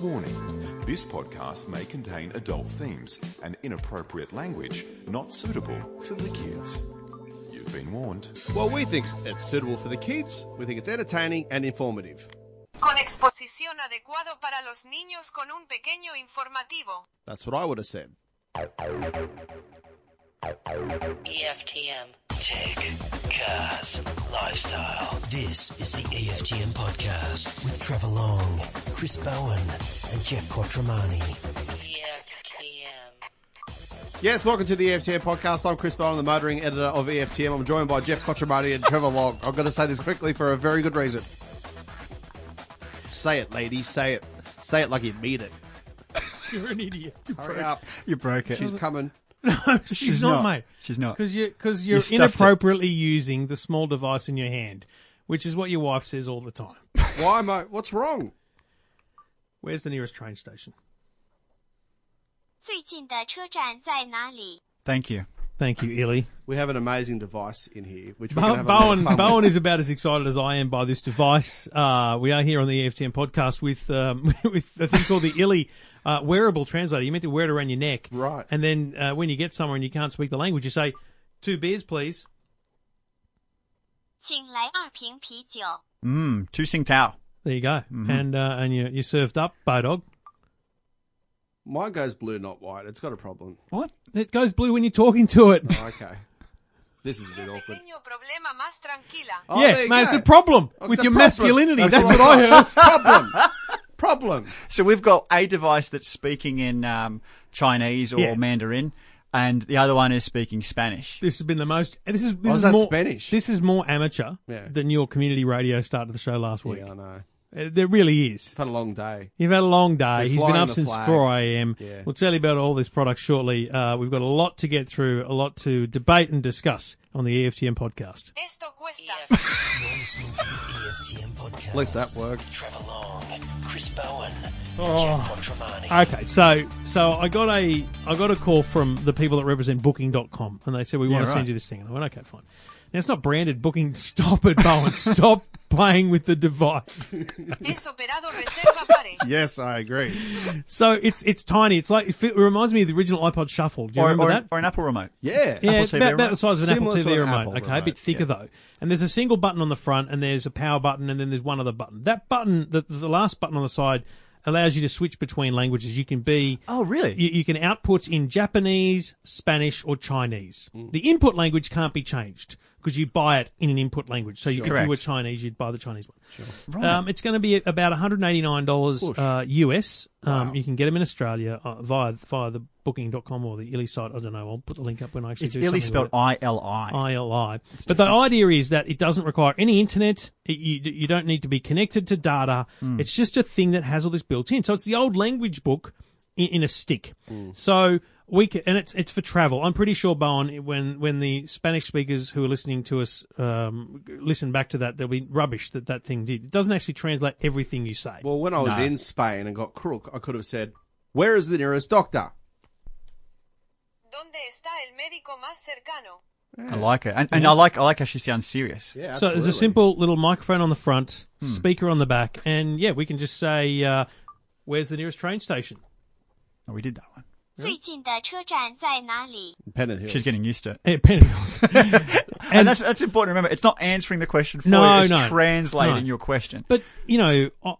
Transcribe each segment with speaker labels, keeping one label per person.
Speaker 1: Warning This podcast may contain adult themes and inappropriate language not suitable for the kids. You've been warned.
Speaker 2: Well, we think it's suitable for the kids. We think it's entertaining and informative.
Speaker 3: Con exposición adecuado para los niños con un pequeño informativo.
Speaker 2: That's what I would have said.
Speaker 4: EFTM.
Speaker 5: Tech, cars, lifestyle. This is the EFTM podcast with Trevor Long, Chris Bowen, and Jeff Quattromani.
Speaker 4: EFTM.
Speaker 2: Yes, welcome to the E EFTM podcast. I'm Chris Bowen, the motoring editor of E EFTM. I'm joined by Jeff Cotramani and Trevor Long. I've got to say this quickly for a very good reason. Say it, lady. Say it. Say it like you mean it.
Speaker 6: You're an idiot.
Speaker 2: Hurry up.
Speaker 7: You broke it.
Speaker 2: She's coming.
Speaker 6: she's, not, mate.
Speaker 7: She's not.
Speaker 6: Because you, cause you're
Speaker 7: stuffed it.
Speaker 6: inappropriately using the small device in your hand, which is what your wife says all the time.
Speaker 2: Why, mate? What's wrong?
Speaker 6: Where's the nearest train station?
Speaker 8: 最近的车站在哪里？
Speaker 7: Thank you.
Speaker 6: Thank you, Illy.
Speaker 2: We have an amazing device in here, which we're going to have a
Speaker 6: Bo-
Speaker 2: lot of
Speaker 6: Bowen,
Speaker 2: fun
Speaker 6: Bowen
Speaker 2: with.
Speaker 6: is about as excited as I am by this device. Uh, we are here on the EFTM podcast with um, with a thing called the Illy uh, wearable translator. You're meant to wear it around your neck,
Speaker 2: Right.
Speaker 6: And then uh, when you get somewhere and you can't speak the language, you say, two beers, please."
Speaker 8: 请来二瓶啤酒。
Speaker 7: Mmm, Tu Sing Tao.
Speaker 6: There you go, and uh, and you you served up, Bodog.
Speaker 2: Mine goes blue, not white. It's got a problem.
Speaker 7: What?
Speaker 6: It goes blue when you're talking to it.
Speaker 2: Oh, okay. This is a bit
Speaker 3: Un
Speaker 2: awkward.
Speaker 3: pequeño problema más tranquila.
Speaker 2: Oh, there
Speaker 6: yeah,
Speaker 2: you
Speaker 6: mate, it's
Speaker 2: go.
Speaker 6: a problem
Speaker 2: Oh,
Speaker 6: with
Speaker 2: it's a
Speaker 6: your
Speaker 2: problem.
Speaker 6: masculinity. That's,
Speaker 2: what,
Speaker 6: what I heard.
Speaker 2: I heard. problem. Problem.
Speaker 7: So we've got a device that's speaking in um, Chinese or
Speaker 6: Yeah.
Speaker 7: Mandarin, and the other one is speaking Spanish.
Speaker 6: This has been the most. This is
Speaker 2: Oh,
Speaker 6: this
Speaker 2: is
Speaker 6: is
Speaker 2: that
Speaker 6: more
Speaker 2: Spanish?
Speaker 6: This is more amateur
Speaker 2: Yeah.
Speaker 6: than your community radio start of the show last week.
Speaker 2: Yeah, I know.
Speaker 6: Uh, there really is.
Speaker 2: It's had a long day.
Speaker 6: You've had a long day.
Speaker 2: We're
Speaker 6: He's
Speaker 2: flying
Speaker 6: been up
Speaker 2: the
Speaker 6: since
Speaker 2: flag.
Speaker 6: 4 a.m.
Speaker 2: Yeah.
Speaker 6: We'll tell you about all this product shortly. Uh, we've got a lot to get through, a lot to debate and discuss on the E EFTM podcast.
Speaker 3: Esto cuesta.
Speaker 5: You're listening to the EFTM podcast.
Speaker 2: At least that worked.
Speaker 5: Trevor Long, Chris Bowen,
Speaker 6: Oh.
Speaker 5: Jeff Quattromani.
Speaker 6: Okay, so so I got a I got a call from the people that represent Booking.com, and they said we
Speaker 7: Yeah,
Speaker 6: want to
Speaker 7: right.
Speaker 6: send you this thing. And I went, okay, fine. Now it's not branded Booking. Stop it, Bowen. Stop playing with the device.
Speaker 3: Es operado reserva pare.
Speaker 2: Yes, I agree.
Speaker 6: So it's it's tiny. It's like it fe- it reminds me of the original iPod Shuffle. Do you
Speaker 7: Or,
Speaker 6: remember
Speaker 7: or,
Speaker 6: that?
Speaker 7: or an Apple remote.
Speaker 2: Yeah.
Speaker 6: Yeah,
Speaker 7: Apple
Speaker 6: it's
Speaker 7: TV
Speaker 6: about, about
Speaker 7: remote.
Speaker 6: the size of an
Speaker 2: Similar
Speaker 6: Apple
Speaker 2: to
Speaker 6: TV
Speaker 2: an
Speaker 6: remote.
Speaker 2: Apple
Speaker 6: okay, a
Speaker 2: remote,
Speaker 6: bit thicker
Speaker 2: yeah.
Speaker 6: though. And there's a single button on the front, and there's a power button, and then there's one other button. That button, the, the last button on the side, allows you to switch between languages. You can be
Speaker 7: Oh, really?
Speaker 6: you, you can output in Japanese, Spanish, or Chinese. The input language can't be changed because you buy it in an input language. So you, if you
Speaker 7: Correct.
Speaker 6: were Chinese, you'd buy the Chinese one.
Speaker 7: Right.
Speaker 6: Um, it's going to be about $189 uh, US. Um, You can get them in Australia uh, via via the booking.com or the Illy site. I don't know. I'll put the link up when I actually
Speaker 7: it's
Speaker 6: do
Speaker 7: Illy
Speaker 6: something
Speaker 7: spelled
Speaker 6: with it.
Speaker 7: I L I.
Speaker 6: ILI. But the idea is that it doesn't require any internet. It, you, you don't need to be connected to data. It's just a thing that has all this built in. So it's the old language book in, in a stick.
Speaker 2: Hmm.
Speaker 6: So we can, and it's it's for travel. I'm pretty sure Bowen, when when the Spanish speakers who are listening to us um, listen back to that, they'll be rubbish that that thing did. It doesn't actually translate everything you say.
Speaker 2: Well, when I was
Speaker 7: No.
Speaker 2: in Spain and got crook, I could have said, "Where is the nearest doctor?"
Speaker 3: ¿Dónde está el médico más cercano?
Speaker 7: I like it, and, and I like I like how she sounds serious.
Speaker 2: Yeah,
Speaker 6: so there's a simple little microphone on the front, speaker on the back, and yeah, we can just say, uh, "Where's the nearest train station?"
Speaker 7: Oh, we did that one.
Speaker 8: 最近的车站在哪里？
Speaker 2: Pennant Hill.
Speaker 7: She's getting used to it.
Speaker 6: Yeah, Penny Hills.
Speaker 7: And, that's that's important. to Remember, it's not answering the question for
Speaker 6: No,
Speaker 7: you; it's
Speaker 6: no.
Speaker 7: translating
Speaker 6: No.
Speaker 7: your question.
Speaker 6: But you know, uh,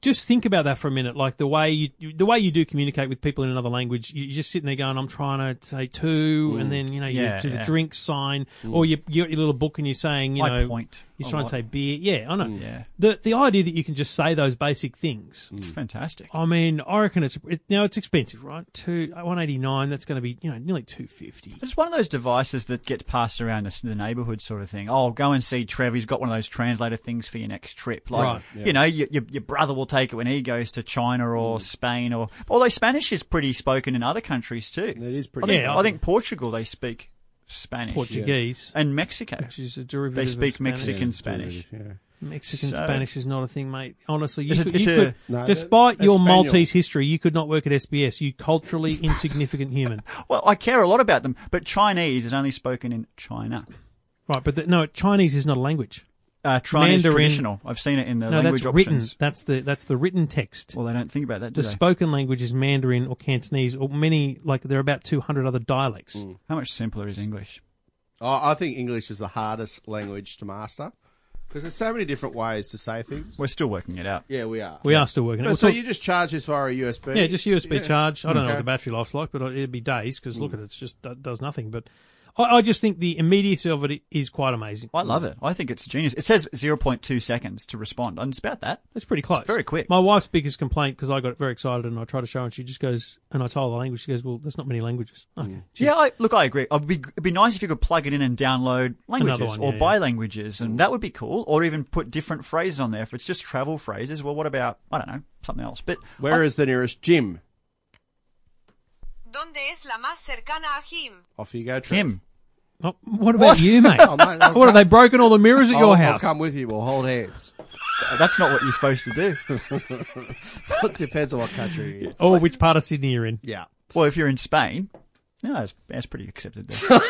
Speaker 6: just think about that for a minute. Like the way you, you- the way you do communicate with people in another language, you- you're just sitting there going, "I'm trying to say two, and then you know you
Speaker 7: Mm. Yeah,
Speaker 6: do the
Speaker 7: yeah.
Speaker 6: drink sign, or you you got your little book and you're saying, you
Speaker 7: I Mm.
Speaker 6: know,
Speaker 7: point
Speaker 6: you're
Speaker 7: a
Speaker 6: trying
Speaker 7: lot.
Speaker 6: to say beer. Yeah, I know.
Speaker 7: Yeah.
Speaker 6: The the idea that you can just say those basic things.
Speaker 7: It's fantastic.
Speaker 6: I mean, I reckon it's it, now it's expensive, right? Two uh, one eighty nine. That's going to be you know nearly two fifty.
Speaker 7: It's one of those devices that gets passed around the, the neighbourhood sort of thing. Oh, go and see Trev. He's got one of those translator things for your next trip. Like,
Speaker 6: Right,
Speaker 7: you know, your, your, your brother will take it when he goes to China
Speaker 6: Mm.
Speaker 7: or Spain or. Although Spanish is pretty spoken in other countries too.
Speaker 2: It is
Speaker 7: I
Speaker 2: pretty.
Speaker 7: think,
Speaker 6: Yeah,
Speaker 7: I think Portugal, they speak Spanish.
Speaker 6: Portuguese,
Speaker 7: And Mexico.
Speaker 6: which is a derivative.
Speaker 7: They
Speaker 6: of
Speaker 7: speak
Speaker 6: Spanish.
Speaker 7: Mexican Spanish.
Speaker 2: Yeah.
Speaker 6: Mexican
Speaker 7: So-
Speaker 6: Spanish is not a thing, mate. Honestly, you
Speaker 7: It's a-
Speaker 6: could,
Speaker 7: it's
Speaker 6: you
Speaker 7: a-
Speaker 6: could
Speaker 2: No,
Speaker 6: despite
Speaker 2: that's
Speaker 6: your
Speaker 2: Spaniel.
Speaker 6: Maltese history, you could not work at SBS. You culturally insignificant human,
Speaker 7: Well, I care a lot about them, but Chinese is only spoken in China.
Speaker 6: right? But the, no, Chinese is not a language.
Speaker 7: uh, Chinese
Speaker 6: Mandarin.
Speaker 7: traditional. I've seen it in the
Speaker 6: No,
Speaker 7: language
Speaker 6: that's written.
Speaker 7: options.
Speaker 6: That's the that's the written text.
Speaker 7: Well, they don't think about that, do
Speaker 6: the
Speaker 7: they?
Speaker 6: spoken language is Mandarin or Cantonese or many like there are about two hundred other dialects.
Speaker 2: Mm.
Speaker 7: How much simpler is English?
Speaker 2: Oh, I think English is the hardest language to master because there's so many different ways to say things.
Speaker 7: We're still working it out.
Speaker 2: Yeah, we are.
Speaker 6: We are still working. it. We're
Speaker 2: But so
Speaker 6: still-
Speaker 2: you just charge this via a USB?
Speaker 6: Yeah, just USB
Speaker 2: Yeah.
Speaker 6: charge. I don't know what
Speaker 2: Okay. Mm.
Speaker 6: the battery life's like, but it'd be days because look at it, it's just it does nothing. But I, I just think the immediacy of it is quite amazing.
Speaker 7: I love it. I think it's genius. It says 0.2 seconds to respond, and it's about that.
Speaker 6: It's pretty close.
Speaker 7: very quick.
Speaker 6: My wife's biggest complaint because I got very excited and I tried to show her, and she just goes, and I told her the language. She goes, "Well, there's not many languages." Okay.
Speaker 7: Yeah, I, look, I agree. It'd be, it'd be nice if you could plug it in and download languages
Speaker 6: one,
Speaker 7: or
Speaker 6: yeah,
Speaker 7: buy
Speaker 6: yeah.
Speaker 7: languages, and that would be cool. Or even put different phrases on there. If it's just travel phrases, well, what about I don't know something else? But
Speaker 2: Where is the nearest gym?
Speaker 3: ¿Dónde es la más cercana a Jim?
Speaker 2: Off you go, Trev.
Speaker 7: him?
Speaker 6: Oh, what about you, mate?
Speaker 2: Oh, mate, I'll
Speaker 6: what have
Speaker 2: come-
Speaker 6: they broken all the mirrors at
Speaker 7: Oh,
Speaker 2: I'll-
Speaker 6: your house?
Speaker 2: I'll come with you. We'll hold hands.
Speaker 7: That's not what you're supposed to do.
Speaker 2: it depends on what country. You're in.
Speaker 6: Or which part of Sydney you're in?
Speaker 2: Yeah.
Speaker 7: well, if you're in Spain, no, that's, that's pretty accepted. There.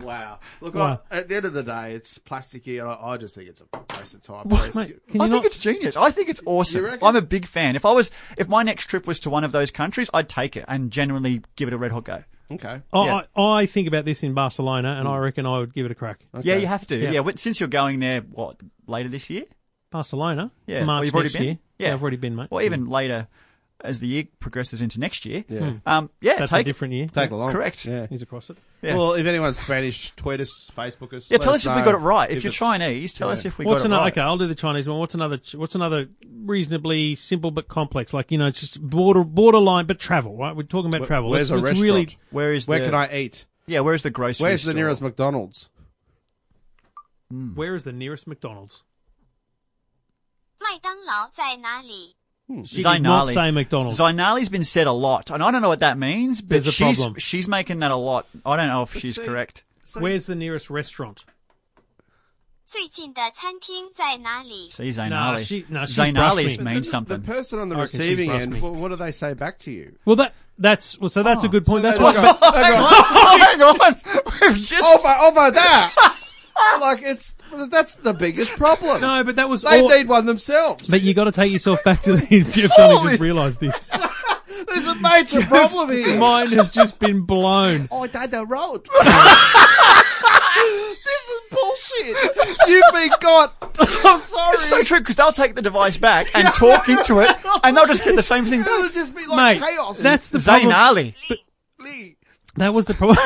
Speaker 2: Wow. Look,
Speaker 6: Wow.
Speaker 2: I, at the end of the day, it's plasticky, and I, I just think it's a waste of time.
Speaker 6: What,
Speaker 2: Please,
Speaker 6: mate,
Speaker 2: you-
Speaker 6: can you
Speaker 7: I
Speaker 6: not-
Speaker 7: think it's genius. I think it's awesome.
Speaker 2: reckon?
Speaker 7: I'm a big fan. If I was, if my next trip was to one of those countries, I'd take it and genuinely give it a red hot go.
Speaker 2: Okay.
Speaker 6: I,
Speaker 7: yeah. Mm. Uh,
Speaker 6: I, I think about this in Barcelona, and I reckon I would give it a crack.
Speaker 7: Yeah, you have to.
Speaker 6: Yeah.
Speaker 7: Yeah. but since you're going there, what later this year?
Speaker 6: Barcelona,
Speaker 7: Yeah,
Speaker 6: March
Speaker 7: well, you've already
Speaker 6: next
Speaker 7: been?
Speaker 6: year.
Speaker 7: Yeah.
Speaker 6: I've already been, mate.
Speaker 7: Or even later, as the year progresses into next year.
Speaker 2: Yeah.
Speaker 7: Um. Yeah.
Speaker 6: Hmm. That's
Speaker 7: take
Speaker 6: a different year.
Speaker 2: Take along.
Speaker 7: Correct.
Speaker 2: Yeah.
Speaker 6: He's across it.
Speaker 7: Yeah.
Speaker 2: Well, if anyone's Spanish, tweet us, Facebook us.
Speaker 7: Yeah,
Speaker 2: let
Speaker 7: tell us if we
Speaker 2: know
Speaker 7: got it right. If, you're
Speaker 2: it's-
Speaker 7: Chinese, tell us if we
Speaker 6: What's
Speaker 7: got it
Speaker 6: another?
Speaker 7: right.
Speaker 6: Okay, I'll do the Chinese one. What's another? What's another reasonably simple but complex? Like you know, it's just border borderline, but travel. Right? We're talking about travel.
Speaker 2: Where's
Speaker 6: Let's-
Speaker 2: a
Speaker 6: let's
Speaker 2: restaurant?
Speaker 6: really
Speaker 7: Where is
Speaker 2: Where
Speaker 7: the,
Speaker 2: can I eat?
Speaker 7: Yeah, where's the grocery?
Speaker 2: Where's the
Speaker 7: store?
Speaker 2: nearest McDonald's?
Speaker 6: Where is the nearest McDonald's?
Speaker 8: 麦当劳在哪里？
Speaker 6: She did not
Speaker 7: Zainali.
Speaker 6: say McDonald's.
Speaker 7: Zainali's been said a lot, and I don't know what that means. But
Speaker 6: There's a
Speaker 7: she's
Speaker 6: problem.
Speaker 7: she's making that a lot. I don't know if she's
Speaker 2: see-
Speaker 7: correct.
Speaker 6: Where's the nearest restaurant?
Speaker 8: 最近的餐厅在哪里？
Speaker 7: See, Zainali.
Speaker 6: Nah, she- nah, she's brushed
Speaker 7: Zainali's
Speaker 6: me.
Speaker 7: means
Speaker 2: The
Speaker 7: something.
Speaker 2: person on the
Speaker 6: I reckon she's
Speaker 2: receiving
Speaker 6: brushed
Speaker 2: end,
Speaker 6: me.
Speaker 2: wh- what do they say back to you?
Speaker 6: Well, that that's well, Oh, so that's a good point. that's
Speaker 2: They
Speaker 6: what.
Speaker 2: go,
Speaker 6: but-
Speaker 2: they go,
Speaker 7: Hang on, Oh we've just
Speaker 2: over, over there. like it's that's the biggest problem.
Speaker 6: no, but that was.
Speaker 2: they
Speaker 6: all-
Speaker 2: need one themselves.
Speaker 6: but you got to take yourself back to the. Jeff's only
Speaker 2: Holy-
Speaker 6: just realised this.
Speaker 2: There's a major problem here.
Speaker 6: Mine has just been blown.
Speaker 2: I died the road. this is bullshit. You've been got. I'm Oh, sorry.
Speaker 7: It's so true because they'll take the device back and talk into it, and they'll just get the same thing
Speaker 2: It'll
Speaker 7: back.
Speaker 2: just be like
Speaker 6: Mate,
Speaker 2: chaos.
Speaker 6: that's the
Speaker 7: Zain
Speaker 6: problem.
Speaker 7: Ali.
Speaker 3: Lee.
Speaker 2: Lee.
Speaker 6: That was the problem.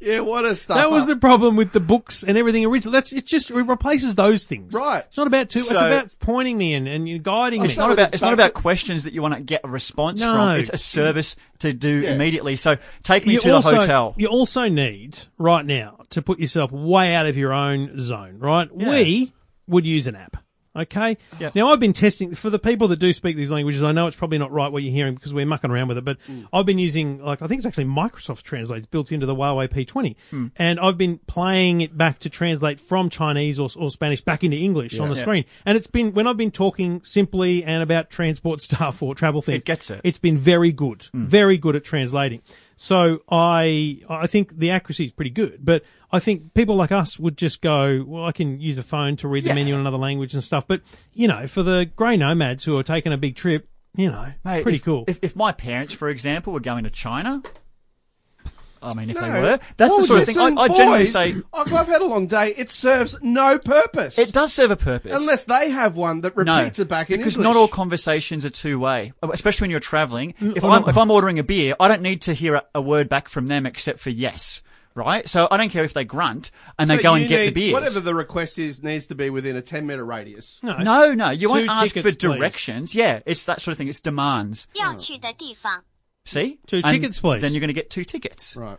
Speaker 2: Yeah, what a stuff.
Speaker 6: That was the problem with the books and everything original. That's it. Just it replaces those things.
Speaker 2: Right.
Speaker 6: It's not about two. it's
Speaker 7: So-
Speaker 6: about pointing me and and you guiding me.
Speaker 7: It's not about it's not about questions that you want to get a response
Speaker 6: No.
Speaker 7: from. It's a service to do immediately. So take me
Speaker 6: you
Speaker 7: to
Speaker 6: also,
Speaker 7: the hotel.
Speaker 6: You also need right now to put yourself way out of your own zone. Right. We would use an app. Okay.
Speaker 7: Yeah.
Speaker 6: Now I've been testing for the people that do speak these languages. I know it's probably not right what you're hearing because we're mucking around with it, but
Speaker 7: Mm.
Speaker 6: I've been using like I think it's actually Microsoft's translates built into the Huawei P20,
Speaker 7: Hmm.
Speaker 6: and I've been playing it back to translate from Chinese or, or Spanish back into English on the
Speaker 7: Yeah.
Speaker 6: screen. And it's been when I've been talking simply and about transport stuff or travel things,
Speaker 7: It gets it.
Speaker 6: It's been very good,
Speaker 7: Hmm.
Speaker 6: very good at translating. So I I think the accuracy is pretty good, but I think people like us would just go, well, I can use a phone to read the menu in another language and stuff. But you know, for the grey nomads who are taking a big trip, you know,
Speaker 7: Mate,
Speaker 6: pretty
Speaker 7: if,
Speaker 6: cool.
Speaker 7: If, if my parents, for example, were going to China, I mean, if
Speaker 2: No. Oh,
Speaker 7: they were, that's the sort of thing I, I generally
Speaker 2: boys,
Speaker 7: say.
Speaker 2: I've I've had a long day. It serves no purpose.
Speaker 7: It does serve a purpose.
Speaker 2: Unless they have one that
Speaker 7: no,
Speaker 2: repeats it back in
Speaker 7: because
Speaker 2: English. Mm,
Speaker 7: not all conversations are two way, especially when you're traveling. If
Speaker 6: oh,
Speaker 7: I'm,
Speaker 6: no.
Speaker 7: if I'm ordering a beer, I don't need to hear a, a word back from them except for yes, right? So I don't care if they grunt and
Speaker 2: So
Speaker 7: they go and
Speaker 2: you
Speaker 7: get the
Speaker 2: need-
Speaker 7: beers.
Speaker 2: Whatever the request is needs to be within a ten meter radius.
Speaker 7: no, no, you
Speaker 6: Two
Speaker 7: won't ask
Speaker 6: tickets,
Speaker 7: for
Speaker 6: please.
Speaker 7: directions. Yeah, it's that sort of thing. It's demands.
Speaker 8: 要去的地方，
Speaker 7: See,
Speaker 6: Two
Speaker 7: And
Speaker 6: tickets, please.
Speaker 7: Then you're going to get two tickets.
Speaker 2: Right.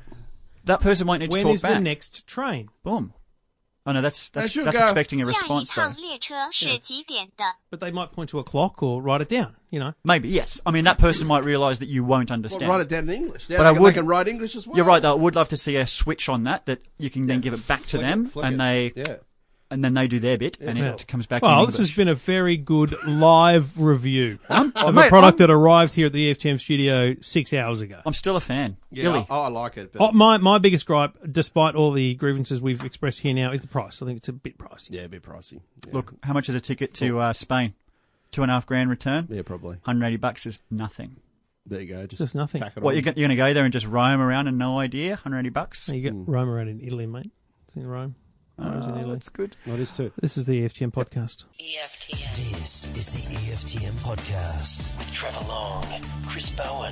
Speaker 7: That person might need to
Speaker 6: When
Speaker 7: talk
Speaker 6: is
Speaker 7: back.
Speaker 6: the next train?
Speaker 7: Boom. Oh no, that's that's,
Speaker 2: should
Speaker 7: that's
Speaker 2: go-
Speaker 7: expecting a
Speaker 8: 下一
Speaker 7: response though.
Speaker 8: 趟列车是几点的？
Speaker 6: But they might point to a clock or write it down. You know,
Speaker 7: Maybe yes. I mean, that person might realise that you won't
Speaker 2: Well,
Speaker 7: understand.
Speaker 2: write it down in English. Now
Speaker 7: But
Speaker 2: they can-
Speaker 7: I
Speaker 2: they
Speaker 7: would-
Speaker 2: can write English as well.
Speaker 7: You're right though. I would love to see a switch on that that you can then give it back to
Speaker 2: Flick
Speaker 7: them,
Speaker 2: it, flick
Speaker 7: and
Speaker 2: it.
Speaker 7: they
Speaker 2: Yeah.
Speaker 7: and then they do their bit, and it comes back.
Speaker 6: Well,
Speaker 7: in
Speaker 6: this
Speaker 7: English.
Speaker 6: has been a very good live review of
Speaker 7: mate,
Speaker 6: a product that arrived here at the E EFTM studio six hours ago.
Speaker 7: I'm still a fan.
Speaker 2: Yeah,
Speaker 7: Really.
Speaker 2: I, I like it. But
Speaker 6: Oh, my, my biggest gripe, despite all the grievances we've expressed here now, is the price. I think it's a bit pricey.
Speaker 2: yeah, a bit pricey. Yeah,
Speaker 7: Look, how much is a ticket to uh, Spain? Two and a half grand return.
Speaker 2: yeah, probably.
Speaker 7: 180 bucks is nothing.
Speaker 2: There you go. Just,
Speaker 6: Just nothing.
Speaker 2: Tack it
Speaker 7: What
Speaker 2: on.
Speaker 7: you're, go- you're going to go there and just roam around and no idea? 180 bucks.
Speaker 6: You get Rome around in Italy, mate. It's in Rome. Rome's in
Speaker 7: Oh,
Speaker 6: Italy.
Speaker 7: that's good.
Speaker 2: That is too.
Speaker 6: This is the E EFTM podcast.
Speaker 4: EFTM.
Speaker 5: This is the EFTM podcast with Trevor Long, Chris Bowen,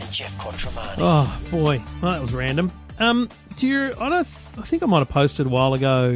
Speaker 5: and Jeff Quattromani.
Speaker 6: Oh boy, well, that was random. Um, do you? I don't. I think I might have posted a while ago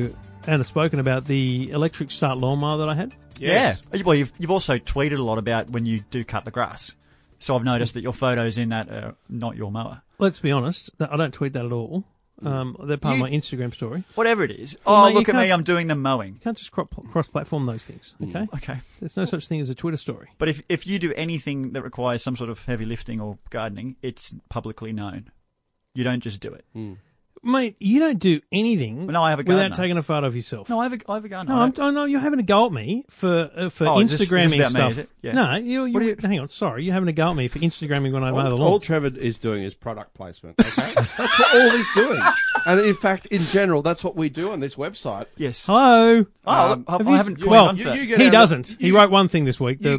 Speaker 6: and have spoken about the electric start lawnmower that I had.
Speaker 2: Yes.
Speaker 7: Yeah. Well, you've, you've also tweeted a lot about when you do cut the grass. So I've noticed that your photos in that are not your mower.
Speaker 6: Let's be honest, that- I don't tweet that at all. Um, they're part
Speaker 7: Hmm. You-
Speaker 6: of my Instagram story.
Speaker 7: Whatever it is.
Speaker 6: Well,
Speaker 7: oh,
Speaker 6: mate, you
Speaker 7: look at me.
Speaker 6: can't-
Speaker 7: I'm doing the mowing.
Speaker 6: You can't just crop, cross-platform those things. Okay,
Speaker 7: Okay.
Speaker 6: there's no such thing as a Twitter story.
Speaker 7: But if, if you do anything that requires some sort of heavy lifting or gardening, it's publicly known. You don't just do
Speaker 6: Hmm.
Speaker 7: it.
Speaker 6: Mate, you don't do anything.
Speaker 7: No, I have a
Speaker 6: without
Speaker 7: gardener.
Speaker 6: taking a photo of yourself.
Speaker 7: No, I have a, I have a gardener.
Speaker 6: No,
Speaker 7: I
Speaker 6: I'm,
Speaker 7: don't-
Speaker 6: oh, no, you're having a go at me for uh, for
Speaker 7: Oh, is this- is this
Speaker 6: Instagramming
Speaker 7: about me,
Speaker 6: stuff.
Speaker 7: is it? Yeah.
Speaker 6: No, you, you,
Speaker 7: What do you- Oh,
Speaker 6: hang on. Sorry, you're having a go at me for Instagramming when I mow the
Speaker 2: All,
Speaker 6: lawn.
Speaker 2: all Trevor is doing is product placement. Okay, that's what all he's doing. And in fact, in general, that's what we do on this website.
Speaker 7: yes.
Speaker 6: Hello.
Speaker 7: Oh,
Speaker 2: Um,
Speaker 7: I,
Speaker 6: have
Speaker 7: I
Speaker 6: you-
Speaker 7: haven't
Speaker 6: you-
Speaker 7: coined
Speaker 6: well,
Speaker 7: onto
Speaker 2: You,
Speaker 7: that.
Speaker 2: you get
Speaker 6: He
Speaker 2: out-
Speaker 6: doesn't.
Speaker 2: You,
Speaker 6: he wrote one thing this week: the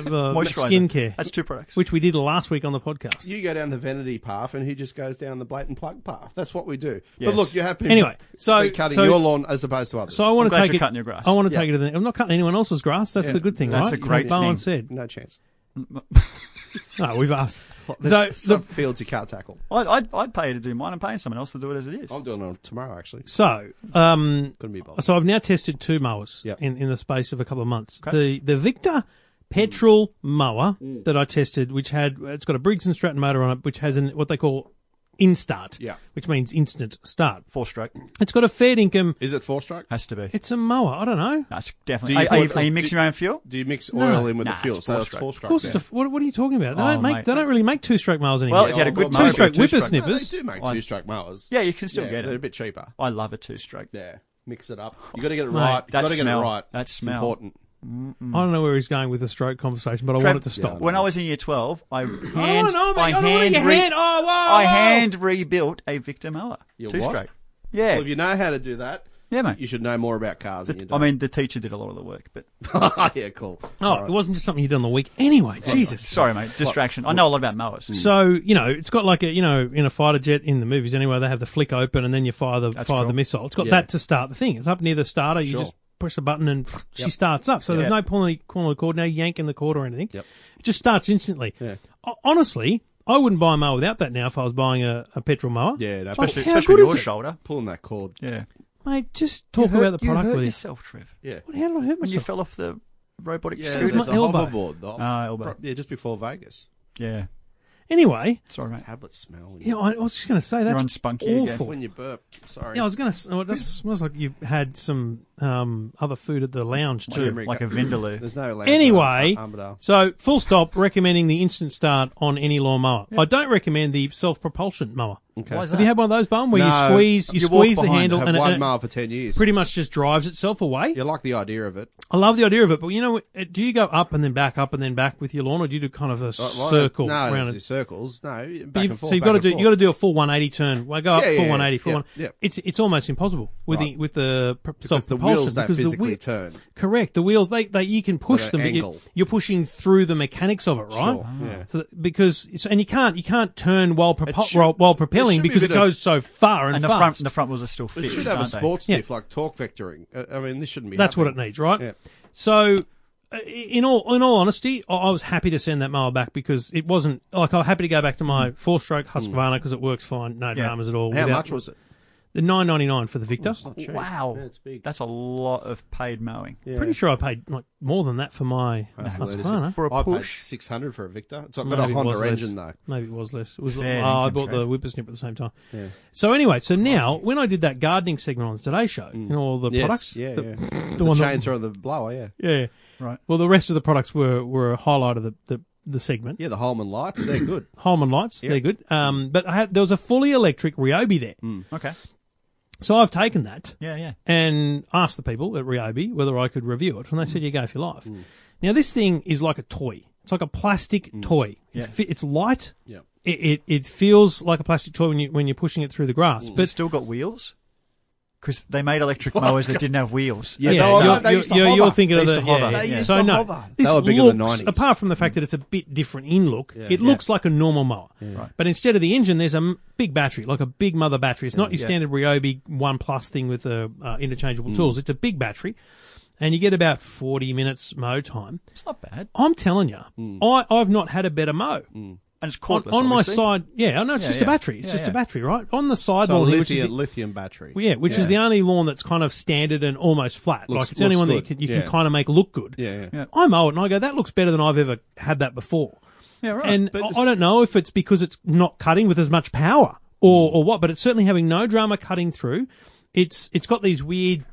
Speaker 6: uh,
Speaker 7: Moisturiser.
Speaker 6: skincare,
Speaker 7: That's two products.
Speaker 6: which we did last week on the podcast.
Speaker 2: You go down the vanity path, and he just goes down the blatant plug path. That's what we do.
Speaker 7: Yes.
Speaker 2: But look, you're happy.
Speaker 6: Anyway, so-
Speaker 2: cutting
Speaker 6: so-
Speaker 2: your lawn as opposed to others.
Speaker 6: so I want
Speaker 7: I'm
Speaker 6: to
Speaker 7: glad
Speaker 6: take
Speaker 7: you're
Speaker 6: it.
Speaker 7: cutting your grass.
Speaker 6: I want to take it. To the, I'm not cutting anyone else's grass. That's
Speaker 7: Yeah,
Speaker 6: the good thing,
Speaker 7: that's
Speaker 6: right?
Speaker 7: a great
Speaker 6: Bowen
Speaker 7: thing.
Speaker 6: said.
Speaker 2: no chance.
Speaker 6: No, we've asked. So
Speaker 2: There's
Speaker 6: the
Speaker 2: some fields you can't tackle.
Speaker 7: I'd, I'd, I'd pay to do mine. I'm paying someone else to do it as it is.
Speaker 2: I'm doing it tomorrow actually.
Speaker 6: So, um,
Speaker 2: Couldn't be bothered.
Speaker 6: so I've now tested two mowers
Speaker 2: Yep.
Speaker 6: in, in the space of a couple of months. The the Victor petrol mower that I tested, which had it's got a Briggs and Stratton motor on it, which has an what they call instart,
Speaker 2: Yeah.
Speaker 6: which means instant start.
Speaker 7: Four stroke.
Speaker 6: It's got a fair income.
Speaker 2: Is it four stroke?
Speaker 7: Has to be.
Speaker 6: It's a mower. I don't know.
Speaker 7: That's
Speaker 2: Do
Speaker 7: definitely.
Speaker 2: you
Speaker 7: Are, are you,
Speaker 2: put-
Speaker 7: are you mixing your own fuel?
Speaker 2: Do you mix
Speaker 6: No.
Speaker 2: oil in with
Speaker 7: Nah,
Speaker 2: the fuel?
Speaker 7: it's
Speaker 2: so
Speaker 7: four
Speaker 2: it's
Speaker 7: stroke.
Speaker 2: four
Speaker 6: Of
Speaker 2: stroke.
Speaker 6: course,
Speaker 2: yeah.
Speaker 6: it's a- what, what are you talking about? They
Speaker 7: Oh,
Speaker 6: don't make.
Speaker 7: mate.
Speaker 6: They don't really make two stroke mowers anymore.
Speaker 7: Well, if you had a
Speaker 2: Oh,
Speaker 7: good
Speaker 2: well,
Speaker 7: motor,
Speaker 6: two-stroke
Speaker 7: two
Speaker 6: whippersnip.
Speaker 2: No, they
Speaker 6: Nippers?
Speaker 2: do make
Speaker 7: I-
Speaker 2: two stroke mowers.
Speaker 7: Yeah, you can still
Speaker 2: Yeah,
Speaker 7: get
Speaker 2: They're a
Speaker 7: it.
Speaker 2: bit cheaper.
Speaker 7: I love a two stroke.
Speaker 2: Yeah, mix it up. You got to get it
Speaker 6: Mate,
Speaker 2: right. You
Speaker 7: that
Speaker 2: got to get it
Speaker 7: smell.
Speaker 2: right.
Speaker 7: That
Speaker 2: It's
Speaker 7: smell.
Speaker 2: important.
Speaker 6: I don't know where he's going with the stroke conversation, but I
Speaker 7: Trev-
Speaker 6: want it to stop.
Speaker 7: When I was in year 12, I hand,
Speaker 6: I don't know, mate.
Speaker 7: I
Speaker 6: I don't want
Speaker 7: hand,
Speaker 6: your
Speaker 7: re-
Speaker 6: hand. Oh, whoa, whoa.
Speaker 7: I hand rebuilt a Victor mower.
Speaker 2: Your
Speaker 7: two
Speaker 2: what?
Speaker 7: stroke. Yeah.
Speaker 2: Well, if you know how to do that,
Speaker 7: yeah, mate.
Speaker 2: you should know more about cars than you do.
Speaker 7: I mean, the teacher did a lot of the work, but
Speaker 2: yeah, cool.
Speaker 6: Oh, it wasn't just something you did on the week. Anyway, Jesus.
Speaker 7: sorry, mate. Distraction. I know a lot about mowers.
Speaker 6: So you know, it's got like a you know, in a fighter jet in the movies anyway, they have the flick open and then you fire the
Speaker 7: That's
Speaker 6: fire
Speaker 7: cool.
Speaker 6: the missile. It's got
Speaker 2: Yeah.
Speaker 6: that to start the thing. It's up near the starter. You
Speaker 2: Sure.
Speaker 6: just push the button and she starts up. So there's
Speaker 7: Yeah.
Speaker 6: no pulling pulling the cord, no yanking the cord or anything.
Speaker 2: Yep.
Speaker 6: It just starts instantly.
Speaker 2: Yeah.
Speaker 6: O- honestly, I wouldn't buy a mower without that now if I was buying a, a petrol mower.
Speaker 2: Yeah, no,
Speaker 6: It's like,
Speaker 7: especially
Speaker 6: how
Speaker 7: especially
Speaker 6: good
Speaker 7: your
Speaker 6: is it?
Speaker 7: shoulder.
Speaker 2: Pulling that cord.
Speaker 7: Yeah.
Speaker 6: Mate, just talk
Speaker 7: Hurt-
Speaker 6: about the product
Speaker 7: you hurt
Speaker 6: with you.
Speaker 7: yourself, Trev.
Speaker 2: Yeah.
Speaker 6: What- How did I hurt
Speaker 7: When you
Speaker 6: myself?
Speaker 7: fell off the robotic
Speaker 2: Yeah,
Speaker 7: scooter.
Speaker 2: there's
Speaker 6: my
Speaker 2: the
Speaker 6: elbow.
Speaker 2: hoverboard. The hover-
Speaker 7: Ah, elbow.
Speaker 2: Yeah, just before Vegas.
Speaker 7: Yeah.
Speaker 6: Anyway,
Speaker 7: Sorry, mate.
Speaker 2: Tablet smell.
Speaker 6: yeah, I, I was just going to say
Speaker 7: You're
Speaker 6: that's
Speaker 7: on spunky again.
Speaker 6: awful.
Speaker 2: When you burp. Sorry.
Speaker 6: Yeah, I was going to. Oh, it does- smells like you had some um, other food at the lounge too.
Speaker 2: America.
Speaker 7: Like a Vindaloo.
Speaker 2: There's no language.
Speaker 6: Anyway,
Speaker 2: Uh, Armadale.
Speaker 6: so full stop recommending the instant start on any lawnmower. I don't recommend the self propulsion mower.
Speaker 2: Okay.
Speaker 7: Why is that?
Speaker 6: Have you had one of those, Bone, where
Speaker 2: No.
Speaker 6: you squeeze you,
Speaker 7: You walk
Speaker 6: squeeze the
Speaker 7: behind,
Speaker 6: handle
Speaker 2: Have
Speaker 6: and, it,
Speaker 2: one
Speaker 6: and it
Speaker 2: mile for 10 years.
Speaker 6: pretty much just drives itself away?
Speaker 2: You like the idea of it.
Speaker 6: I love the idea of it, but you know, what, uh, do you go up and then back, up and then back with your lawn, or do you do kind of a
Speaker 2: Like, why-
Speaker 6: circle
Speaker 2: No,
Speaker 6: around
Speaker 2: it's
Speaker 6: it?
Speaker 2: just circles. No, back
Speaker 6: But you've-
Speaker 2: and forth.
Speaker 6: so you've
Speaker 2: back
Speaker 6: got to
Speaker 2: and
Speaker 6: do
Speaker 2: forth.
Speaker 6: you got to do a full 180 turn. Well, go up
Speaker 2: Yeah, yeah,
Speaker 6: full
Speaker 2: yeah,
Speaker 6: 180, full
Speaker 2: yeah,
Speaker 6: one.
Speaker 2: yeah.
Speaker 6: It's it's almost impossible with
Speaker 2: Right.
Speaker 6: the with the self
Speaker 2: because the wheels
Speaker 6: propulsion
Speaker 2: don't
Speaker 6: because the
Speaker 2: physically
Speaker 6: wheel-
Speaker 2: turn.
Speaker 6: Correct. The wheels, they, they you can push
Speaker 2: At
Speaker 6: them,
Speaker 2: an
Speaker 6: but you,
Speaker 2: angle.
Speaker 6: you're pushing through the mechanics of it, right? Ah.
Speaker 2: Sure, yeah.
Speaker 6: So that, because it's, and you can't you can't turn while propo-
Speaker 2: It should-
Speaker 6: while, while
Speaker 2: it
Speaker 6: propelling
Speaker 2: should be a
Speaker 6: because it
Speaker 2: bit of-
Speaker 6: goes so far and,
Speaker 7: And the
Speaker 6: fast.
Speaker 7: front, the front wheels are still
Speaker 2: It
Speaker 7: fixed,
Speaker 2: should have a
Speaker 7: aren't they?
Speaker 2: sports
Speaker 6: Yeah.
Speaker 2: diff like torque vectoring. Uh, I mean, this shouldn't be.
Speaker 6: That's what it
Speaker 2: happening.
Speaker 6: needs, right?
Speaker 2: Yeah.
Speaker 6: So, uh, in all in all honesty, I, I was happy to send that mower back because it wasn't like I'm happy to go back to my four stroke Husqvarna because it works fine, no dramas at all.
Speaker 2: Mm. How
Speaker 6: without-
Speaker 2: much was Oh, it?
Speaker 6: the nine ninety nine for the Victor?
Speaker 7: Wow,
Speaker 2: Yeah, it's big.
Speaker 7: that's a lot of paid mowing.
Speaker 6: Pretty sure I paid like more than that for my
Speaker 2: Absolutely.
Speaker 6: Husqvarna.
Speaker 7: For a
Speaker 2: I paid
Speaker 7: push,
Speaker 2: six hundred for a Victor. It's not
Speaker 6: Maybe
Speaker 2: got a
Speaker 6: it was
Speaker 2: Honda
Speaker 6: less.
Speaker 2: engine though.
Speaker 6: Maybe it was less. It was.
Speaker 7: Fair
Speaker 6: oh, I
Speaker 7: income,
Speaker 6: bought the
Speaker 7: Trev.
Speaker 6: whippersnip at the same time. So anyway, so now when I did that gardening segment on today's show, you know all the
Speaker 2: Mm. Yes,
Speaker 6: products,
Speaker 2: yeah,
Speaker 6: the,
Speaker 2: yeah.
Speaker 6: the
Speaker 2: The
Speaker 6: one that-
Speaker 2: chains are on the blower. Yeah,
Speaker 6: yeah,
Speaker 7: Right.
Speaker 6: Well, the rest of the products were were a highlight of the the, the segment.
Speaker 2: yeah. The Holman lights, they're good. Mm.
Speaker 6: Holman lights, they're good. Um, but I had, there was a fully electric Ryobi there.
Speaker 7: Mm. okay.
Speaker 6: So I've taken that
Speaker 7: Yeah, yeah.
Speaker 6: and asked the people at Ryobi whether I could review it, and they said, "You go if you like." Now this thing is like a toy. It's like a plastic toy. It fi- it's light.
Speaker 2: Yep.
Speaker 6: It, it it feels like a plastic toy when you when you're pushing it through the grass,
Speaker 7: But
Speaker 6: but
Speaker 7: still got wheels? Because they made electric mowers that didn't have wheels.
Speaker 2: Yeah,
Speaker 6: yeah,
Speaker 2: no,
Speaker 6: you're,
Speaker 2: I know, they used to
Speaker 6: you're- you're
Speaker 2: hover.
Speaker 6: thinking
Speaker 7: They
Speaker 6: of
Speaker 7: used
Speaker 6: the,
Speaker 7: to
Speaker 6: yeah,
Speaker 7: hover.
Speaker 6: yeah,
Speaker 7: They
Speaker 6: yeah.
Speaker 2: used
Speaker 6: so
Speaker 2: to
Speaker 6: no,
Speaker 2: hover.
Speaker 6: This
Speaker 2: They were bigger than
Speaker 6: looks-
Speaker 2: 90s.
Speaker 6: Apart from the fact that it's a bit different in look, it looks like a normal mower.
Speaker 7: Right.
Speaker 6: But instead of the engine, there's a m- big battery, like a big mother battery. It's not your
Speaker 7: Yeah. Mm.
Speaker 6: standard Ryobi One Plus thing with uh, uh, interchangeable tools. It's a big battery, and you get about 40 minutes mow time.
Speaker 7: It's not bad.
Speaker 6: I'm telling you, I, I've not had a better mow.
Speaker 7: And it's
Speaker 6: On,
Speaker 7: Mm. cordless.
Speaker 6: on my
Speaker 7: obviously.
Speaker 6: side, yeah, I know it's
Speaker 7: Yeah,
Speaker 6: just a
Speaker 7: yeah.
Speaker 6: battery. It's
Speaker 7: Yeah,
Speaker 6: just a
Speaker 7: yeah.
Speaker 6: battery, right? On the side
Speaker 2: So a
Speaker 6: lawn, which is
Speaker 2: lithium,
Speaker 6: the-
Speaker 2: lithium battery.
Speaker 6: well, yeah, which is the only lawn that's kind of standard and almost flat.
Speaker 2: Looks-
Speaker 6: like it's the only
Speaker 2: looks
Speaker 6: one that you
Speaker 2: good.
Speaker 6: can, you
Speaker 2: Yeah.
Speaker 6: can kind of make look good.
Speaker 2: Yeah, yeah.
Speaker 7: Yeah.
Speaker 6: I mow it and I go, that looks better than I've ever had that before.
Speaker 7: Yeah, right.
Speaker 6: and
Speaker 2: but
Speaker 6: I, I
Speaker 2: it's-
Speaker 6: don't know if it's because it's not cutting with as much power or, or what, but it's certainly having no drama cutting through. It's it's got these weird,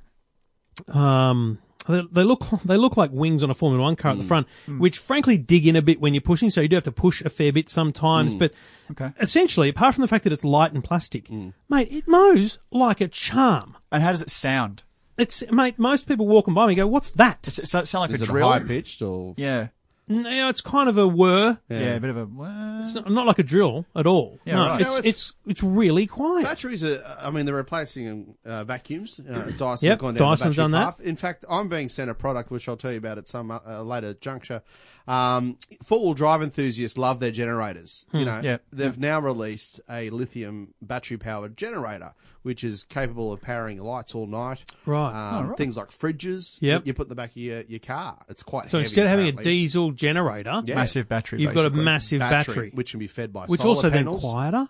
Speaker 6: um, they, they look they look like wings on a Formula One car at the front, which frankly dig in a bit when you're pushing. So you do have to push a fair bit sometimes, but
Speaker 7: Okay.
Speaker 6: essentially, apart from the fact that it's light and plastic, mate, it mows like a charm.
Speaker 7: And how does it sound?
Speaker 6: It's mate. Most people walking by me go, "What's that?"
Speaker 7: Does it sound like
Speaker 2: Is
Speaker 7: a
Speaker 2: it
Speaker 7: drill?
Speaker 2: high pitched or?
Speaker 7: yeah.
Speaker 6: You know, it's kind of a whir.
Speaker 7: yeah. a bit of a.
Speaker 6: It's not, not like a drill at all.
Speaker 7: Yeah,
Speaker 6: no,
Speaker 7: right.
Speaker 6: it's,
Speaker 2: No,
Speaker 6: it's
Speaker 2: it's-
Speaker 6: it's really quiet.
Speaker 2: Batteries are, I mean, they're replacing uh, vacuums. Uh, Dyson
Speaker 6: Yep,
Speaker 2: have gone down the
Speaker 6: Dyson's
Speaker 2: battery
Speaker 6: done that.
Speaker 2: path. In fact, I'm being sent a product which I'll tell you about at some uh, later juncture. Um, Four wheel drive enthusiasts love their generators. you
Speaker 6: Hmm.
Speaker 2: know,
Speaker 7: yep.
Speaker 2: they've now released a lithium battery powered generator, which is capable of powering lights all night.
Speaker 6: Right.
Speaker 2: Um, Things like fridges.
Speaker 6: Yep.
Speaker 2: that You put in the back of your, your car. It's quite
Speaker 6: so
Speaker 2: heavy,
Speaker 6: instead of having a
Speaker 2: apparently.
Speaker 6: diesel generator,
Speaker 2: Yeah.
Speaker 7: Massive battery.
Speaker 6: you've got a
Speaker 7: basically.
Speaker 6: massive battery, which,
Speaker 2: which can be fed by solar
Speaker 6: also
Speaker 2: panels.
Speaker 6: then quieter.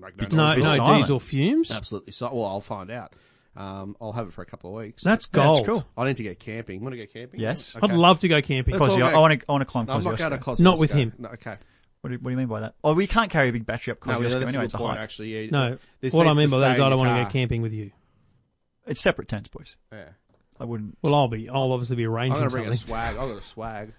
Speaker 2: Like, no
Speaker 6: No,
Speaker 2: noise.
Speaker 6: no
Speaker 7: silent.
Speaker 6: diesel fumes.
Speaker 2: Absolutely. So, well, I'll find out. Um, I'll have it for a couple of weeks.
Speaker 6: That's
Speaker 7: Yeah,
Speaker 6: gold.
Speaker 7: it's cool.
Speaker 2: I need to go camping. Want to go camping?
Speaker 7: Yes.
Speaker 2: Okay.
Speaker 6: I'd love to go camping.
Speaker 2: That's
Speaker 7: Cosio,
Speaker 2: all
Speaker 7: I
Speaker 2: good.
Speaker 7: want to, I want to climb
Speaker 2: No, I'm not going to
Speaker 7: Kosciuszko.
Speaker 2: Cosmos.
Speaker 6: Not with him.
Speaker 2: No, okay.
Speaker 7: What do, you, what do you mean by that? Oh, we can't carry a big battery up
Speaker 2: No,
Speaker 7: Kosciuszko
Speaker 2: that's a
Speaker 7: anyway.
Speaker 2: good
Speaker 7: It's a
Speaker 2: point,
Speaker 7: hike.
Speaker 2: actually. Yeah.
Speaker 6: No,
Speaker 2: This
Speaker 6: what I
Speaker 2: needs
Speaker 6: mean by that
Speaker 2: stay
Speaker 6: is
Speaker 2: in
Speaker 6: I
Speaker 2: your
Speaker 6: don't want to go
Speaker 2: car.
Speaker 6: camping with you.
Speaker 7: It's separate tents, boys.
Speaker 2: Yeah.
Speaker 7: I wouldn't.
Speaker 6: Well, I'll be. I'll obviously be
Speaker 2: I'm
Speaker 6: arranging
Speaker 2: going to bring a
Speaker 6: something.
Speaker 2: swag. I've got a swag.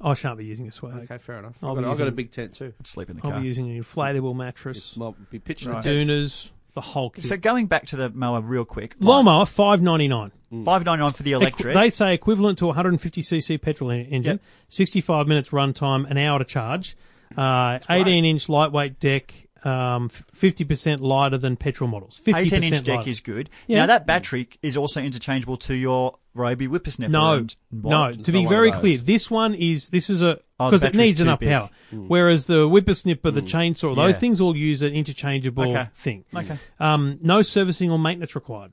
Speaker 6: I shan't be using a swag.
Speaker 2: Okay, fair enough.
Speaker 6: I'll
Speaker 2: I've
Speaker 6: be
Speaker 2: got, I've got a
Speaker 6: using-
Speaker 2: big tent too.
Speaker 7: sleep in the
Speaker 6: I'll
Speaker 7: car.
Speaker 6: be using an inflatable mattress,
Speaker 2: I'll be pitching
Speaker 7: Right.
Speaker 2: a tent.
Speaker 6: doonas, the whole kit.
Speaker 7: So going back to the mower real quick.
Speaker 6: Lawnmower five ninety nine.
Speaker 2: Mm.
Speaker 7: Five ninety nine for the electric.
Speaker 6: They say equivalent to 150cc petrol en- engine,
Speaker 7: Yep.
Speaker 6: 65 minutes run time, an hour to charge, uh, 18 inch lightweight deck, um, f- 50% lighter than petrol models. 50%
Speaker 7: 18 inch deck
Speaker 6: lighter.
Speaker 7: is good.
Speaker 6: Yeah.
Speaker 7: Now, that battery is also interchangeable to your Roby Whippersnapper.
Speaker 6: No,
Speaker 7: and-
Speaker 6: no.
Speaker 7: What?
Speaker 6: To be
Speaker 2: not one of
Speaker 6: very
Speaker 2: those.
Speaker 6: clear, this one is this is a
Speaker 7: Oh, the
Speaker 6: because it
Speaker 7: battery's
Speaker 6: needs
Speaker 7: too
Speaker 6: enough
Speaker 7: big. Mm.
Speaker 6: power. Whereas the whippersnipper, the chainsaw, those
Speaker 7: Yeah.
Speaker 6: things all use an interchangeable
Speaker 7: Okay.
Speaker 6: thing.
Speaker 7: Okay.
Speaker 6: Um, no servicing or maintenance required.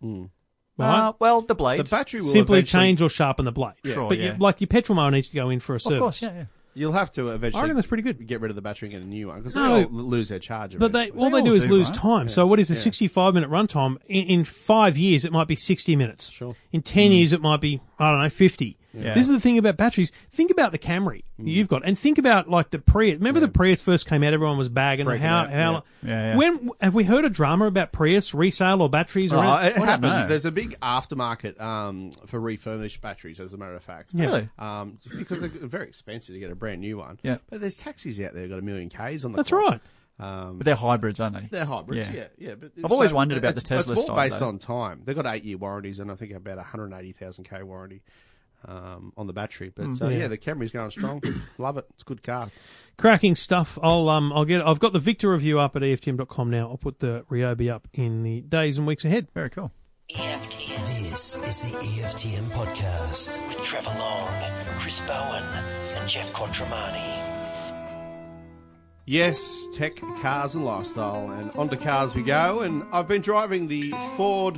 Speaker 6: Right?
Speaker 7: Uh, well, the
Speaker 2: The
Speaker 7: blades.
Speaker 2: battery will
Speaker 6: Simply
Speaker 2: eventually-
Speaker 6: change or sharpen the blade.
Speaker 7: Sure,
Speaker 6: but
Speaker 7: yeah.
Speaker 6: you, like your petrol mower needs to go in for a service.
Speaker 7: Of course, yeah, yeah.
Speaker 2: You'll have to
Speaker 6: I
Speaker 2: eventually
Speaker 6: reckon that's pretty good.
Speaker 2: get rid of the battery and get a new one because
Speaker 6: No.
Speaker 2: they'll lose their charge.
Speaker 6: But they, all
Speaker 7: They
Speaker 6: they, do
Speaker 7: all
Speaker 6: is
Speaker 7: do,
Speaker 6: lose
Speaker 7: right?
Speaker 6: time. So what is a 65 minute run time? In, in five years, it might be 60 minutes.
Speaker 2: Sure.
Speaker 6: In 10 years, it might be, I don't know, 50.
Speaker 7: Mm. Yeah. Mm.
Speaker 6: This is the thing about batteries. Think about the Camry you've got and think about like the Prius. Remember the Prius first came out, everyone was bagging them.
Speaker 2: Freaking
Speaker 6: how,
Speaker 2: out,
Speaker 6: how,
Speaker 7: yeah. Yeah, yeah.
Speaker 6: when, have we heard a drama about Prius resale or batteries? or
Speaker 2: Oh,
Speaker 6: anything?
Speaker 2: it happens.
Speaker 7: know.
Speaker 2: There's a big aftermarket um, for refurbished batteries, as a matter of fact.
Speaker 6: Yeah.
Speaker 7: Really?
Speaker 2: Um, because they're very expensive to get a brand new one.
Speaker 7: Yeah.
Speaker 2: But there's taxis out there that got a million Ks on the
Speaker 6: That's
Speaker 2: clock.
Speaker 6: right.
Speaker 2: Um,
Speaker 7: But they're hybrids, aren't they?
Speaker 2: They're hybrids,
Speaker 7: Yeah.
Speaker 2: yeah, yeah. but
Speaker 7: I've always wondered about the
Speaker 2: it's-
Speaker 7: Tesla
Speaker 2: It's more
Speaker 7: style,
Speaker 2: based
Speaker 7: though.
Speaker 2: on time. They've got eight year warranties and I think about hundred eighty thousand k warranty um, on the battery. But
Speaker 7: Mm.
Speaker 2: uh, yeah. the Camry's going strong. Love it. It's a good car.
Speaker 6: Cracking stuff. I'll, um, I'll get, I've got the Victor review up at E EFTM.com now. I'll put the Ryobi up in the days and weeks ahead.
Speaker 7: Very cool.
Speaker 4: EFTM.
Speaker 5: This is the EFTM podcast with Trevor Long, Chris Bowen, and Jeff Quattromani.
Speaker 2: Yes, tech, cars, and lifestyle. And onto cars we go. And I've been driving the Ford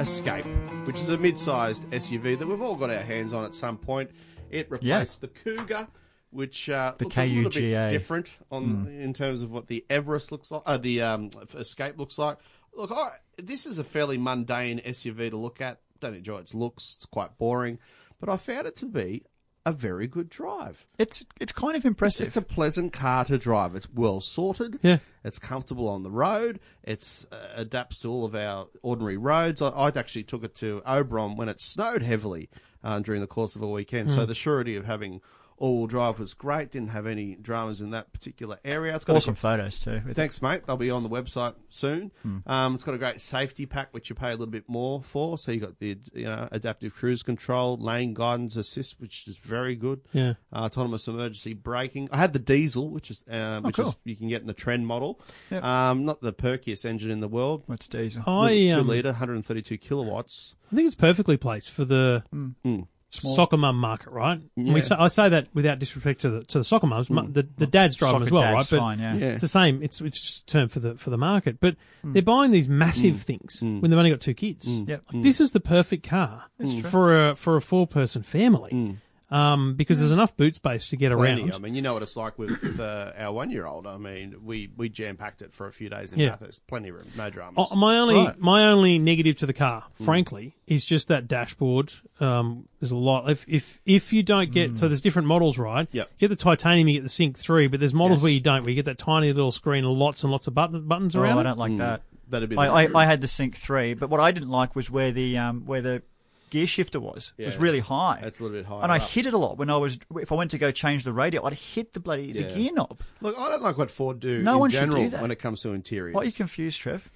Speaker 2: Escape, which is a mid sized SUV that we've all got our hands on at some point. It replaced the Cougar. Which uh,
Speaker 7: The
Speaker 2: looked a little bit
Speaker 7: KUGA.
Speaker 2: different on in terms of what the Everest looks like, uh, the um, Escape looks like. Look, I, this is a fairly mundane SUV to look at. Don't enjoy its looks; it's quite boring. But I found it to be a very good drive.
Speaker 7: It's it's kind of impressive.
Speaker 2: It's a pleasant car to drive. It's well sorted.
Speaker 6: Yeah.
Speaker 2: It's comfortable on the road. It's uh, adapts to all of our ordinary roads. I, I actually took
Speaker 7: Hmm.
Speaker 2: it to Oberon when it snowed heavily uh, during the course of a weekend. So the surety of having All wheel drive was great. Didn't have any dramas in that particular area. It's got a
Speaker 7: Awesome photos too. with
Speaker 2: Thanks, mate. They'll be on the website soon.
Speaker 6: Hmm.
Speaker 2: Um, it's got a great safety pack, which you pay a little bit more for. So you got the you know adaptive cruise control, lane guidance assist, which is very good.
Speaker 6: Yeah.
Speaker 2: Uh, autonomous emergency braking. I had the diesel, which is
Speaker 6: Oh,
Speaker 2: um, which is
Speaker 7: cool.
Speaker 2: you can get in the Trend model. Um, not the perkiest engine in the world.
Speaker 7: What's diesel?
Speaker 6: I,
Speaker 2: two
Speaker 6: um,
Speaker 2: liter, 132 kilowatts.
Speaker 6: I think it's perfectly placed for the
Speaker 7: Mm.
Speaker 2: Mm.
Speaker 6: soccer mum market, right? And We say, I say that without disrespect to the to the soccer mums.
Speaker 2: Mm.
Speaker 6: mu- The, the dads drive them as
Speaker 7: Soccer
Speaker 6: well,
Speaker 7: dad's
Speaker 6: right?
Speaker 7: fine, yeah. Yeah.
Speaker 6: it's the same. It's it's just a term for the for the market. But they're buying these massive
Speaker 2: Mm.
Speaker 6: things when they've only got two kids.
Speaker 7: Yep.
Speaker 6: Like, This is the perfect car
Speaker 2: Mm.
Speaker 6: for a for a four person family. Um, because
Speaker 7: Mm.
Speaker 6: there's enough boot space to get
Speaker 2: Plenty.
Speaker 6: around.
Speaker 2: I mean, you know what it's like with uh, our one-year-old. I mean, we, we jam-packed it for a few days in
Speaker 6: Yeah.
Speaker 2: Bathurst. Plenty of room, no dramas.
Speaker 6: Oh, my only
Speaker 7: Right.
Speaker 6: my only negative to the car, frankly, is just that dashboard. Um, there's a lot. If if if you don't get
Speaker 7: Hmm.
Speaker 6: so there's different models, right?
Speaker 2: Yep.
Speaker 6: You get the titanium, you get the Sync three, but there's models
Speaker 7: Yes.
Speaker 6: where you don't. Where you get that tiny little screen, and lots and lots of button, buttons
Speaker 7: Oh,
Speaker 6: around.
Speaker 7: I
Speaker 6: it.
Speaker 7: don't like that.
Speaker 2: Hmm. That'd be the
Speaker 7: I, I, I had the Sync three, but what I didn't like was where the um, where the gear shifter was. It was
Speaker 2: Yeah.
Speaker 7: really high.
Speaker 2: It's a little bit higher
Speaker 7: And I
Speaker 2: up.
Speaker 7: hit it a lot when I was if I went to go change the radio, I'd hit the bloody the
Speaker 2: Yeah.
Speaker 7: gear knob.
Speaker 2: Look, I don't like what Ford do
Speaker 7: No
Speaker 2: in
Speaker 7: one should do
Speaker 2: general
Speaker 7: that.
Speaker 2: when it comes to interiors.
Speaker 7: What are you confused, Trev?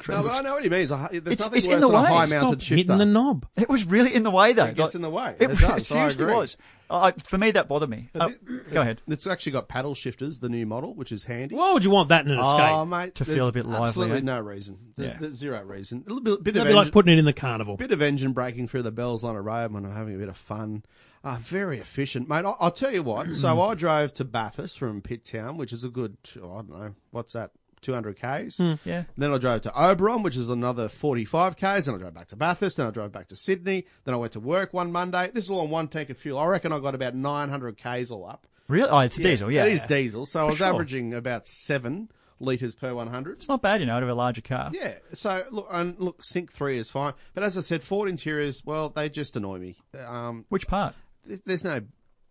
Speaker 2: no, but I know what he means. I- There's
Speaker 7: It's-
Speaker 2: nothing
Speaker 7: it's in
Speaker 2: worse
Speaker 7: the
Speaker 2: than
Speaker 7: way.
Speaker 2: a
Speaker 7: Stop
Speaker 2: high-mounted
Speaker 6: hitting
Speaker 2: shifter.
Speaker 6: the knob.
Speaker 7: It was really in the way though.
Speaker 2: It gets in the way. It
Speaker 7: It, really
Speaker 2: does, I
Speaker 7: seriously
Speaker 2: agree.
Speaker 7: was. I, for me, that bothered me. Oh, go ahead.
Speaker 2: It's actually got paddle shifters, the new model, which is handy.
Speaker 6: Why would you want that in an
Speaker 7: Um,
Speaker 6: escape?
Speaker 2: Oh, mate,
Speaker 7: To
Speaker 2: there's
Speaker 7: feel a bit lively,
Speaker 2: Absolutely
Speaker 7: eh?
Speaker 2: no reason. There's,
Speaker 7: Yeah.
Speaker 2: there's zero reason. A little bit, bit of
Speaker 6: That'd be like
Speaker 2: engine,
Speaker 6: putting it in the carnival.
Speaker 2: bit of engine braking through the bells on a road when I'm having a bit of fun. Uh, very efficient, mate. I'll, I'll tell you what. so I drove to Bathurst from Pitt Town, which is a good, oh, I don't know, what's that, 200 Ks?
Speaker 7: Yeah.
Speaker 2: Then I drove to Oberon, which is another 45 Ks. Then I drove back to Bathurst. Then I drove back to Sydney. Then I went to work one Monday. This is all on one tank of fuel. I reckon I got about 900 Ks all up.
Speaker 7: Really? Oh, it's diesel. Yeah.
Speaker 2: It is diesel. So I was
Speaker 7: sure.
Speaker 2: averaging about seven litres per 100.
Speaker 7: It's not bad, you know, out of a larger car.
Speaker 2: Yeah. So look, and look, Sync 3 is fine. But as I said, Ford interiors, well, they just annoy me. Um,
Speaker 7: Which part?
Speaker 2: th- there's no.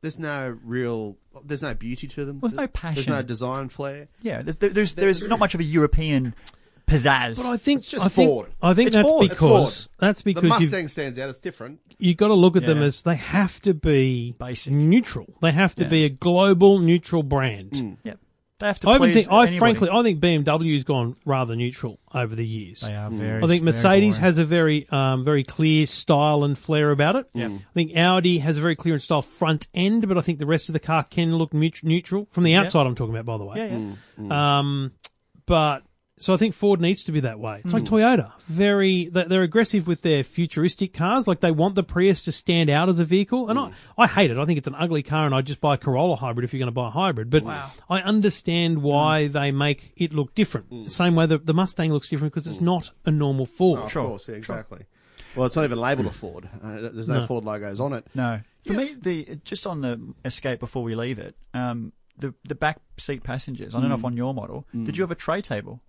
Speaker 2: There's no real, there's no beauty to them.
Speaker 7: Well, there's no
Speaker 2: There's
Speaker 7: passion.
Speaker 2: no design flair.
Speaker 7: Yeah. there- There's there's not much of a European pizzazz.
Speaker 6: But I think
Speaker 2: It's just
Speaker 6: I think,
Speaker 2: Ford.
Speaker 6: I think
Speaker 7: It's
Speaker 6: that's
Speaker 7: Ford. It's
Speaker 6: because
Speaker 2: Ford.
Speaker 6: that's
Speaker 2: The
Speaker 6: because you've,
Speaker 2: Mustang stands out. It's different.
Speaker 6: you got to look at them
Speaker 7: Yeah.
Speaker 6: as they have to be
Speaker 7: Basic.
Speaker 6: neutral. They have to be a global neutral brand.
Speaker 7: yeah. They have to
Speaker 6: I even
Speaker 7: please
Speaker 6: think I
Speaker 7: anybody.
Speaker 6: frankly I think BMW's gone rather neutral over the years.
Speaker 7: They are very.
Speaker 6: I think
Speaker 7: very
Speaker 6: Mercedes
Speaker 7: boring.
Speaker 6: has a very um, very clear style and flair about it.
Speaker 7: Yeah.
Speaker 6: I think Audi has a very clear and style front end, but I think the rest of the car can look mut- neutral from the outside. I'm talking about, by the way.
Speaker 7: Yeah, yeah.
Speaker 6: Um, but so I think Ford needs to be that way. It's like
Speaker 7: Hmm.
Speaker 6: Toyota. Very, they- they're aggressive with their futuristic cars. Like they want the Prius to stand out as a vehicle.
Speaker 7: Hmm.
Speaker 6: And I, I hate it. I think it's an ugly car and I just buy a Corolla hybrid if you're going to buy a hybrid. But I understand why
Speaker 7: Hmm.
Speaker 6: they make it look different. The same way the, the Mustang looks different because
Speaker 7: Hmm.
Speaker 6: it's not a normal Ford.
Speaker 7: Oh,
Speaker 2: Oh, Of course, yeah, exactly. Well, it's not even labelled a Ford. Uh, there's no, Ford logos on it.
Speaker 7: No. For me, the just on the escape before we leave it, um, the the back seat passengers. I don't know
Speaker 6: Hmm.
Speaker 7: if on your model, did you have a tray table?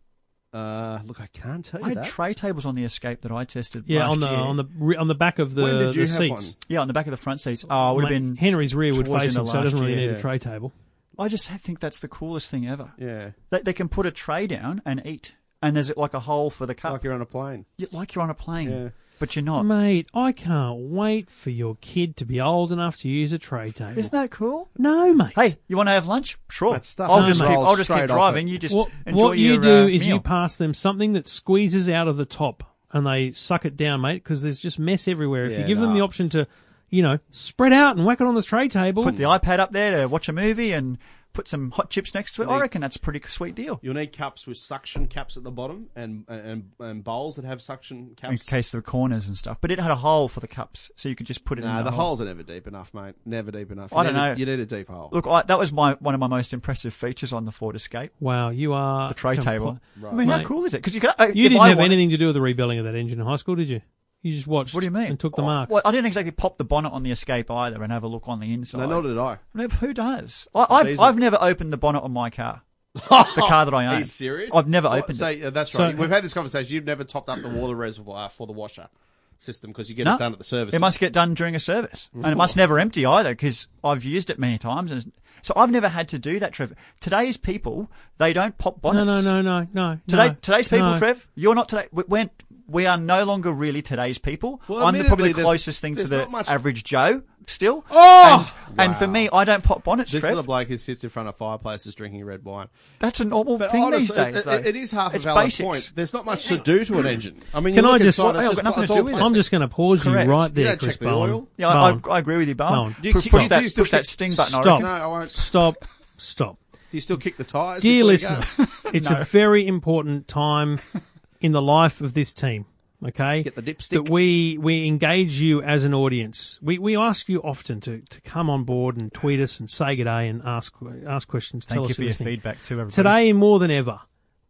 Speaker 2: Uh, look, I can't tell you
Speaker 7: I had
Speaker 2: that.
Speaker 7: tray tables on the escape that I tested.
Speaker 6: Yeah,
Speaker 7: last
Speaker 6: on the
Speaker 7: year.
Speaker 6: on the re- on the back of the,
Speaker 2: When did you
Speaker 6: the
Speaker 2: have
Speaker 6: seats.
Speaker 2: one?
Speaker 7: yeah on the back of the front seats. Oh, it would have
Speaker 6: Mate,
Speaker 7: been
Speaker 6: Henry's rear would
Speaker 7: towards
Speaker 6: face
Speaker 7: the
Speaker 6: him, so it
Speaker 7: last
Speaker 6: doesn't really
Speaker 7: year.
Speaker 6: need
Speaker 2: yeah.
Speaker 6: a tray table.
Speaker 7: I just think that's the coolest thing ever.
Speaker 2: Yeah,
Speaker 7: They, they can put a tray down and eat, and there's like a hole for the cup,
Speaker 2: like you're on a plane.
Speaker 7: You- like you're on a plane,
Speaker 2: Yeah.
Speaker 7: but you're not.
Speaker 6: Mate, I can't wait for your kid to be old enough to use a tray table.
Speaker 7: Isn't that cool?
Speaker 6: No, mate.
Speaker 7: Hey, you want to have lunch? Sure.
Speaker 2: That stuff
Speaker 7: I'll
Speaker 6: No,
Speaker 7: just
Speaker 6: mate.
Speaker 7: keep. I'll
Speaker 2: rolls
Speaker 7: just keep
Speaker 2: straight off
Speaker 7: driving.
Speaker 2: it.
Speaker 7: You just
Speaker 6: what,
Speaker 7: enjoy
Speaker 6: what
Speaker 7: your
Speaker 6: you do
Speaker 7: uh,
Speaker 6: is
Speaker 7: meal.
Speaker 6: you pass them something that squeezes out of the top and they suck it down, mate, because there's just mess everywhere. If you
Speaker 2: Yeah,
Speaker 6: give them
Speaker 2: nah.
Speaker 6: the option to, you know, spread out and whack it on the tray table.
Speaker 7: put the iPad up there to watch a movie and put some hot chips next to it. I reckon that's a pretty sweet deal.
Speaker 2: You'll need cups with suction caps at the bottom and and, and bowls that have suction
Speaker 7: In
Speaker 2: caps.
Speaker 7: case of the corners and stuff, but it had a hole for the cups, so you could just put it
Speaker 2: Nah,
Speaker 7: in
Speaker 2: the
Speaker 7: the,
Speaker 2: holes are never deep enough, mate. Never deep enough. You
Speaker 7: I don't
Speaker 2: need a-
Speaker 7: know.
Speaker 2: you need a deep hole.
Speaker 7: Look, I, that was my one of my most impressive features on the Ford Escape,
Speaker 6: wow, you are.
Speaker 7: the tray
Speaker 6: compl-
Speaker 7: table. I mean, how
Speaker 6: Uh, Mate.
Speaker 7: cool is it? Because you can. uh,
Speaker 6: You
Speaker 7: if
Speaker 6: didn't
Speaker 7: I
Speaker 6: have
Speaker 7: want-
Speaker 6: anything to do with the rebuilding of that engine in high school, did you? You just watched
Speaker 7: What do you mean?
Speaker 6: and took the
Speaker 7: Oh,
Speaker 6: marks.
Speaker 7: Well, I didn't exactly pop the bonnet on the Escape either and have a look on the inside.
Speaker 2: no, nor did I.
Speaker 7: Nev- Who does? I, I've,
Speaker 2: Diesel.
Speaker 7: I've never opened the bonnet on my car. the car that I
Speaker 2: Are
Speaker 7: own.
Speaker 2: you serious?
Speaker 7: I've never
Speaker 2: Well,
Speaker 7: opened
Speaker 2: so,
Speaker 7: it.
Speaker 2: uh, that's
Speaker 6: So-
Speaker 2: right. We've had this conversation. You've never topped up the water reservoir for the washer system because you get
Speaker 7: No.
Speaker 2: it done at the service.
Speaker 7: It must get done during a service, and it must never empty either because I've used it many times. And it's- so I've never had to do that, Trev. Today's people, they don't pop
Speaker 6: no,
Speaker 7: bonnets.
Speaker 6: no, no, no, no.
Speaker 7: Today,
Speaker 6: no,
Speaker 7: today's people,
Speaker 6: no.
Speaker 7: Trev, you're not today. we- We're, we are no longer really today's people.
Speaker 2: Well,
Speaker 7: I'm the,
Speaker 2: admittedly,
Speaker 7: probably the
Speaker 2: there's-
Speaker 7: closest thing to
Speaker 2: there's
Speaker 7: the
Speaker 2: not much-
Speaker 7: average Joe still.
Speaker 6: Oh!
Speaker 7: and, and for me, I don't pop bonnets,
Speaker 2: This
Speaker 7: Trev.
Speaker 2: is a bloke who sits in front of fireplaces drinking red wine.
Speaker 7: That's a normal thing these
Speaker 2: honestly,
Speaker 7: days.
Speaker 2: it-
Speaker 7: though.
Speaker 2: it- it is half
Speaker 7: it's
Speaker 2: a valid
Speaker 7: basics.
Speaker 2: point. There's not much to do to an engine. I mean,
Speaker 6: Can
Speaker 2: you
Speaker 6: I
Speaker 2: look
Speaker 6: just-
Speaker 2: inside, it's
Speaker 7: I've got
Speaker 2: just-
Speaker 7: nothing
Speaker 2: it's
Speaker 7: to do
Speaker 2: all
Speaker 7: with it.
Speaker 6: I'm
Speaker 2: plastic.
Speaker 6: just going to pause
Speaker 7: Correct.
Speaker 6: you right
Speaker 2: You
Speaker 6: there,
Speaker 2: don't
Speaker 6: Chris
Speaker 2: check the
Speaker 6: Bowen.
Speaker 2: oil.
Speaker 7: Yeah, I, I,
Speaker 6: Bowen,
Speaker 7: I agree with you, Bowen.
Speaker 6: Bowen.
Speaker 2: You-
Speaker 7: Push,
Speaker 2: you
Speaker 7: push
Speaker 2: do
Speaker 7: that,
Speaker 2: still
Speaker 7: push that
Speaker 2: keep-
Speaker 7: sting button.
Speaker 6: Stop.
Speaker 2: No,
Speaker 7: I reckon.
Speaker 2: I won't.
Speaker 6: Stop. Stop.
Speaker 2: Do you still kick the tires? before you
Speaker 6: Dear listener,
Speaker 2: go?
Speaker 6: it's a very important time in the life of this team. Okay,
Speaker 2: Get the dipstick.
Speaker 6: That we we engage you as an audience. We we ask you often to, to come on board and tweet us and say good day and ask ask questions.
Speaker 9: Thank
Speaker 6: tell
Speaker 9: you
Speaker 6: us
Speaker 9: for
Speaker 6: you're
Speaker 9: your
Speaker 6: listening.
Speaker 9: feedback too,
Speaker 7: Mm-hmm.
Speaker 9: everybody.
Speaker 6: Today more than ever,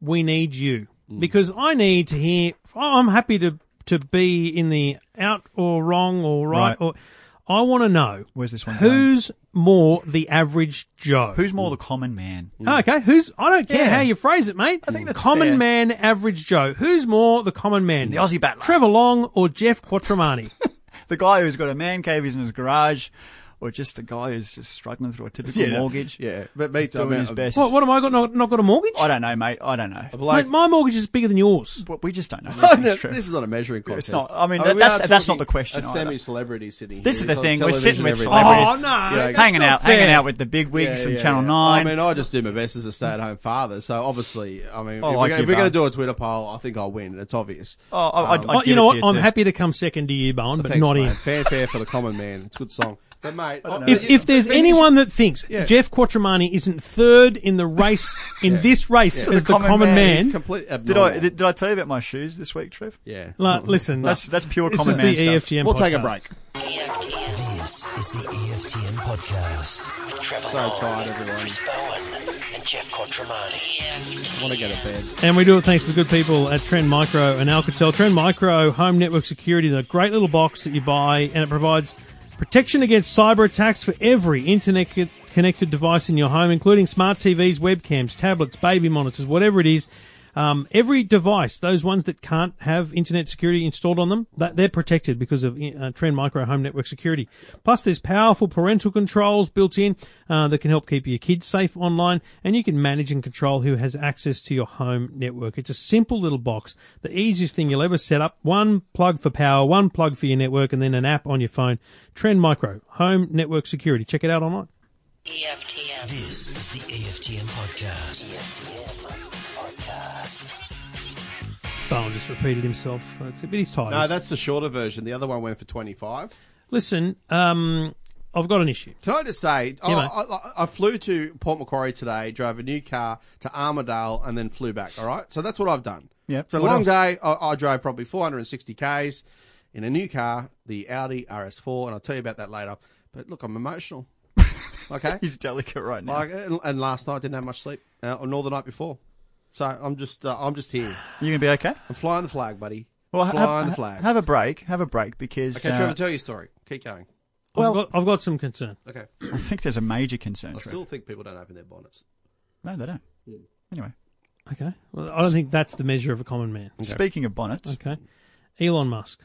Speaker 6: we need you
Speaker 7: Mm.
Speaker 6: because I need to hear. oh, I'm happy to to be in the out or wrong or right,
Speaker 9: Right.
Speaker 6: or. I want to know
Speaker 9: Where's this one
Speaker 6: Who's more the average Joe? Oh,
Speaker 7: Who's more
Speaker 2: Hmm.
Speaker 7: the common man?
Speaker 6: Okay, who's I don't care
Speaker 7: Yeah.
Speaker 6: how you phrase it, mate. I
Speaker 7: think that's
Speaker 6: common
Speaker 7: fair.
Speaker 6: man, average Joe. Who's more the common man,
Speaker 7: The Aussie battler.
Speaker 6: Trevor Long or Jeff Quattromani?
Speaker 7: The guy who's got a man cave in his garage, or just the guy who's just struggling through a typical mortgage?
Speaker 2: Yeah, but me too. I
Speaker 7: Doing
Speaker 2: mean,
Speaker 7: his best.
Speaker 6: what, what am I got? Not, not got a mortgage?
Speaker 7: I don't know, mate. I don't know.
Speaker 2: a bloke-
Speaker 6: mate, my mortgage is bigger than yours.
Speaker 7: But we just don't know. these
Speaker 2: Oh,
Speaker 7: things,
Speaker 2: no,
Speaker 7: Trev.
Speaker 2: this is not a measuring contest.
Speaker 7: not. I mean,
Speaker 2: we
Speaker 7: that's-
Speaker 2: are
Speaker 7: that's not
Speaker 2: talking
Speaker 7: the question
Speaker 2: A
Speaker 7: either.
Speaker 2: semi-celebrity sitting. here.
Speaker 7: This is the
Speaker 2: It's on
Speaker 7: thing, we're
Speaker 2: television
Speaker 7: sitting with
Speaker 2: every day.
Speaker 7: celebrities.
Speaker 6: Oh no, that's
Speaker 7: hanging
Speaker 6: not
Speaker 7: out,
Speaker 6: fair.
Speaker 7: hanging out with the big wigs
Speaker 2: Yeah,
Speaker 7: and
Speaker 2: yeah,
Speaker 7: Channel
Speaker 2: yeah.
Speaker 7: Nine.
Speaker 2: I mean, I just do my best as a stay-at-home father. So obviously, I mean, if,
Speaker 7: I
Speaker 2: we're
Speaker 7: like
Speaker 2: gonna,
Speaker 7: you,
Speaker 2: if we're going to
Speaker 7: Bowen.
Speaker 2: do a Twitter poll, I think I'll win. It's obvious.
Speaker 7: oh, I, I'd, I'd
Speaker 6: Oh,
Speaker 7: give
Speaker 6: you
Speaker 7: it
Speaker 6: know
Speaker 7: to
Speaker 6: what? I'm
Speaker 7: too.
Speaker 6: happy to come second to you, Bowen, but
Speaker 2: Thanks,
Speaker 6: not
Speaker 2: mate.
Speaker 6: in.
Speaker 2: Fanfare for the common man. It's a good song. But mate, I-
Speaker 6: If, if there's anyone that thinks
Speaker 2: Yeah.
Speaker 6: Jeff Quattromani isn't third in the race in this race
Speaker 7: the
Speaker 6: as the common,
Speaker 7: common man,
Speaker 2: he's
Speaker 6: man,
Speaker 2: complete
Speaker 7: Did I
Speaker 2: abnormal.
Speaker 7: did, did I tell you about my shoes this week, Trev?
Speaker 2: yeah.
Speaker 6: like, listen,
Speaker 7: That's that's pure
Speaker 6: this
Speaker 7: common
Speaker 6: is
Speaker 7: man
Speaker 6: the E
Speaker 7: stuff.
Speaker 6: EFGM.
Speaker 2: We'll take a
Speaker 6: podcast.
Speaker 2: break.
Speaker 4: EFTM.
Speaker 5: This is the E EFTM podcast.
Speaker 4: With Trevor
Speaker 2: So
Speaker 4: Long,
Speaker 2: tired, everyone.
Speaker 5: Chris Bowen and Jeff Quattromani.
Speaker 4: EFTM.
Speaker 2: Want to go to bed?
Speaker 6: And we do it thanks to the good people at Trend Micro and Alcatel. Trend Micro Home Network Security, the great little box that you buy, and it provides protection against cyber attacks for every internet co- connected device in your home, including smart TVs, webcams, tablets, baby monitors, whatever it is. Um, every device, those ones that can't have internet security installed on them, that they're protected because of uh, Trend Micro Home Network Security. Plus, there's powerful parental controls built in uh, that can help keep your kids safe online, and you can manage and control who has access to your home network. It's a simple little box, the easiest thing you'll ever set up. One plug for power, one plug for your network, and then an app on your phone. Trend Micro Home Network Security. Check it out online.
Speaker 4: EFTM.
Speaker 5: This is the E EFTM podcast. EFTM podcast.
Speaker 6: Bowen just repeated himself. Uh, It's a bit he's tired.
Speaker 2: No, that's the shorter version. The other one went for twenty-five.
Speaker 6: Listen, um, I've got an issue.
Speaker 2: Can I just say, I,
Speaker 6: know.
Speaker 2: I, I- I flew to Port Macquarie today, drove a new car to Armadale, and then flew back. All right, so that's what I've done.
Speaker 7: Yep.
Speaker 2: So a
Speaker 7: What
Speaker 2: long
Speaker 7: else?
Speaker 2: day. I, I drove probably 460 k's in a new car, the Audi RS4, and I'll tell you about that later. But look, I'm emotional. Okay.
Speaker 7: He's delicate right now.
Speaker 2: like, and, and last night I didn't have much sleep, uh, nor the night before. So I'm just, uh, I'm just here.
Speaker 7: you gonna be okay?
Speaker 2: I'm flying the flag, buddy.
Speaker 7: Well,
Speaker 2: flying
Speaker 7: have,
Speaker 2: the flag.
Speaker 7: have a break. Have a break because
Speaker 2: okay,
Speaker 7: uh,
Speaker 2: Trevor, tell your story. Keep going.
Speaker 6: Well,
Speaker 7: Well-
Speaker 6: I've got, I've got some concern.
Speaker 2: Okay.
Speaker 7: I think there's a major concern.
Speaker 2: I
Speaker 7: Trev.
Speaker 2: still think people don't open their bonnets.
Speaker 7: No, they don't. Anyway,
Speaker 6: Okay. Well, I don't think that's the measure of a common man.
Speaker 7: speaking of bonnets,
Speaker 6: Okay. Elon Musk.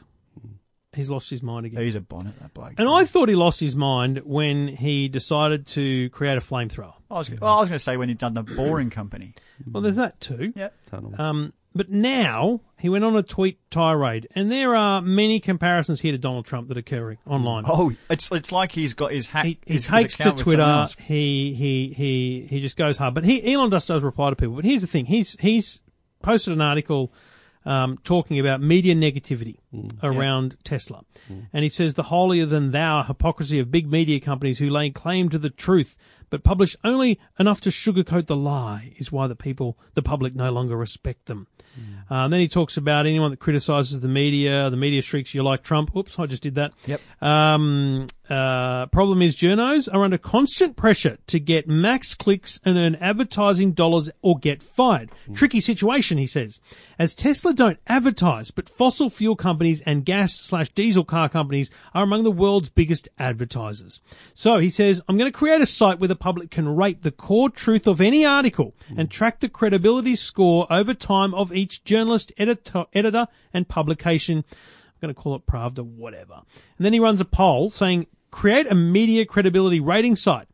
Speaker 6: He's lost his mind again.
Speaker 7: he's a bonnet. That bloke.
Speaker 6: And I thought he lost his mind when he decided to create a flamethrower.
Speaker 7: I was, well, I was going to say when he'd done the Boring Company.
Speaker 6: Well, there's that too.
Speaker 7: Yep.
Speaker 6: Um, but now he went on a tweet tirade, and there are many comparisons here to Donald Trump that are occurring online.
Speaker 7: Oh, it's it's like he's got his hack.
Speaker 6: he, he
Speaker 7: his, his
Speaker 6: takes to
Speaker 7: account with someone
Speaker 6: Twitter.
Speaker 7: else.
Speaker 6: He he he he just goes hard. But he Elon just does reply to people. But here's the thing: he's he's posted an article um, talking about media negativity
Speaker 7: Mm.
Speaker 6: around Tesla, and he says the holier than thou hypocrisy of big media companies who lay claim to the truth but publish only enough to sugarcoat the lie is why the people the public no longer respect them.
Speaker 7: Mm.
Speaker 6: Uh, then he talks about anyone that criticizes the media, the media shrieks, "You like Trump?" Oops, I just did that.
Speaker 7: Yep.
Speaker 6: Um, uh, problem is, journos are under constant pressure to get max clicks and earn advertising dollars or get fired. Tricky situation, he says. As Tesla don't advertise, but fossil fuel companies and gas slash diesel car companies are among the world's biggest advertisers. So he says, I'm going to create a site where the public can rate the core truth of any article and track the credibility score over time of each journalist, editor, editor and publication. I'm going to call it Pravda, whatever. And then he runs a poll saying, create a media credibility rating site.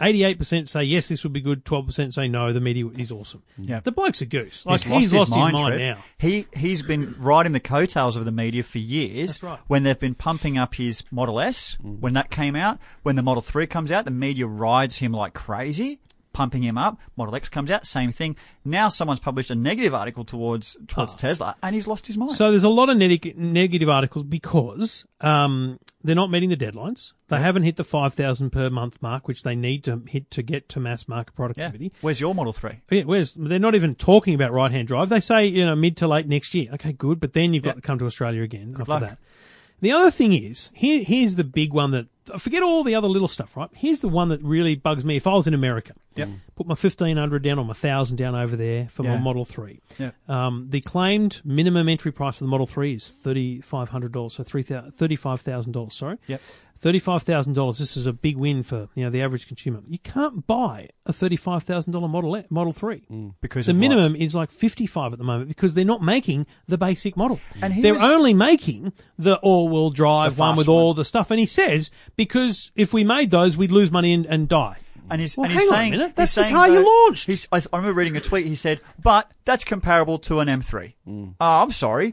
Speaker 6: 88% say yes, this would be good. 12% say no, the media is awesome.
Speaker 7: Yeah.
Speaker 6: The bloke's a goose. Like, he's lost, his, mind,
Speaker 7: Trev.
Speaker 6: now.
Speaker 7: He he's been riding the coattails of the media for years.
Speaker 6: That's right.
Speaker 7: When they've been pumping up his Model S,
Speaker 6: Mm.
Speaker 7: when that came out, when the Model Three comes out, the media rides him like crazy, pumping him up. Model X comes out, same thing. Now someone's published a negative article towards towards Tesla, and he's lost his mind.
Speaker 6: Ah. So there's a lot of neg- negative articles because um, they're not meeting the deadlines. They haven't hit the 5,000 per month mark, which they need to hit to get to mass market
Speaker 7: yeah.
Speaker 6: productivity.
Speaker 7: Where's your Model Three?
Speaker 6: Yeah, where's they're not even talking about right hand drive. They say you know mid to late next year. Okay, good, but then you've got to come to Australia again after
Speaker 7: luck.
Speaker 6: that. The other thing is here. Here's the big one that forget all the other little stuff. Right, here's the one that really bugs me. If I was in America,
Speaker 7: Yep.
Speaker 6: put my fifteen hundred down or my thousand down over there for my
Speaker 7: Yeah.
Speaker 6: Model Three.
Speaker 7: Yeah.
Speaker 6: Um, the claimed minimum entry price for the Model Three is thirty five hundred dollars, so three thirty five thousand dollars. Sorry.
Speaker 7: Yep.
Speaker 6: Thirty-five thousand dollars. This is a big win for you know the average consumer. You can't buy a thirty-five thousand dollar model eh, Model Three.
Speaker 7: Because
Speaker 6: The
Speaker 7: of what?
Speaker 6: minimum is like 55 at the moment because they're not making the basic model.
Speaker 7: And he
Speaker 6: they're
Speaker 7: was-
Speaker 6: only making the all-wheel drive
Speaker 7: The
Speaker 6: one
Speaker 7: fast
Speaker 6: with all the stuff. And he says because if we made those, we'd lose money and, and die.
Speaker 7: And he's,
Speaker 6: Well,
Speaker 7: and
Speaker 6: hang
Speaker 7: he's
Speaker 6: on a
Speaker 7: saying,
Speaker 6: minute.
Speaker 7: he's
Speaker 6: That's the
Speaker 7: saying
Speaker 6: car you
Speaker 7: though-
Speaker 6: launched.
Speaker 7: He's, I, I remember reading a tweet. He said, "But that's comparable to an M3." Oh, I'm sorry.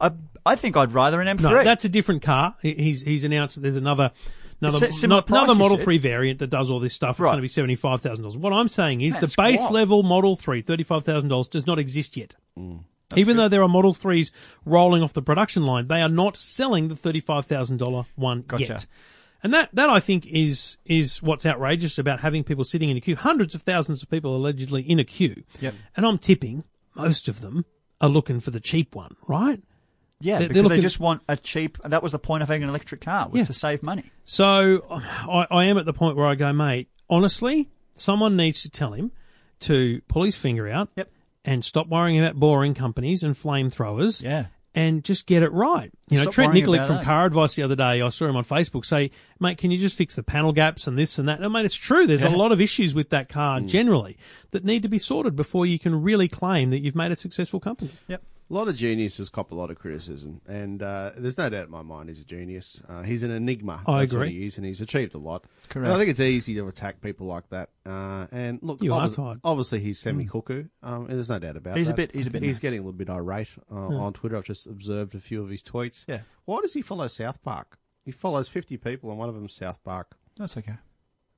Speaker 7: I I think I'd rather an M3.
Speaker 6: No, that's a different car. He- He's he's announced that there's another another
Speaker 7: It's a similar
Speaker 6: not- another
Speaker 7: price, he
Speaker 6: Model
Speaker 7: said.
Speaker 6: Three variant that does all this stuff. It's
Speaker 7: Right.
Speaker 6: going to be seventy five thousand dollars. What I'm saying is the
Speaker 7: That's
Speaker 6: base
Speaker 7: wild.
Speaker 6: level Model Three thirty five thousand dollars does not exist yet.
Speaker 7: Mm,
Speaker 6: Even though there are Model 3s rolling off the production line, they are not selling the $35,000 one
Speaker 7: Gotcha.
Speaker 6: yet. And that, that I think is, is what's outrageous about having people sitting in a queue. Hundreds of thousands of people allegedly in a queue.
Speaker 7: Yep.
Speaker 6: And I'm tipping most of them are looking for the cheap one, right?
Speaker 7: yeah,
Speaker 6: they're
Speaker 7: because
Speaker 6: looking-
Speaker 7: they just want a cheap. That was the point of having an electric car was
Speaker 6: Yeah.
Speaker 7: to save money.
Speaker 6: So I, I am at the point where I go, mate, honestly, someone needs to tell him to pull his finger out
Speaker 7: Yep.
Speaker 6: and stop worrying about boring companies and flamethrowers
Speaker 7: Yeah.
Speaker 6: and just get it right. You know,
Speaker 7: Stop
Speaker 6: Trent
Speaker 7: worrying
Speaker 6: Nikolic
Speaker 7: about
Speaker 6: from
Speaker 7: that.
Speaker 6: Car Advice the other day, I saw him on Facebook say, mate, can you just fix the panel gaps and this and that? And mate, it's true. There's a lot of issues with that car
Speaker 7: Mm.
Speaker 6: generally that need to be sorted before you can really claim that you've made a successful company.
Speaker 2: A lot of geniuses cop a lot of criticism, and uh, there's no doubt in my mind he's a genius. Uh, he's an enigma.
Speaker 6: I
Speaker 2: That's what
Speaker 6: agree.
Speaker 2: he is, and he's achieved a lot.
Speaker 7: Correct.
Speaker 2: And I think it's easy to attack people like that. Uh, and look,
Speaker 6: You are
Speaker 2: obvi-
Speaker 6: tired.
Speaker 2: obviously he's semi cuckoo. Um, and there's no doubt about
Speaker 7: He's a
Speaker 2: that.
Speaker 7: bit- he's a bit
Speaker 2: He's
Speaker 7: nuts.
Speaker 2: getting a little bit irate uh, on Twitter. I've just observed a few of his tweets.
Speaker 7: Yeah.
Speaker 2: Why does he follow South Park? He follows 50 people, and one of them's South Park.
Speaker 7: That's okay.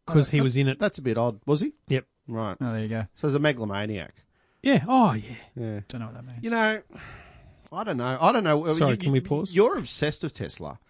Speaker 6: Because he was in it.
Speaker 2: That's a bit odd. Was he?
Speaker 6: Yep.
Speaker 2: Right.
Speaker 7: Oh, there you go.
Speaker 2: So he's a megalomaniac.
Speaker 6: Yeah. Oh, yeah.
Speaker 2: Yeah.
Speaker 7: Don't know what that means.
Speaker 2: You know, I don't know. I don't know.
Speaker 6: Sorry,
Speaker 2: You-
Speaker 6: can we pause?
Speaker 2: You're obsessed with Tesla.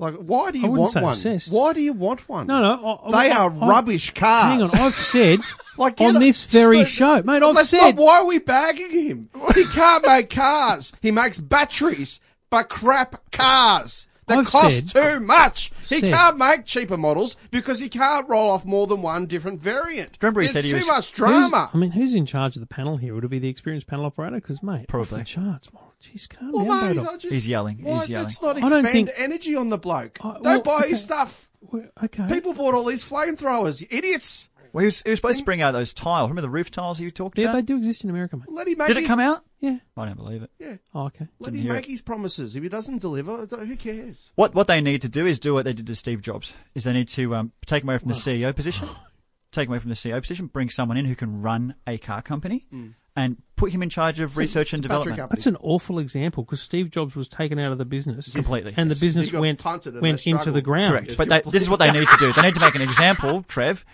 Speaker 2: Like, why do you
Speaker 6: wouldn't
Speaker 2: want
Speaker 6: say
Speaker 2: one?
Speaker 6: obsessed.
Speaker 2: Why do you want one?
Speaker 6: No, no. I- I-
Speaker 2: they are
Speaker 6: I-
Speaker 2: rubbish cars.
Speaker 6: Hang on. I've said
Speaker 2: like you
Speaker 6: on
Speaker 2: know,
Speaker 6: this very
Speaker 2: st-
Speaker 6: show, mate, I've
Speaker 2: that's not-
Speaker 6: said.
Speaker 2: why are we bagging him? He can't make cars. He makes batteries, but crap cars. That
Speaker 6: I've
Speaker 2: cost too much. He
Speaker 6: said-
Speaker 2: can't make cheaper models because he can't roll off more than one different variant.
Speaker 7: Remember he
Speaker 2: There's
Speaker 7: said he
Speaker 2: too
Speaker 7: was-
Speaker 2: much
Speaker 6: Who's-
Speaker 2: drama.
Speaker 6: I mean, who's in charge of the panel here? Would it be the experienced panel operator? Because mate, off
Speaker 7: Probably.
Speaker 6: the charts. Well, Jeez, calm
Speaker 2: Well,
Speaker 6: down,
Speaker 2: mate,
Speaker 6: Bodog.
Speaker 2: I just-
Speaker 7: He's yelling.
Speaker 2: Why,
Speaker 7: He's yelling.
Speaker 2: Let's not
Speaker 6: I don't
Speaker 2: expend
Speaker 6: think-
Speaker 2: energy on the bloke.
Speaker 6: I- well,
Speaker 2: don't buy his
Speaker 6: okay.
Speaker 2: stuff.
Speaker 6: Well, Okay.
Speaker 2: People bought all these flamethrowers. You idiots.
Speaker 7: Well, he was, he was supposed to bring out those tiles. Remember the roof tiles you talked
Speaker 6: yeah, they
Speaker 7: about?
Speaker 6: do exist in America, mate.
Speaker 2: Let him make
Speaker 7: Did it
Speaker 2: his,
Speaker 7: come out?
Speaker 6: Yeah.
Speaker 7: I don't believe it.
Speaker 6: Oh, okay.
Speaker 2: Let
Speaker 7: Didn't
Speaker 2: him
Speaker 7: hear
Speaker 2: make his promises. If he doesn't deliver, th- who cares?
Speaker 7: What what they need to do is do what they did to Steve Jobs. Is they need to um, take him away from the CEO position, take him away from the CEO position, bring someone in who can run a car company, and put him in charge of research and
Speaker 2: it's a battery
Speaker 7: development.
Speaker 2: company.
Speaker 6: That's an awful example because Steve Jobs was taken out of the business
Speaker 7: Completely,
Speaker 6: and the
Speaker 7: yes.
Speaker 6: business
Speaker 2: He got
Speaker 6: went
Speaker 2: punted and
Speaker 6: went
Speaker 2: they
Speaker 6: into the
Speaker 2: struggled.
Speaker 6: ground.
Speaker 7: Correct.
Speaker 2: Yes,
Speaker 7: But
Speaker 2: you're
Speaker 7: they, this is what they need to do. They need to make an example, Trev,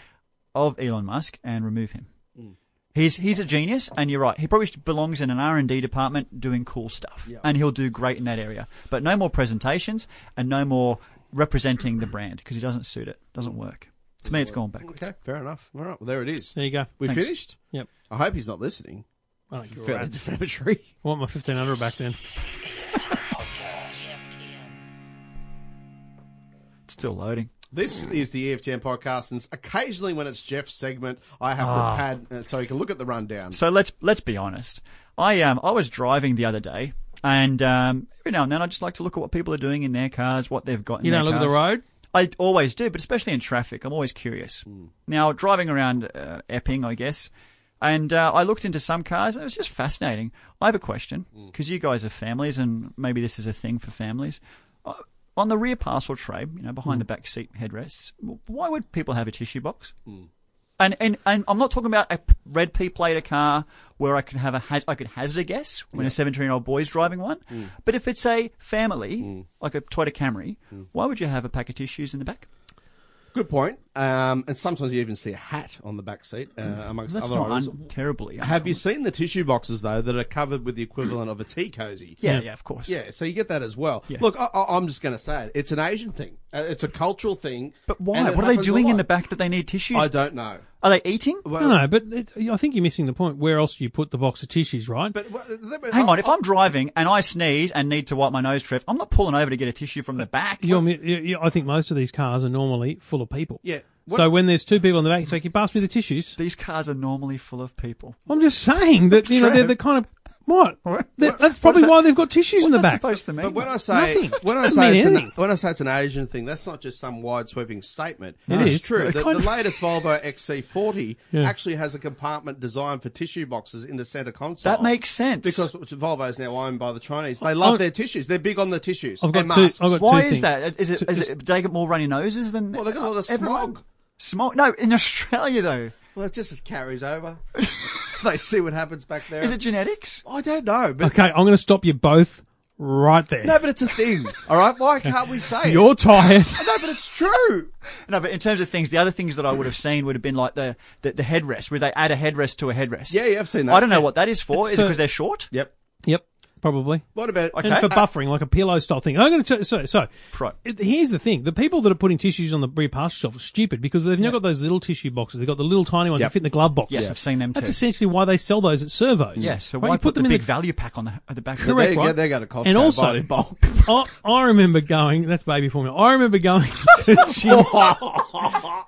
Speaker 7: of Elon Musk and remove him. He's he's a genius, and you're right. He probably should- belongs in an R and D department doing cool stuff, and he'll do great in that area. But no more presentations, and no more representing the brand because he doesn't suit it. Doesn't work. To me, it's gone backwards.
Speaker 2: Okay, fair enough. All right, well, there it is.
Speaker 6: There you go.
Speaker 2: We
Speaker 7: Thanks.
Speaker 2: finished?
Speaker 6: Yep.
Speaker 2: I hope he's not listening.
Speaker 6: I don't give a
Speaker 2: Fairly
Speaker 6: rat.
Speaker 2: defamatory.
Speaker 6: I want my fifteen hundred back then.
Speaker 7: It's still loading.
Speaker 2: This is the E EFTM podcast, and occasionally when it's Jeff's segment, I have
Speaker 7: Ah.
Speaker 2: to pad uh, so he can look at the rundown.
Speaker 7: So let's let's be honest. I um I was driving the other day, and um, every now and then I just like to look at what people are doing in their cars, what they've got. In
Speaker 6: You
Speaker 7: their
Speaker 6: don't look at the
Speaker 7: cars.
Speaker 6: road.
Speaker 7: I always do, but especially in traffic, I'm always curious. Now, driving around uh, Epping, I guess, and uh, I looked into some cars, and it was just fascinating. I have a question because you guys are families, and maybe this is a thing for families. Uh, on the rear parcel tray, you know, behind
Speaker 6: Hmm.
Speaker 7: the back seat headrests, w- why would people have a tissue box? And, and and I'm not talking about a p- red P plater car where I could have a haz- I could hazard a guess when a 17 year old boy's driving one.
Speaker 2: Mm.
Speaker 7: But if it's a family like a Toyota Camry,
Speaker 2: Mm.
Speaker 7: why would you have a pack of tissues in the back?
Speaker 2: Good point. Um, and sometimes you even see a hat on the back seat uh, amongst
Speaker 7: That's
Speaker 2: other
Speaker 7: not
Speaker 2: items.
Speaker 7: un- terribly.
Speaker 2: Have you seen the tissue boxes though that are covered with the equivalent of a tea cozy?
Speaker 7: Yeah, yeah, of course.
Speaker 2: Yeah, so you get that as well. Look, I, I, I'm just going to say it. It's an Asian thing. Uh, it's a cultural thing.
Speaker 7: But why?
Speaker 2: and it
Speaker 7: What are they
Speaker 2: happens a
Speaker 7: doing in
Speaker 2: lot.
Speaker 7: the back that they need tissues?
Speaker 2: I don't know.
Speaker 7: Are they eating?
Speaker 6: No, no, but it, I think you're missing the point. Where else do you put the box of tissues, right?
Speaker 2: But well, let me-
Speaker 7: Hang
Speaker 2: I-
Speaker 7: on, if I'm driving and I sneeze and need to wipe my nose, Trev, I'm not pulling over to get a tissue from the back.
Speaker 6: You're, mi- you- you- I think most of these cars are normally full of people.
Speaker 2: Yeah.
Speaker 6: So when there's two people in the back, it's like, you pass me the tissues.
Speaker 7: These cars are normally full of people.
Speaker 6: I'm just saying that, you know, they're the kind of, what?
Speaker 7: What?
Speaker 6: That-
Speaker 7: What-
Speaker 6: That's probably
Speaker 7: what's that-
Speaker 6: why they've got tissues in
Speaker 7: What's
Speaker 6: the
Speaker 7: that
Speaker 6: back.
Speaker 7: supposed to mean?
Speaker 2: But when I say
Speaker 6: Nothing.
Speaker 2: when I
Speaker 6: Doesn't
Speaker 2: say
Speaker 6: mean
Speaker 2: it's an,
Speaker 6: anything.
Speaker 2: when I say it's an Asian thing, that's not just some wide sweeping statement.
Speaker 6: It
Speaker 2: it's
Speaker 6: is.
Speaker 2: true.
Speaker 6: It
Speaker 2: The,
Speaker 6: kind
Speaker 2: the
Speaker 6: of-
Speaker 2: latest Volvo XC40
Speaker 6: Yeah.
Speaker 2: actually has a compartment designed for tissue boxes in the center console.
Speaker 7: that makes sense.
Speaker 2: because Volvo is now owned by the Chinese. They love
Speaker 6: I-
Speaker 2: their tissues. They're big on the tissues
Speaker 6: I've got
Speaker 2: and
Speaker 6: two-
Speaker 2: masks.
Speaker 6: I've got-
Speaker 7: why
Speaker 6: two
Speaker 7: is
Speaker 6: things.
Speaker 7: that? Is it? Is it? Do they get more runny noses than?
Speaker 2: Well, they got a lot of
Speaker 7: everyone?
Speaker 2: smog.
Speaker 7: Smog? No, in Australia though,
Speaker 2: Well, it just as carries over. they see what happens back there.
Speaker 7: is it genetics?
Speaker 2: I don't know, but
Speaker 6: Okay, I'm going to stop you both right there.
Speaker 2: no, but it's a thing. All right, why can't we say it?
Speaker 6: You're tired.
Speaker 2: No, but it's true.
Speaker 7: No, but in terms of things, the other things that I would have seen would have been like the the, the headrest, where they add a headrest to a headrest.
Speaker 2: Yeah, yeah, I've seen that.
Speaker 7: I don't know what that is for. is it
Speaker 6: for-
Speaker 7: because they're short?
Speaker 2: Yep.
Speaker 6: yep, probably.
Speaker 2: What about
Speaker 7: Okay.
Speaker 6: And for
Speaker 7: Uh,
Speaker 6: buffering, like a pillow style thing. And I'm going to tell you, so, so
Speaker 7: Right.
Speaker 6: it- here's the thing. The people that are putting tissues on the rear parcel shelf are stupid because they've now got those little tissue boxes. They've got the little tiny ones
Speaker 2: Yep.
Speaker 6: that fit in the glove box.
Speaker 7: Yes, I've seen them
Speaker 6: That's
Speaker 7: too.
Speaker 6: essentially why they sell those at servos.
Speaker 7: Yeah, so
Speaker 6: Right,
Speaker 7: why
Speaker 6: you
Speaker 7: put, the big
Speaker 6: the-
Speaker 7: value pack on the at the back? of the-
Speaker 6: Correct,
Speaker 2: They,
Speaker 6: right?
Speaker 2: they go to Costco
Speaker 6: And also-
Speaker 2: buy it in bulk.
Speaker 6: I, I remember going. That's baby formula. I remember going to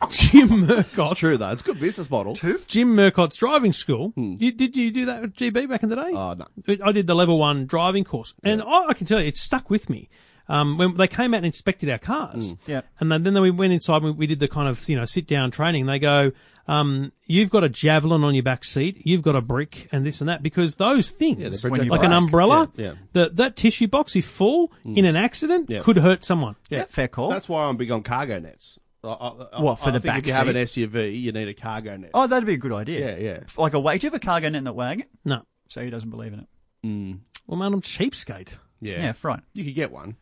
Speaker 6: Jim, Jim Murcott's.
Speaker 2: True though, it's a good business model. Two?
Speaker 6: Jim Murcott's driving school. You, did you do that with GB back in the day?
Speaker 2: Oh, Hmm. no.
Speaker 6: I- I did the level one driving course, and I, I can tell you, it stuck with me. Um, when they came out and inspected our
Speaker 2: Hmm.
Speaker 6: cars,
Speaker 7: Yeah.
Speaker 6: and then, then we went inside. and We did the kind of you know sit down training. and They go, um, "You've got a javelin on your back seat. You've got a brick, and this and that." Because those things,
Speaker 2: When you
Speaker 6: like an
Speaker 2: back.
Speaker 6: umbrella,
Speaker 2: Yeah, yeah.
Speaker 6: the- that tissue box, if full in an accident,
Speaker 2: Yeah.
Speaker 6: could hurt someone.
Speaker 7: Yeah, fair call.
Speaker 2: That's why I'm big on cargo nets. I, I, I-
Speaker 7: What, for
Speaker 2: I
Speaker 7: the
Speaker 2: think
Speaker 7: back
Speaker 2: If you have an
Speaker 7: seat?
Speaker 2: SUV, you need a cargo net.
Speaker 7: Oh, that'd be a good idea.
Speaker 2: Yeah, yeah.
Speaker 7: Like a weight. Do you have a cargo net in that wagon?
Speaker 6: No,
Speaker 7: So he doesn't believe in it.
Speaker 6: well, man, I'm cheapskate.
Speaker 2: Yeah.
Speaker 7: Yeah, right.
Speaker 2: You could get one.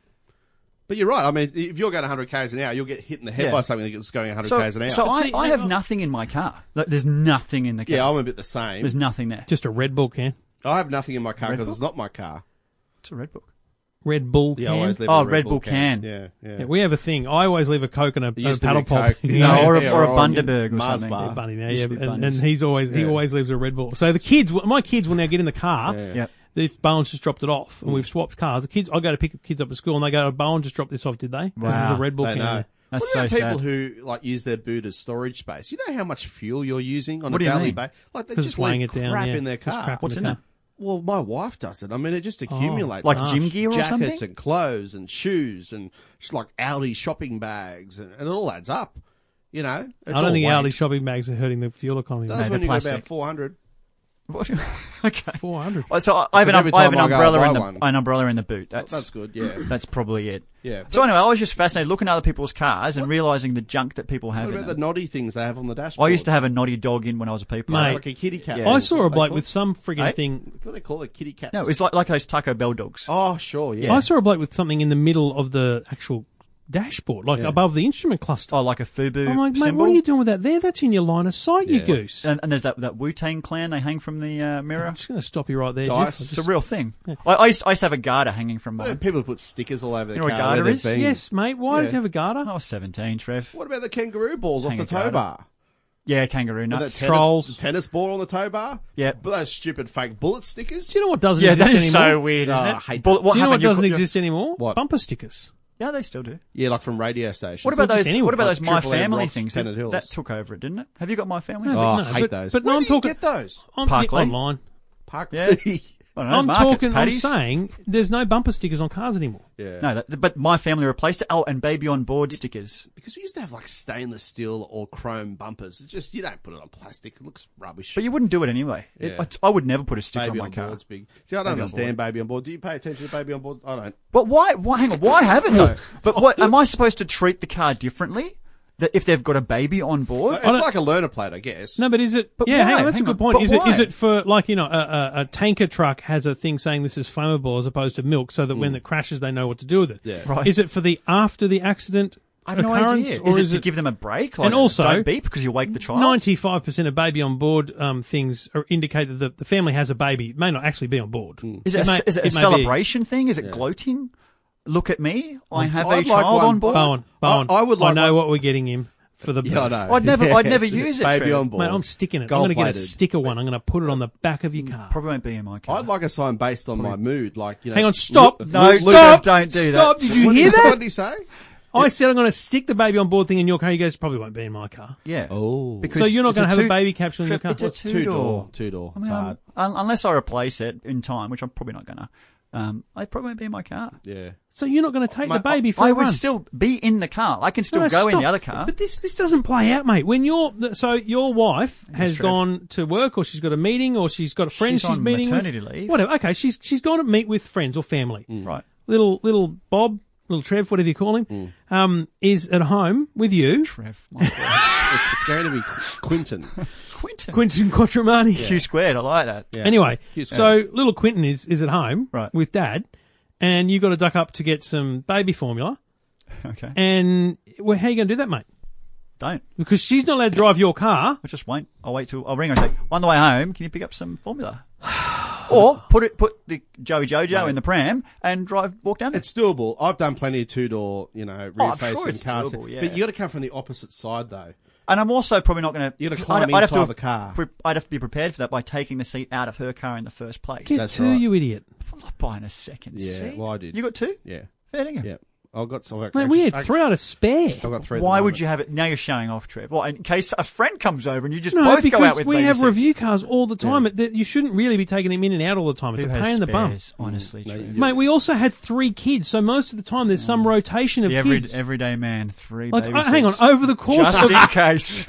Speaker 2: But you're right. I mean, if you're going 100 k's an hour, you'll get hit in the head
Speaker 7: Yeah.
Speaker 2: by something that's going 100
Speaker 7: So,
Speaker 2: k's an hour.
Speaker 7: so I,
Speaker 6: see,
Speaker 7: I
Speaker 6: hang
Speaker 7: have
Speaker 6: on.
Speaker 7: nothing in my car. Like, there's nothing in the car.
Speaker 2: yeah, I'm a bit the same.
Speaker 7: there's nothing there.
Speaker 6: Just a Red Bull can.
Speaker 2: I have nothing in my car because it's not my car.
Speaker 7: It's a red book.
Speaker 6: Red Bull
Speaker 2: Yeah, I
Speaker 6: can.
Speaker 2: always leave
Speaker 7: Oh,
Speaker 2: a
Speaker 7: Red Bull can.
Speaker 2: Yeah, yeah.
Speaker 6: Yeah, we have a thing. I always leave a Coke and a,
Speaker 2: It
Speaker 6: a
Speaker 2: used to be
Speaker 6: paddle pop.
Speaker 2: Coke.
Speaker 6: Yeah.
Speaker 7: No,
Speaker 2: Yeah,
Speaker 7: or a,
Speaker 2: yeah,
Speaker 7: or a
Speaker 2: or on your
Speaker 7: Bundaberg or
Speaker 2: Mars
Speaker 7: something.
Speaker 2: bar.
Speaker 7: Yeah,
Speaker 6: Bunny now,
Speaker 7: Used
Speaker 6: yeah,
Speaker 7: to be
Speaker 6: and, and
Speaker 7: Bunnies.
Speaker 6: he's always he
Speaker 2: Yeah.
Speaker 6: always leaves a Red Bull. So the kids, my kids, will now get in the car.
Speaker 7: Yep.
Speaker 6: This Bowen just dropped it off,
Speaker 2: Mm.
Speaker 6: and we've swapped cars. The kids, I go to pick kids up at school, and they go, oh, "Bowen just dropped this off, did they? This is
Speaker 7: Wow.
Speaker 6: a Red Bull
Speaker 2: They
Speaker 6: can."
Speaker 2: know.
Speaker 7: That's
Speaker 2: what about
Speaker 7: so
Speaker 2: people
Speaker 7: sad.
Speaker 2: who like use their boot as storage space? You know how much fuel you're using on
Speaker 7: What
Speaker 2: a
Speaker 7: do you
Speaker 2: daily
Speaker 7: mean?
Speaker 2: basis. Like they
Speaker 6: 'Cause
Speaker 2: just
Speaker 6: it's weighing
Speaker 2: leave
Speaker 6: it down,
Speaker 2: crap
Speaker 6: yeah.
Speaker 2: in their
Speaker 6: It's crap Oh.
Speaker 2: car.
Speaker 6: in
Speaker 7: What's
Speaker 6: the
Speaker 7: in
Speaker 6: car.
Speaker 7: it?
Speaker 2: Well, my wife does it. I mean, it just accumulates
Speaker 7: Like
Speaker 6: Gosh.
Speaker 7: gym gear or
Speaker 2: jackets
Speaker 7: something?
Speaker 2: and clothes and shoes and just like Aldi shopping bags and, and it all adds up. You know, It's
Speaker 6: I
Speaker 2: all
Speaker 6: don't think
Speaker 2: weight.
Speaker 6: Aldi shopping bags are hurting the fuel economy.
Speaker 2: That's when
Speaker 7: No, they're
Speaker 2: you got about
Speaker 7: plastic.
Speaker 2: four hundred.
Speaker 7: What- okay.
Speaker 6: Four hundred.
Speaker 7: Oh, So I- I have an,
Speaker 2: Because every
Speaker 7: um- I have an
Speaker 2: time I go, I
Speaker 7: umbrella
Speaker 2: buy
Speaker 7: in the
Speaker 2: one.
Speaker 7: an umbrella in the boot. That's
Speaker 2: That's good. Yeah,
Speaker 7: That's probably it.
Speaker 2: yeah.
Speaker 7: So anyway, I was just fascinated looking at other people's cars and realizing the junk that people have.
Speaker 2: What
Speaker 7: in
Speaker 2: about the
Speaker 7: them.
Speaker 2: naughty things they have on the dashboard?
Speaker 7: I used to have a naughty dog in when I was a people.
Speaker 6: Mate.
Speaker 2: like a kitty cat.
Speaker 7: Yeah.
Speaker 6: I saw a bloke
Speaker 2: Like,
Speaker 6: with some frigging
Speaker 7: Eh?
Speaker 6: thing.
Speaker 2: What do they call it? Kitty cat.
Speaker 7: No, it's like like those Taco Bell dogs.
Speaker 2: oh sure, yeah.
Speaker 6: I saw a bloke with something in the middle of the actual dashboard, like above the instrument cluster.
Speaker 7: Oh, like a FUBU
Speaker 6: I'm like, mate,
Speaker 7: symbol.
Speaker 6: what are you doing with that there? That's in your line of sight, you
Speaker 2: Yeah.
Speaker 6: goose.
Speaker 7: And, and there's that that Wu Tang clan they hang from the uh, mirror.
Speaker 6: I'm just going to stop you right there,
Speaker 2: Dice.
Speaker 6: Jeff.
Speaker 7: It's a real thing. I, I, used, I used to have a garter hanging from
Speaker 2: What about
Speaker 7: mine.
Speaker 2: People who put stickers all over their
Speaker 7: You know what
Speaker 2: car. where
Speaker 7: garter
Speaker 2: they've
Speaker 7: is?
Speaker 2: been.
Speaker 6: Yes, mate. Why
Speaker 2: Yeah.
Speaker 6: did you have a garter?
Speaker 7: I was 17, Trev.
Speaker 2: What about the kangaroo balls off
Speaker 7: Hang
Speaker 2: the
Speaker 7: a
Speaker 2: tow
Speaker 7: garter.
Speaker 2: bar?
Speaker 7: Yeah, kangaroo
Speaker 2: And
Speaker 7: nuts.
Speaker 2: tennis-
Speaker 6: trolls.
Speaker 2: tennis ball on the tow bar.
Speaker 7: Yeah.
Speaker 2: but those stupid fake bullet stickers.
Speaker 6: Do you know what doesn't
Speaker 7: Yeah,
Speaker 6: exist
Speaker 7: that is
Speaker 6: anymore?
Speaker 7: so weird, isn't
Speaker 2: Oh,
Speaker 7: it?
Speaker 2: I hate that.
Speaker 7: Bullet-
Speaker 6: Do you know
Speaker 7: happened
Speaker 6: what
Speaker 7: to your-
Speaker 6: doesn't
Speaker 7: your-
Speaker 6: exist anymore?
Speaker 2: What?
Speaker 6: Bumper stickers.
Speaker 7: Yeah, they still do.
Speaker 2: Yeah, like from radio stations.
Speaker 7: What about
Speaker 6: just
Speaker 7: those?
Speaker 6: anyone.
Speaker 7: What about those My
Speaker 2: Triple M
Speaker 7: Family
Speaker 2: Rocks,
Speaker 7: things? That,
Speaker 2: Senate Hills.
Speaker 7: that took over it, didn't it? Have you got My Family?
Speaker 6: No,
Speaker 7: stickers?
Speaker 2: Oh,
Speaker 6: no,
Speaker 2: I hate
Speaker 6: but-
Speaker 2: those.
Speaker 6: but no,
Speaker 2: Where
Speaker 6: I'm
Speaker 2: do you
Speaker 6: talking-
Speaker 2: get those?
Speaker 6: On,
Speaker 7: Park Lane.
Speaker 6: online.
Speaker 2: Park.
Speaker 7: Yeah. I don't know,
Speaker 6: I'm
Speaker 7: markets,
Speaker 6: talking.
Speaker 7: Paddy's.
Speaker 6: I'm saying there's no bumper stickers on cars anymore.
Speaker 2: Yeah.
Speaker 7: No, that, but my family replaced it. Oh, and baby on board stickers.
Speaker 2: Because we used to have like stainless steel or chrome bumpers. It's just you don't put it on plastic. It looks rubbish.
Speaker 7: But you wouldn't do it anyway. It-
Speaker 2: Yeah.
Speaker 7: I, I would never put a sticker
Speaker 2: baby
Speaker 7: on my
Speaker 2: on
Speaker 7: car.
Speaker 2: board's big. See, I don't
Speaker 7: Baby on
Speaker 2: understand baby on board. Do you pay attention to baby on board? I don't.
Speaker 7: But why? Why? Hang on. Why have it though? But what am I supposed to treat the car differently? That if they've got a baby on board?
Speaker 2: It's like a learner plate, I guess.
Speaker 6: No, but is it?
Speaker 7: But
Speaker 6: yeah,
Speaker 7: why?
Speaker 6: hang on, that's
Speaker 7: Hang
Speaker 6: a good
Speaker 7: on.
Speaker 6: point.
Speaker 7: But
Speaker 6: Is it? Is
Speaker 7: why?
Speaker 6: it for like you know a, a, a tanker truck has a thing saying this is flammable as opposed to milk, so that
Speaker 7: Mm.
Speaker 6: when it crashes they know what to do with it.
Speaker 2: Yeah.
Speaker 7: Right.
Speaker 6: Is it for the after the accident
Speaker 7: I have no
Speaker 6: occurrence,
Speaker 7: idea.
Speaker 6: or
Speaker 7: Is it to give them a break? Like,
Speaker 6: And also-
Speaker 7: don't beep because you wake the child.
Speaker 6: Ninety-five percent of baby on board um, things are indicate that the, the family has a baby. It may not actually be on board.
Speaker 2: Hmm.
Speaker 7: Is it, a,
Speaker 6: may-
Speaker 7: is it a
Speaker 6: may be-
Speaker 7: celebration thing? Is it gloating? Look at me. I have a
Speaker 2: I'd like
Speaker 7: child
Speaker 2: one-
Speaker 7: on board.
Speaker 6: Bowen, Bowen.
Speaker 2: I- I would like one-
Speaker 6: know what we're getting him for the.
Speaker 2: Yeah, I
Speaker 6: birth.
Speaker 2: know.
Speaker 7: I'd never- I'd never use it,
Speaker 2: Baby
Speaker 7: Trev.
Speaker 2: on board.
Speaker 6: Mate, I'm sticking it. I'm
Speaker 2: Gold
Speaker 6: going to get a
Speaker 2: plated.
Speaker 6: sticker one. I'm going to put it on the back of
Speaker 2: Hmm.
Speaker 6: your car.
Speaker 7: Probably won't be in my car.
Speaker 2: I'd like a sign based on my mood, like you know.
Speaker 6: Hang on, stop.
Speaker 2: Lu-
Speaker 7: No,
Speaker 2: Lu-
Speaker 7: stop.
Speaker 2: Lu-
Speaker 7: Don't do
Speaker 6: Stop!
Speaker 7: that.
Speaker 6: Did you
Speaker 2: What
Speaker 6: hear
Speaker 2: did-
Speaker 6: that?
Speaker 2: What did he say?
Speaker 6: I said I'm going to stick the baby on board thing in your car. He goes, probably won't be in my car.
Speaker 7: yeah.
Speaker 2: Oh,
Speaker 7: Because
Speaker 6: So you're not
Speaker 7: it's
Speaker 6: gonna have a
Speaker 7: two-
Speaker 6: baby capsule in your
Speaker 7: Trip,
Speaker 6: car?
Speaker 7: It's a
Speaker 6: What's
Speaker 7: two door.
Speaker 2: two door.
Speaker 7: I mean,
Speaker 2: it's
Speaker 7: I'm-
Speaker 2: hard.
Speaker 7: un- unless I replace it in time, which I'm probably not gonna. Um, I probably won't be in my car.
Speaker 2: Yeah.
Speaker 6: So you're not going to take
Speaker 7: My-
Speaker 6: the baby for
Speaker 7: I
Speaker 6: a
Speaker 7: would
Speaker 6: run?
Speaker 7: still be in the car. I can still
Speaker 6: No, no,
Speaker 7: go in the
Speaker 6: stop.
Speaker 7: other car.
Speaker 6: But this this doesn't play out, mate. When you're so your wife has
Speaker 7: Trev.
Speaker 6: gone to work, or she's got a meeting, or she's got a friend
Speaker 7: She's
Speaker 6: she's,
Speaker 7: on
Speaker 6: meeting
Speaker 7: maternity
Speaker 6: with,
Speaker 7: leave. Mm.
Speaker 6: whatever. Okay, she's she's gone to meet with friends or family.
Speaker 7: Right.
Speaker 6: Little little Bob, little Trev, whatever you call him,
Speaker 7: Mm.
Speaker 6: um, is at home with you,
Speaker 7: Trev. my God.
Speaker 2: It's, it's going to be Quinton.
Speaker 7: Quinton.
Speaker 6: Quentin Quattromani.
Speaker 7: Q squared. I like that.
Speaker 6: Anyway,
Speaker 2: Cute.
Speaker 6: so little Quentin is is at home
Speaker 7: Right.
Speaker 6: with dad, and you got to duck up to get some baby formula.
Speaker 7: Okay.
Speaker 6: And well, how you going to do that, mate?
Speaker 7: Don't.
Speaker 6: Because she's not allowed to drive your car.
Speaker 7: I just wait. I'll wait till I'll ring her and say, on the way home, can you pick up some formula? or put it, put the Joey Jojo in the pram and drive, walk down there.
Speaker 2: It's doable. I've done plenty of two door, you know,
Speaker 7: Oh,
Speaker 2: rear
Speaker 7: I'm sure
Speaker 2: facing
Speaker 7: it's
Speaker 2: cars.
Speaker 7: doable, yeah.
Speaker 2: But you got to come from the opposite side though.
Speaker 7: and I'm also probably not going to.
Speaker 2: You're gonna climb inside the car.
Speaker 7: I'd have to be prepared for that by taking the seat out of her car in the first place.
Speaker 6: Get
Speaker 2: That's
Speaker 6: to
Speaker 2: right.
Speaker 6: you, idiot.
Speaker 7: I'm not buying a second
Speaker 2: Yeah,
Speaker 7: seat.
Speaker 2: well, I did.
Speaker 7: You got two?
Speaker 2: Yeah.
Speaker 7: Fair dinkum.
Speaker 2: Yeah. I've got some.
Speaker 6: Mate, we had three out of spare.
Speaker 2: I've got three. at the
Speaker 7: Why would
Speaker 2: moment.
Speaker 7: you have it? Now you're showing off, Trev. Well, in case a friend comes over and you just
Speaker 6: No,
Speaker 7: both
Speaker 6: because
Speaker 7: go out with
Speaker 6: we
Speaker 7: baby
Speaker 6: have
Speaker 7: seats.
Speaker 6: review cars all the time. It- that- You shouldn't really be taking him in and out all the time. It's
Speaker 7: Who
Speaker 6: a
Speaker 7: has
Speaker 6: pain in the bum. Mm,
Speaker 7: spares, honestly, Trev?
Speaker 6: Mate, we also had three kids, so most of the time there's some rotation of
Speaker 7: Mm. The every,
Speaker 6: kids.
Speaker 7: everyday man, three
Speaker 6: like,
Speaker 7: baby
Speaker 6: uh, hang on,
Speaker 7: seats.
Speaker 6: over the course
Speaker 7: Just
Speaker 6: of
Speaker 7: in case.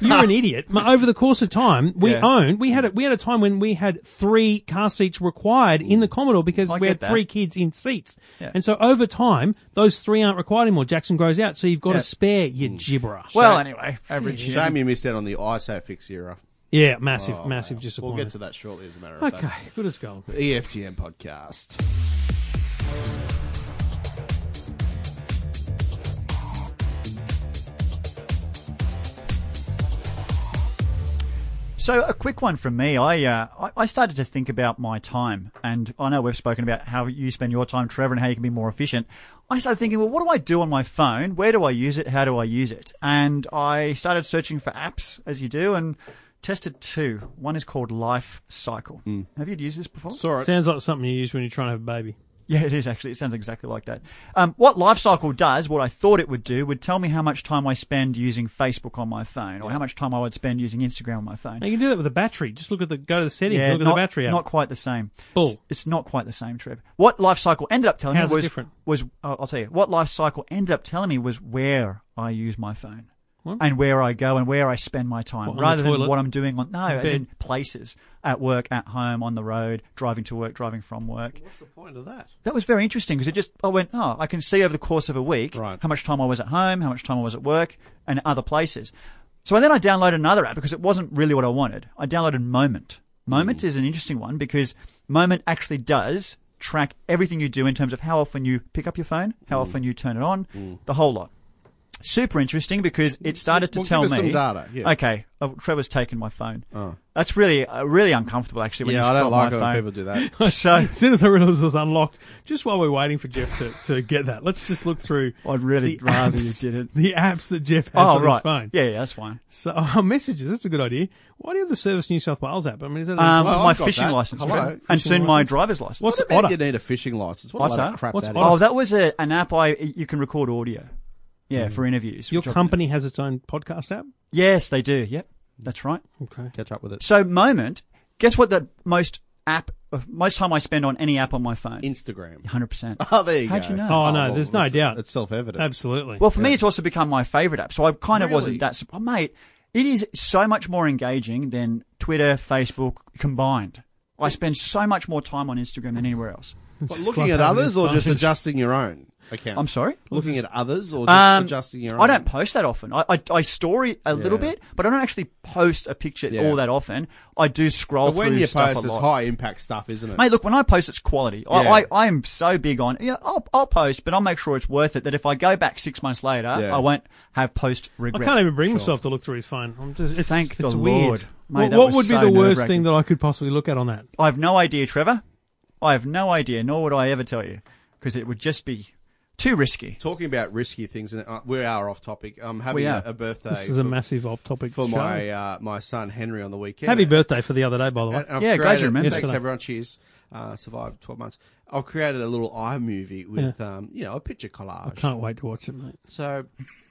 Speaker 6: You're an idiot. Ma- Over the course of time, we
Speaker 7: Yeah.
Speaker 6: owned. We had a, we had a time when we had three car seats required in the Commodore because
Speaker 7: Mm. I
Speaker 6: we had
Speaker 7: get that.
Speaker 6: three kids in seats.
Speaker 7: Yeah.
Speaker 6: And so over time, those three aren't required anymore. Jackson grows out, so you've got
Speaker 7: Yeah. Mm.
Speaker 6: a spare. You gibberer.
Speaker 7: Well, anyway, average.
Speaker 2: Shame you missed out on the ISO fix era.
Speaker 6: yeah,
Speaker 7: oh,
Speaker 6: massive, massive
Speaker 2: We'll
Speaker 6: disappointment.
Speaker 2: get to that shortly, as a matter of
Speaker 7: uh,
Speaker 6: Okay,
Speaker 2: fact. E
Speaker 6: good as gold.
Speaker 2: EFTM podcast.
Speaker 7: So a quick one from me. I, uh, I I started to think about my time, and I know we've spoken about how you spend your time, Trevor, and how you can be more efficient. I started thinking, well, what do I do on my phone? Where do I use it? How do I use it? And I started searching for apps, as you do, and tested two. One is called Life Cycle. Have you used this before?
Speaker 2: Sorry.
Speaker 6: Sounds like something you use when you're trying to have a baby.
Speaker 7: Yeah, it is actually. It sounds exactly like that. Um, what Lifecycle does, what I thought it would do, would tell me how much time I spend using Facebook on my phone, or how much time I would spend using Instagram on my phone.
Speaker 6: Now you can do that with a battery. Just look at the go to the settings.
Speaker 7: Yeah,
Speaker 6: look at
Speaker 7: not,
Speaker 6: the battery. app.
Speaker 7: not quite the same.
Speaker 6: Bull.
Speaker 7: It's, it's not quite the same, Trev. What life cycle ended up telling
Speaker 6: How's it
Speaker 7: me was
Speaker 6: different?
Speaker 7: was I'll I'll tell you. What life cycle ended up telling me was where I use my phone
Speaker 6: What?
Speaker 7: and where I go and where I spend my time,
Speaker 6: What, on the
Speaker 7: rather than
Speaker 6: toilet?
Speaker 7: what I'm doing on no, as
Speaker 6: bed?
Speaker 7: in places at work, at home, on the road, driving to work, driving from work.
Speaker 2: What's the point of that?
Speaker 7: That was very interesting because it just I went oh I can see over the course of a week
Speaker 2: Right.
Speaker 7: how much time I was at home, how much time I was at work, and other places. So then I downloaded another app because it wasn't really what I wanted. I downloaded Moment. Moment
Speaker 2: Hmm.
Speaker 7: is an interesting one because Moment actually does track everything you do in terms of how often you pick up your phone, how
Speaker 2: Hmm.
Speaker 7: often you turn it on, the whole lot. Super interesting because it started to
Speaker 2: Well, give
Speaker 7: tell
Speaker 2: us
Speaker 7: me.
Speaker 2: some data, yeah. Oh.
Speaker 7: Okay, oh, Trevor's taken my phone. That's really uh, really uncomfortable actually. When
Speaker 2: Yeah,
Speaker 7: you
Speaker 2: I don't
Speaker 7: spot
Speaker 2: like it
Speaker 7: my
Speaker 2: when
Speaker 7: phone.
Speaker 2: people do that.
Speaker 7: So
Speaker 6: As soon as I realised it was unlocked, just while we're waiting for Jeff to, to get that, let's just look through.
Speaker 7: I'd really
Speaker 6: the
Speaker 7: rather
Speaker 6: apps,
Speaker 7: you didn't.
Speaker 6: The apps that Jeff has
Speaker 7: Oh
Speaker 6: on
Speaker 7: right,
Speaker 6: his phone.
Speaker 7: yeah, yeah, that's fine.
Speaker 6: So oh, messages. That's a good idea. Why do you have the Service New South Wales app? I mean, is that
Speaker 7: Um,
Speaker 2: Well,
Speaker 7: my
Speaker 2: I've got
Speaker 7: fishing
Speaker 2: that.
Speaker 7: license,
Speaker 2: Hello,
Speaker 7: Trev,
Speaker 2: fishing
Speaker 7: and soon my driver's license.
Speaker 6: What's
Speaker 2: What about
Speaker 6: Otter?
Speaker 2: you need a fishing license? What a
Speaker 7: Otter?
Speaker 2: load of crap
Speaker 6: What's
Speaker 2: that is.
Speaker 6: Otter?
Speaker 7: Oh, that was a, an app I you can record audio. Yeah, for interviews.
Speaker 6: your
Speaker 7: which I-
Speaker 6: company has its own podcast app?
Speaker 7: Mm-hmm. Yes, they do. Yep, that's right.
Speaker 6: Okay.
Speaker 2: Catch up with it.
Speaker 7: So moment, guess what the most app uh, most time I spend on any app on my phone.
Speaker 2: Instagram.
Speaker 7: 100%.
Speaker 2: Oh, there you
Speaker 7: How'd
Speaker 2: go.
Speaker 7: you know?
Speaker 6: Oh, no,
Speaker 2: well,
Speaker 6: there's no
Speaker 2: it's-
Speaker 6: doubt.
Speaker 2: It's self-evident.
Speaker 6: Absolutely.
Speaker 7: Well, for me, it's also become my favorite app. So I kind of
Speaker 2: Really?
Speaker 7: wasn't that. surp- Oh, mate, it is so much more engaging than Twitter, Facebook combined. I spend so much more time on Instagram than anywhere else.
Speaker 2: What, looking
Speaker 6: like
Speaker 2: at
Speaker 6: having
Speaker 2: others or
Speaker 6: fun.
Speaker 2: just adjusting your own account?
Speaker 7: I'm sorry.
Speaker 2: Looking at others or just
Speaker 7: Um,
Speaker 2: adjusting your own?
Speaker 7: I don't post that often. I, I, I story a little
Speaker 2: Yeah.
Speaker 7: bit, but I don't actually post a picture
Speaker 2: Yeah.
Speaker 7: all that often. I do scroll
Speaker 2: But when
Speaker 7: through
Speaker 2: you
Speaker 7: stuff
Speaker 2: post,
Speaker 7: a
Speaker 2: it's
Speaker 7: lot.
Speaker 2: high impact stuff, isn't it?
Speaker 7: Mate, look, when I post, it's quality.
Speaker 2: Yeah.
Speaker 7: I, I, I'm so big on, yeah, I'll, I'll post, but I'll make sure it's worth it. That if I go back six months later,
Speaker 2: Yeah.
Speaker 7: I won't have post
Speaker 6: I
Speaker 7: regret.
Speaker 6: can't even bring myself to look through his phone. I'm just it's,
Speaker 7: Thank
Speaker 6: it's
Speaker 7: the
Speaker 6: weird.
Speaker 7: Lord. Mate,
Speaker 6: What-
Speaker 7: that
Speaker 6: what
Speaker 7: was
Speaker 6: would be
Speaker 7: so
Speaker 6: the worst
Speaker 7: nerve-wracking.
Speaker 6: thing that I could possibly look at on that?
Speaker 7: I have no idea, Trevor. I have no idea, nor would I ever tell you, because it would just be too risky.
Speaker 2: Talking about risky things, and uh, we are off topic. I'm having
Speaker 7: We
Speaker 2: a,
Speaker 7: are.
Speaker 2: a birthday
Speaker 6: This is a
Speaker 2: for-
Speaker 6: massive off topic
Speaker 2: for
Speaker 6: show.
Speaker 2: my uh, my son Henry on the weekend.
Speaker 6: Happy
Speaker 2: Uh,
Speaker 6: birthday for the other day, by the way.
Speaker 2: and I've
Speaker 7: Yeah, glad you
Speaker 2: created-
Speaker 7: remembered.
Speaker 2: Thanks
Speaker 6: Yesterday.
Speaker 2: everyone. Cheers. Uh, survived 12 months. I've created a little iMovie with, um, you know, a picture collage.
Speaker 6: Can't wait to watch it, mate.
Speaker 2: So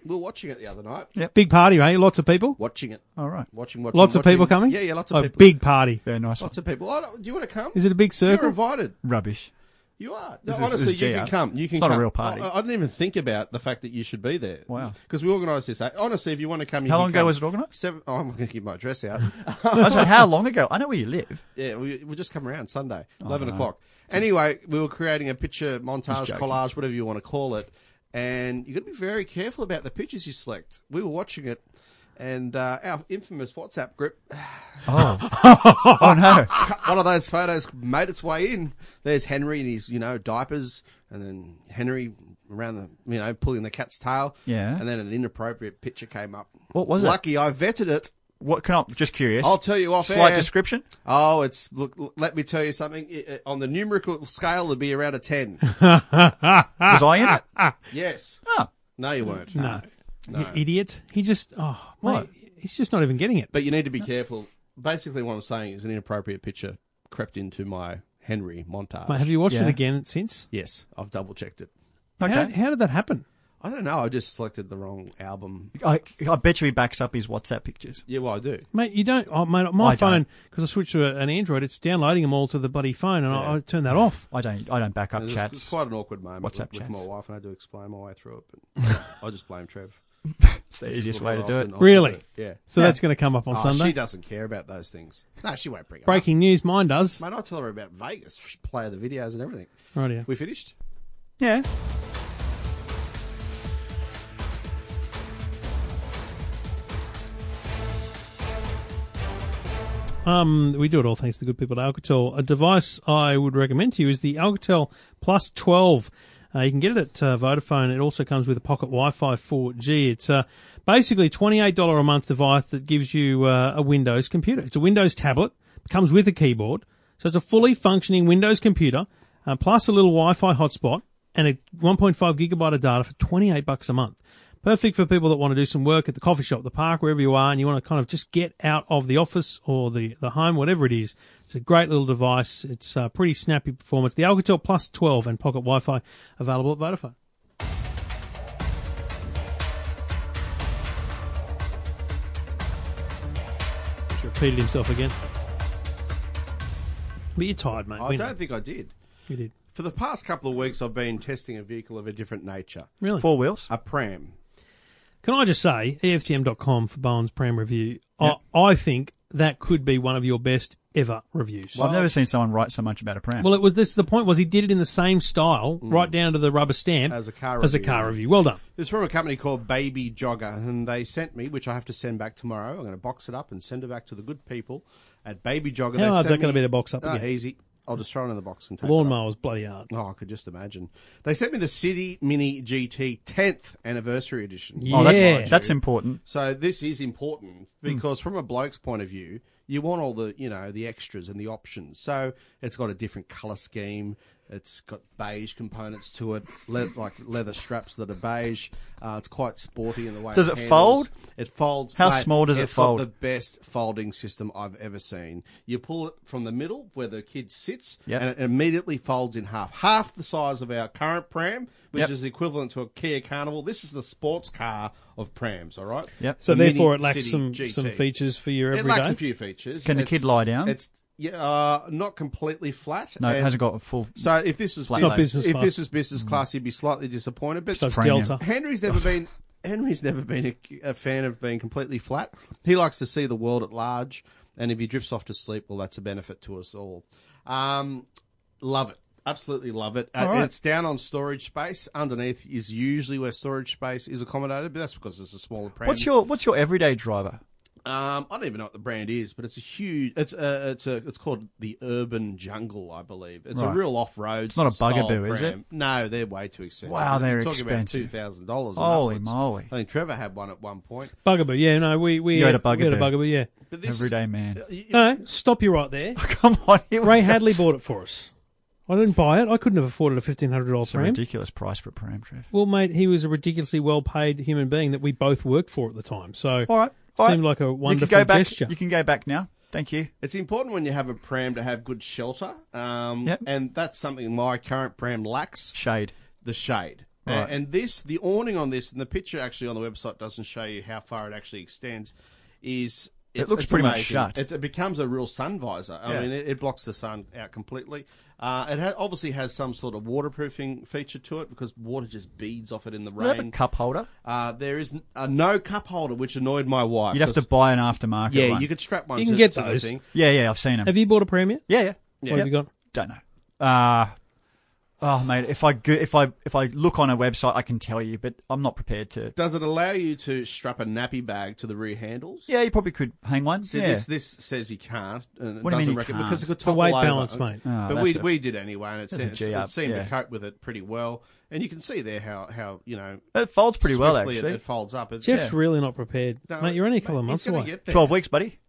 Speaker 2: we were watching it the other night.
Speaker 6: Big party, mate. Lots of people.
Speaker 2: Watching it.
Speaker 7: All right.
Speaker 2: Watching, watching.
Speaker 6: Lots of people
Speaker 2: watching.
Speaker 6: coming.
Speaker 2: Yeah, yeah, lots of
Speaker 6: oh,
Speaker 2: people.
Speaker 6: Big party.
Speaker 7: Yeah, nice one.
Speaker 2: Lots of people. Oh, no, do you want to come?
Speaker 6: Is it a big
Speaker 2: You're
Speaker 6: circle?
Speaker 2: invited.
Speaker 7: Rubbish.
Speaker 2: You are. No,
Speaker 7: This is-
Speaker 2: honestly,
Speaker 7: this is
Speaker 2: you can
Speaker 7: GR.
Speaker 2: come. You can
Speaker 7: It's not a
Speaker 2: come.
Speaker 7: real party.
Speaker 2: I, I didn't even think about the fact that you should be there.
Speaker 7: Wow.
Speaker 2: Because we organised this. Honestly, if you want to come, you
Speaker 7: How
Speaker 2: can
Speaker 7: long ago
Speaker 2: come.
Speaker 7: was it organised?
Speaker 2: Seven, oh, I'm going to keep my address out.
Speaker 7: I said, how long ago? I know where you live.
Speaker 2: yeah, we, we'll just come around Sunday,
Speaker 7: Oh,
Speaker 2: 11 o'clock. Anyway, we were creating a picture montage,
Speaker 7: joking.
Speaker 2: collage, whatever you want to call it. And you've got to be very careful about the pictures you select. We were watching it, and uh, our infamous WhatsApp group
Speaker 7: Oh, no.
Speaker 2: one of those photos made its way in. There's Henry in his, you know, diapers, and then Henry around the, you know, pulling the cat's tail.
Speaker 7: Yeah.
Speaker 2: And then an inappropriate picture came up.
Speaker 7: What was it?
Speaker 2: Lucky I vetted it.
Speaker 7: What can I, just curious.
Speaker 2: I'll tell you off
Speaker 7: Slight
Speaker 2: air.
Speaker 7: description.
Speaker 2: Oh, it's look. l- Let me tell you something. I- I- on the numerical scale, it'd be around a ten.
Speaker 6: Ah,
Speaker 7: Was I in it?
Speaker 2: yes.
Speaker 7: Oh,
Speaker 2: No, you weren't.
Speaker 6: No. You idiot. He just, oh, mate, he's just not even getting it.
Speaker 2: But you need to be careful. Basically, what I'm saying is an inappropriate picture crept into my Henry montage.
Speaker 6: Mate, have you watched it
Speaker 7: Yeah.
Speaker 6: again since?
Speaker 2: yes, I've double checked it.
Speaker 7: okay.
Speaker 6: How, how did that happen?
Speaker 2: I don't know. I just selected the wrong album.
Speaker 7: I, I bet you he backs up his WhatsApp pictures.
Speaker 2: Yeah, well, I do.
Speaker 6: Mate, you don't. Oh, mate, my
Speaker 7: I don't.
Speaker 6: phone, because I switched to a- an Android, it's downloading them all to the bloody phone, and I, I turned that off.
Speaker 7: I don't. I don't back up
Speaker 2: It's,
Speaker 7: chats.
Speaker 2: it's quite an awkward moment with,
Speaker 7: WhatsApp
Speaker 2: with
Speaker 7: chats.
Speaker 2: my wife, and I do explain my way through it. But I just blame Trev.
Speaker 7: It's the easiest way to do it.
Speaker 2: Often- often
Speaker 6: Really?
Speaker 2: do it, Yeah.
Speaker 6: So that's going to come up on
Speaker 2: Oh,
Speaker 6: Sunday.
Speaker 2: She doesn't care about those things. No, she won't bring it
Speaker 6: Breaking news, mine does.
Speaker 2: up. Mate, I tell her about Vegas. She play the videos and everything.
Speaker 6: Right here.
Speaker 2: We finished.
Speaker 7: Yeah.
Speaker 6: Um, we do it all thanks to the good people at Alcatel. A device I would recommend to you is the Alcatel Plus 12. Uh, you can get it at uh, Vodafone. It also comes with a pocket Wi-Fi 4G. It's uh, basically $28 a month device that gives you uh, a Windows computer. It's a Windows tablet. It comes with a keyboard. So it's a fully functioning Windows computer, uh, plus a little Wi-Fi hotspot and a 1.5 gigabyte of data for 28 bucks a month. Perfect for people that want to do some work at the coffee shop, the park, wherever you are, and you want to kind of just get out of the office or the, the home, whatever it is. It's a great little device. It's a pretty snappy performance. The Alcatel Plus 12 and Pocket Wi-Fi available at Vodafone. Just Repeated himself again. But you're tired, mate.
Speaker 2: I
Speaker 6: We know.
Speaker 2: don't think I did.
Speaker 6: You did.
Speaker 2: For the past couple of weeks, I've been testing a vehicle of a different nature,
Speaker 6: Really?
Speaker 7: Four wheels.
Speaker 2: a pram.
Speaker 6: Can I just say, E EFTM.com for Bowen's Pram review, I, I think that could be one of your best ever reviews.
Speaker 7: I've never seen someone write so much about a pram.
Speaker 6: Well, it was this. The point was he did it in the same style,
Speaker 7: Mm.
Speaker 6: right down to the rubber stamp,
Speaker 2: As a car
Speaker 6: as a
Speaker 2: review.
Speaker 6: car review. Well done.
Speaker 2: It's from a company called Baby Jogger, and they sent me, which I have to send back tomorrow. I'm going to box it up and send it back to the good people at Baby Jogger.
Speaker 6: How
Speaker 2: They
Speaker 6: hard's
Speaker 2: sent
Speaker 6: that gonna
Speaker 2: me-
Speaker 6: be to box up
Speaker 2: Ah,
Speaker 6: again?
Speaker 2: Easy. I'll just throw it in the box and take it.
Speaker 6: Lawnmower was bloody hard.
Speaker 2: Oh, I could just imagine. They sent me the City Mini GT 10th anniversary edition.
Speaker 6: Yeah.
Speaker 7: oh, that's
Speaker 6: Yeah.
Speaker 7: that's important.
Speaker 2: So this is important
Speaker 7: Mm.
Speaker 2: because from a bloke's point of view, you want all the, you know, the extras and the options. So it's got a different color scheme. It's got beige components to it, le- like leather straps that are beige. Uh, it's quite sporty in the way.
Speaker 7: Does it fold?
Speaker 2: handles. It folds.
Speaker 7: How small does it fold?
Speaker 2: It's got the best folding system I've ever seen. You pull it from the middle where the kid sits,
Speaker 7: Yep.
Speaker 2: and it immediately folds in half, half the size of our current pram, which
Speaker 7: Yep.
Speaker 2: is equivalent to a Kia Carnival. This is the sports car of prams. All right.
Speaker 7: Yep.
Speaker 6: So
Speaker 2: The
Speaker 6: therefore,
Speaker 2: Mini
Speaker 6: it lacks
Speaker 2: City
Speaker 6: some
Speaker 2: GT.
Speaker 6: some features for your
Speaker 2: It
Speaker 6: everyday.
Speaker 2: lacks a few features.
Speaker 7: Can the
Speaker 2: It's-
Speaker 7: kid lie down?
Speaker 2: It's yeah, uh, not completely flat.
Speaker 7: No, it
Speaker 2: and-
Speaker 7: hasn't got a full.
Speaker 2: So if this was
Speaker 7: Flat
Speaker 2: business,
Speaker 7: Not
Speaker 6: business
Speaker 2: if
Speaker 6: class. Mm.
Speaker 2: this was business class, you'd be slightly disappointed. But
Speaker 6: So it's
Speaker 7: premium.
Speaker 6: Delta.
Speaker 2: Henry's never been Henry's never been a, a fan of being completely flat. He likes to see the world at large, and if he drifts off to sleep, well, that's a benefit to us all. Um, love it. Absolutely love it. Uh,
Speaker 7: All right.
Speaker 2: It's down on storage space. Underneath is usually where storage space is accommodated, but that's because it's a smaller brand.
Speaker 7: what's your What's your everyday driver?
Speaker 2: Um, I don't even know what the brand is, but it's a huge. It's a. It's a. It's called the Urban Jungle, I believe. It's a
Speaker 7: Right.
Speaker 2: real off-road. It's
Speaker 7: not a bugaboo, is it?
Speaker 2: No, they're way too expensive.
Speaker 7: Wow, they're
Speaker 2: You're talking
Speaker 7: expensive.
Speaker 2: About two thousand dollars.
Speaker 7: Holy moly.
Speaker 2: I think Trevor had one at one point.
Speaker 6: Bugaboo, yeah, no, we we
Speaker 7: You had a
Speaker 6: we had
Speaker 7: Bugaboo.
Speaker 6: a bugaboo, yeah.
Speaker 2: But this is,
Speaker 7: Everyday man.
Speaker 6: No, stop you right there.
Speaker 7: Come on, here we
Speaker 6: Ray
Speaker 7: go.
Speaker 6: Hadley bought it for us. I didn't buy it. I couldn't have afforded a fifteen hundred dollar
Speaker 7: It's a
Speaker 6: pram.
Speaker 7: ridiculous price for a pram, Trev.
Speaker 6: Well, mate, he was a ridiculously well paid human being that we both worked for at the time. So
Speaker 7: All right. all
Speaker 6: seemed
Speaker 7: right.
Speaker 6: like a
Speaker 7: you
Speaker 6: wonderful
Speaker 7: can go back,
Speaker 6: gesture.
Speaker 7: You can go back now. Thank you.
Speaker 2: It's important when you have a pram to have good shelter, um,
Speaker 7: Yep.
Speaker 2: and that's something my current pram lacks:
Speaker 7: Shade.
Speaker 2: the shade. A-
Speaker 7: Right.
Speaker 2: And this, the awning on this, and the picture actually on the website doesn't show you how far it actually extends. Is
Speaker 7: It
Speaker 2: it's-
Speaker 7: looks
Speaker 2: it's
Speaker 7: pretty much
Speaker 2: amazing.
Speaker 7: shut.
Speaker 2: It, it becomes a real sun visor. I
Speaker 7: Yeah.
Speaker 2: mean, it, it blocks the sun out completely. Uh, it ha- obviously has some sort of waterproofing feature to it because water just beads off it in the
Speaker 7: Do they have a
Speaker 2: rain.
Speaker 7: cup holder?
Speaker 2: Uh, there is n- a no cup holder, which annoyed my wife.
Speaker 7: You'd have to
Speaker 2: 'cause-
Speaker 7: buy an aftermarket
Speaker 2: Yeah,
Speaker 7: one.
Speaker 2: you could strap one.
Speaker 6: You can
Speaker 2: to-
Speaker 6: get
Speaker 2: to the
Speaker 6: those.
Speaker 2: thing.
Speaker 7: Yeah, yeah, I've seen them.
Speaker 6: have you bought a pram yet?
Speaker 7: Yeah, yeah.
Speaker 6: What have you got?
Speaker 7: Don't know. Uh oh mate, if I go, if I if I look on a website, I can tell you, but I'm not prepared to.
Speaker 2: Does it allow you to strap a nappy bag to the rear handles?
Speaker 7: Yeah, you probably could hang one.
Speaker 2: See,
Speaker 7: yeah.
Speaker 2: this this says you can't. And it
Speaker 7: What do
Speaker 2: doesn't
Speaker 7: you mean you
Speaker 2: reckon-
Speaker 7: can't?
Speaker 2: Because it could
Speaker 6: a
Speaker 2: topple
Speaker 6: weight
Speaker 2: over.
Speaker 6: balance, mate.
Speaker 7: Ah,
Speaker 2: uh, but
Speaker 7: that's
Speaker 2: we
Speaker 7: a-
Speaker 2: we did anyway, and it,
Speaker 7: that's a
Speaker 2: seems,
Speaker 7: G
Speaker 2: it
Speaker 7: up,
Speaker 2: seemed
Speaker 7: yeah.
Speaker 2: to cope with it pretty well. And you can see there how how you know
Speaker 7: It folds pretty well
Speaker 2: swiftly
Speaker 7: actually.
Speaker 2: It, it folds up. It,
Speaker 6: Jeff's really not prepared,
Speaker 2: No,
Speaker 6: mate. You're only a couple of
Speaker 2: mate,
Speaker 6: months
Speaker 2: he's gonna
Speaker 6: away.
Speaker 2: Get, there. Mm.
Speaker 7: Twelve weeks, buddy.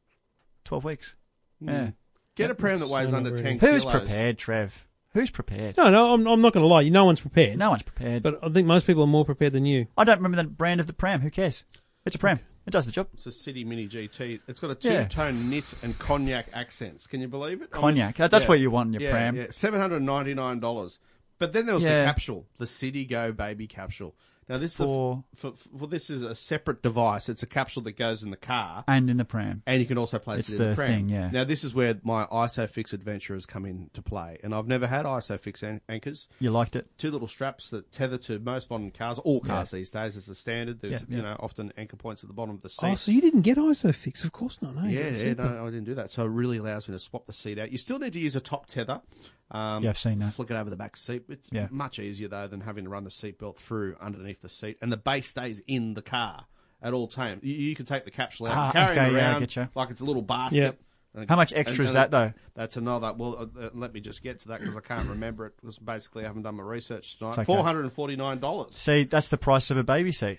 Speaker 7: Twelve weeks.
Speaker 2: Hmm.
Speaker 7: Yeah.
Speaker 2: get a pram that weighs
Speaker 6: So
Speaker 2: under
Speaker 6: not
Speaker 2: ten.
Speaker 7: Who's
Speaker 2: kilos.
Speaker 7: prepared, Trev? Who's prepared?
Speaker 6: No, no, I'm, I'm not going to lie. You, no one's prepared.
Speaker 7: No one's prepared.
Speaker 6: but I think most people are more prepared than you.
Speaker 7: I don't remember the brand of the pram. Who cares? It's a pram. It does the job.
Speaker 2: It's a City Mini GT. It's got a
Speaker 7: Yeah.
Speaker 2: two-tone knit and cognac accents. Can you believe it? I mean,
Speaker 7: Cognac. That's
Speaker 2: yeah.
Speaker 7: what you want in your
Speaker 2: yeah,
Speaker 7: pram.
Speaker 2: Yeah, seven hundred ninety nine dollars. But then there was
Speaker 7: Yeah.
Speaker 2: the capsule, the City Go baby capsule. Now this
Speaker 7: For-
Speaker 2: is a, for, for this is a separate device. It's a capsule that goes in the car,
Speaker 7: And in the pram.
Speaker 2: and you can also place
Speaker 7: It's
Speaker 2: it in the,
Speaker 7: the
Speaker 2: pram.
Speaker 7: thing, yeah.
Speaker 2: Now this is where my ISOFIX adventure has come into play, and I've never had ISOFIX an- anchors.
Speaker 7: You liked it.
Speaker 2: Two little straps that tether to most modern cars, all cars these days is the standard. There's
Speaker 7: Yeah, yeah.
Speaker 2: you know often anchor points at the bottom of the seat.
Speaker 6: Oh, so you didn't get ISOFIX? Of course not. No, you
Speaker 2: Yeah,
Speaker 6: got
Speaker 2: yeah
Speaker 6: Super.
Speaker 2: no, I didn't do that. So it really allows me to swap the seat out. You still need to use a top tether. Um,
Speaker 7: Yeah, I've seen that.
Speaker 2: Flick it over the back seat. It's
Speaker 7: Yeah.
Speaker 2: much easier though than having to run the seatbelt through underneath the seat, and the base stays in the car at all times. You, you can take the capsule out,
Speaker 7: Ah,
Speaker 2: and carry
Speaker 7: okay,
Speaker 2: it
Speaker 7: yeah, I
Speaker 2: around
Speaker 7: getcha.
Speaker 2: like it's a little basket.
Speaker 6: Yep.
Speaker 2: And-
Speaker 7: How much extra
Speaker 2: and-
Speaker 7: is
Speaker 2: and
Speaker 7: that though?
Speaker 2: That's another. Well, uh, uh, let me just get to that because I can't remember it. Because basically, I haven't done my research tonight.
Speaker 7: okay.
Speaker 2: Four hundred and forty-nine dollars.
Speaker 7: See, that's the price of a baby seat.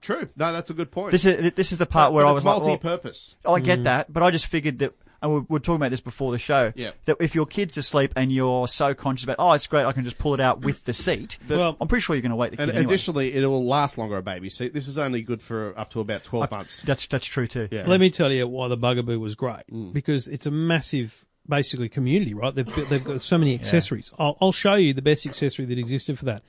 Speaker 2: True. No, that's a good point.
Speaker 7: This is this is the part where
Speaker 2: But
Speaker 7: I
Speaker 2: it's
Speaker 7: was like, well,
Speaker 2: multi-purpose.
Speaker 7: Oh, I
Speaker 6: Mm.
Speaker 7: get that, but I just figured that, and we we were talking about this before the show,
Speaker 2: Yeah.
Speaker 7: that if your kid's asleep and you're so conscious about, oh, it's great, I can just pull it out with the seat,
Speaker 6: Well-
Speaker 7: I'm pretty sure you're going to wake the kid
Speaker 2: And
Speaker 7: anyway.
Speaker 2: additionally, it will last longer a baby seat. This is only good for up to about twelve months.
Speaker 7: That's, that's true too.
Speaker 2: Yeah.
Speaker 6: Let me tell you why the Bugaboo was great
Speaker 2: Mm.
Speaker 6: because it's a massive, basically community, right? They've built- they've got so many accessories. I'll, I'll show you the best accessory that existed for that.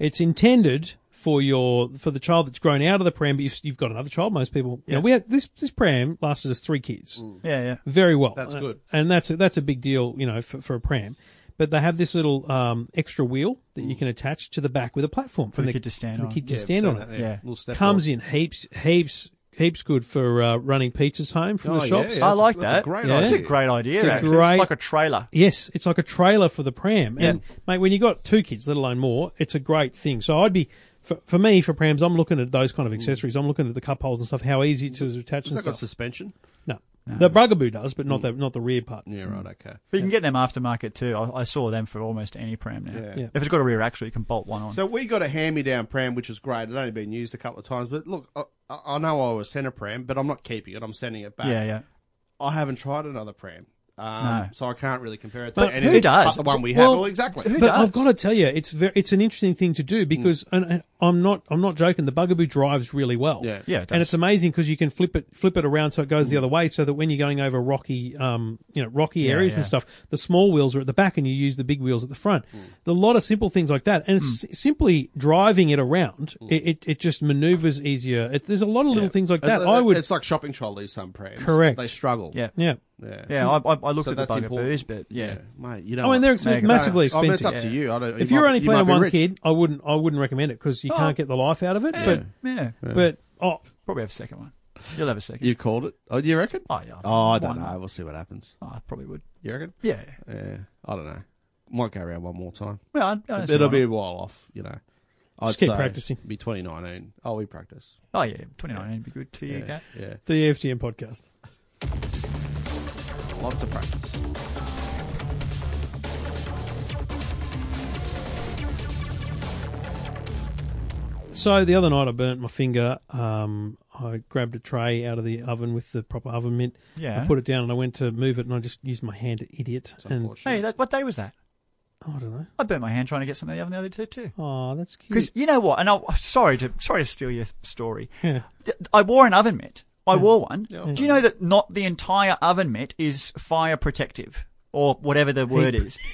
Speaker 6: It's intended for your for the child that's grown out of the pram, but you've, you've got another child. Most people, you know, we had this this pram lasted us three kids
Speaker 2: Mm.
Speaker 7: Yeah, yeah.
Speaker 6: very well.
Speaker 2: That's
Speaker 6: Uh,
Speaker 2: good.
Speaker 6: and that's a, that's a big deal, you know, for, for a pram. But they have this little um, extra wheel that
Speaker 2: Mm.
Speaker 6: you can attach to the back with a platform for
Speaker 7: the kid to stand
Speaker 6: The
Speaker 7: on.
Speaker 6: kid can
Speaker 2: Yeah,
Speaker 6: stand
Speaker 2: so
Speaker 6: on it
Speaker 2: that-
Speaker 7: Yeah.
Speaker 2: little step
Speaker 6: comes
Speaker 2: forward.
Speaker 6: in heaps, heaps, heaps good for uh, running pizzas home from
Speaker 2: Oh,
Speaker 6: the
Speaker 2: yeah,
Speaker 6: shops.
Speaker 2: yeah.
Speaker 7: I like
Speaker 2: that's a
Speaker 7: that.
Speaker 2: great
Speaker 6: Yeah.
Speaker 7: It's a
Speaker 2: idea.
Speaker 7: great idea,
Speaker 6: It's a
Speaker 7: actually.
Speaker 6: great-
Speaker 7: It's like a trailer.
Speaker 6: Yes, it's like a trailer for the pram. And mate, when you got two kids, let alone more, it's a great thing. So I'd be for, for me for prams. I'm looking at those kind
Speaker 2: Mm.
Speaker 6: of accessories. I'm looking at the cup holes and stuff. How easy it is to attach
Speaker 2: Has
Speaker 6: and
Speaker 2: that got
Speaker 6: stuff.
Speaker 2: suspension?
Speaker 6: No. The Bugaboo does, but
Speaker 2: Mm.
Speaker 6: not the not the rear part.
Speaker 2: Yeah, right. Okay.
Speaker 7: But you can get them aftermarket too. I, I saw them for almost any pram now.
Speaker 2: Yeah.
Speaker 6: Yeah.
Speaker 7: If it's got a rear axle, you can bolt one on.
Speaker 2: So we got a hand-me-down pram, which is great. It's only been used a couple of times, but look, I, I I know I was sent a pram, but I'm not keeping it. I'm sending it back.
Speaker 7: yeah, yeah.
Speaker 2: I haven't tried another pram, um,
Speaker 7: No.
Speaker 2: so I can't really compare it to
Speaker 6: But
Speaker 2: anything
Speaker 7: who does?
Speaker 2: but the one we
Speaker 6: Well,
Speaker 2: had. Well, exactly. Hmm.
Speaker 7: who
Speaker 6: but
Speaker 7: does?
Speaker 6: I've got to tell you, it's very, it's an interesting thing to do because, and, and I'm not, I'm not joking. The Bugaboo drives really well,
Speaker 2: Yeah. Hmm.
Speaker 7: Yeah, it
Speaker 6: and
Speaker 7: does.
Speaker 6: it's amazing because you can flip it, flip it around so it goes the other way, so that when you're going over rocky, um, you know, rocky areas and
Speaker 7: yeah.
Speaker 6: stuff, the small wheels are at the back and you use the big wheels at the front.
Speaker 2: Hmm.
Speaker 6: A lot of simple things like that, and it's
Speaker 7: Hmm.
Speaker 6: s- simply driving it around.
Speaker 2: Hmm.
Speaker 6: It, it, it just maneuvers easier. It, there's a lot of little things like that.
Speaker 2: It-
Speaker 6: I would,
Speaker 2: It's like shopping trolleys. Some prams.
Speaker 6: Correct.
Speaker 2: They struggle.
Speaker 7: Yeah.
Speaker 6: yeah.
Speaker 2: Yeah.
Speaker 7: Yeah, I, I, I looked
Speaker 2: So
Speaker 7: at the
Speaker 2: that's
Speaker 7: bugaboos, but yeah.
Speaker 2: Mate, you know.
Speaker 6: I mean, Oh, they're expen-
Speaker 7: Mega.
Speaker 6: massively
Speaker 2: I mean,
Speaker 6: expensive.
Speaker 2: Oh, it's up to you. I don't.
Speaker 6: If
Speaker 2: you
Speaker 6: you're
Speaker 2: might-
Speaker 6: only
Speaker 2: you might
Speaker 6: planning
Speaker 2: be
Speaker 6: one
Speaker 2: rich.
Speaker 6: kid, I wouldn't. I wouldn't recommend it because you
Speaker 7: Oh.
Speaker 6: can't get the life out of it. But
Speaker 7: Yeah.
Speaker 6: but oh,
Speaker 7: Probably have a second one. You'll have a second.
Speaker 2: you called it. Oh, do you reckon?
Speaker 7: oh, yeah.
Speaker 2: Oh, I
Speaker 7: Why
Speaker 2: don't
Speaker 7: not?
Speaker 2: know. We'll see what happens.
Speaker 7: Oh, I probably would.
Speaker 2: You reckon?
Speaker 7: Yeah.
Speaker 2: Yeah, I don't know. Might go around one more time.
Speaker 7: Well, I, I don't see
Speaker 2: It'll
Speaker 7: why
Speaker 2: be
Speaker 7: not.
Speaker 2: a while off, you know. I'd
Speaker 6: keep
Speaker 2: say
Speaker 6: practicing.
Speaker 2: Be 2019. Oh, we practice.
Speaker 7: Oh, yeah. 29 would be good. See you again.
Speaker 2: Yeah,
Speaker 6: the E EFTM podcast.
Speaker 2: lots of practice.
Speaker 6: So the other night I burnt my finger. Um, I grabbed a tray out of the oven with the proper oven mitt.
Speaker 7: Yeah.
Speaker 6: I put it down and I went to move it and I just used my hand, idiot. And
Speaker 2: Unfortunate.
Speaker 7: Hey, that, what day was that?
Speaker 6: oh, I don't know.
Speaker 7: I burnt my hand trying to get something out of the other day, too.
Speaker 6: Oh, that's
Speaker 7: Because
Speaker 6: cute.
Speaker 7: you know what? And I sorry to sorry to steal your story.
Speaker 6: Yeah.
Speaker 7: I wore an oven mitt. I wore one.
Speaker 2: Yeah.
Speaker 7: Do you know that not the entire oven mitt is fire protective or whatever the word is?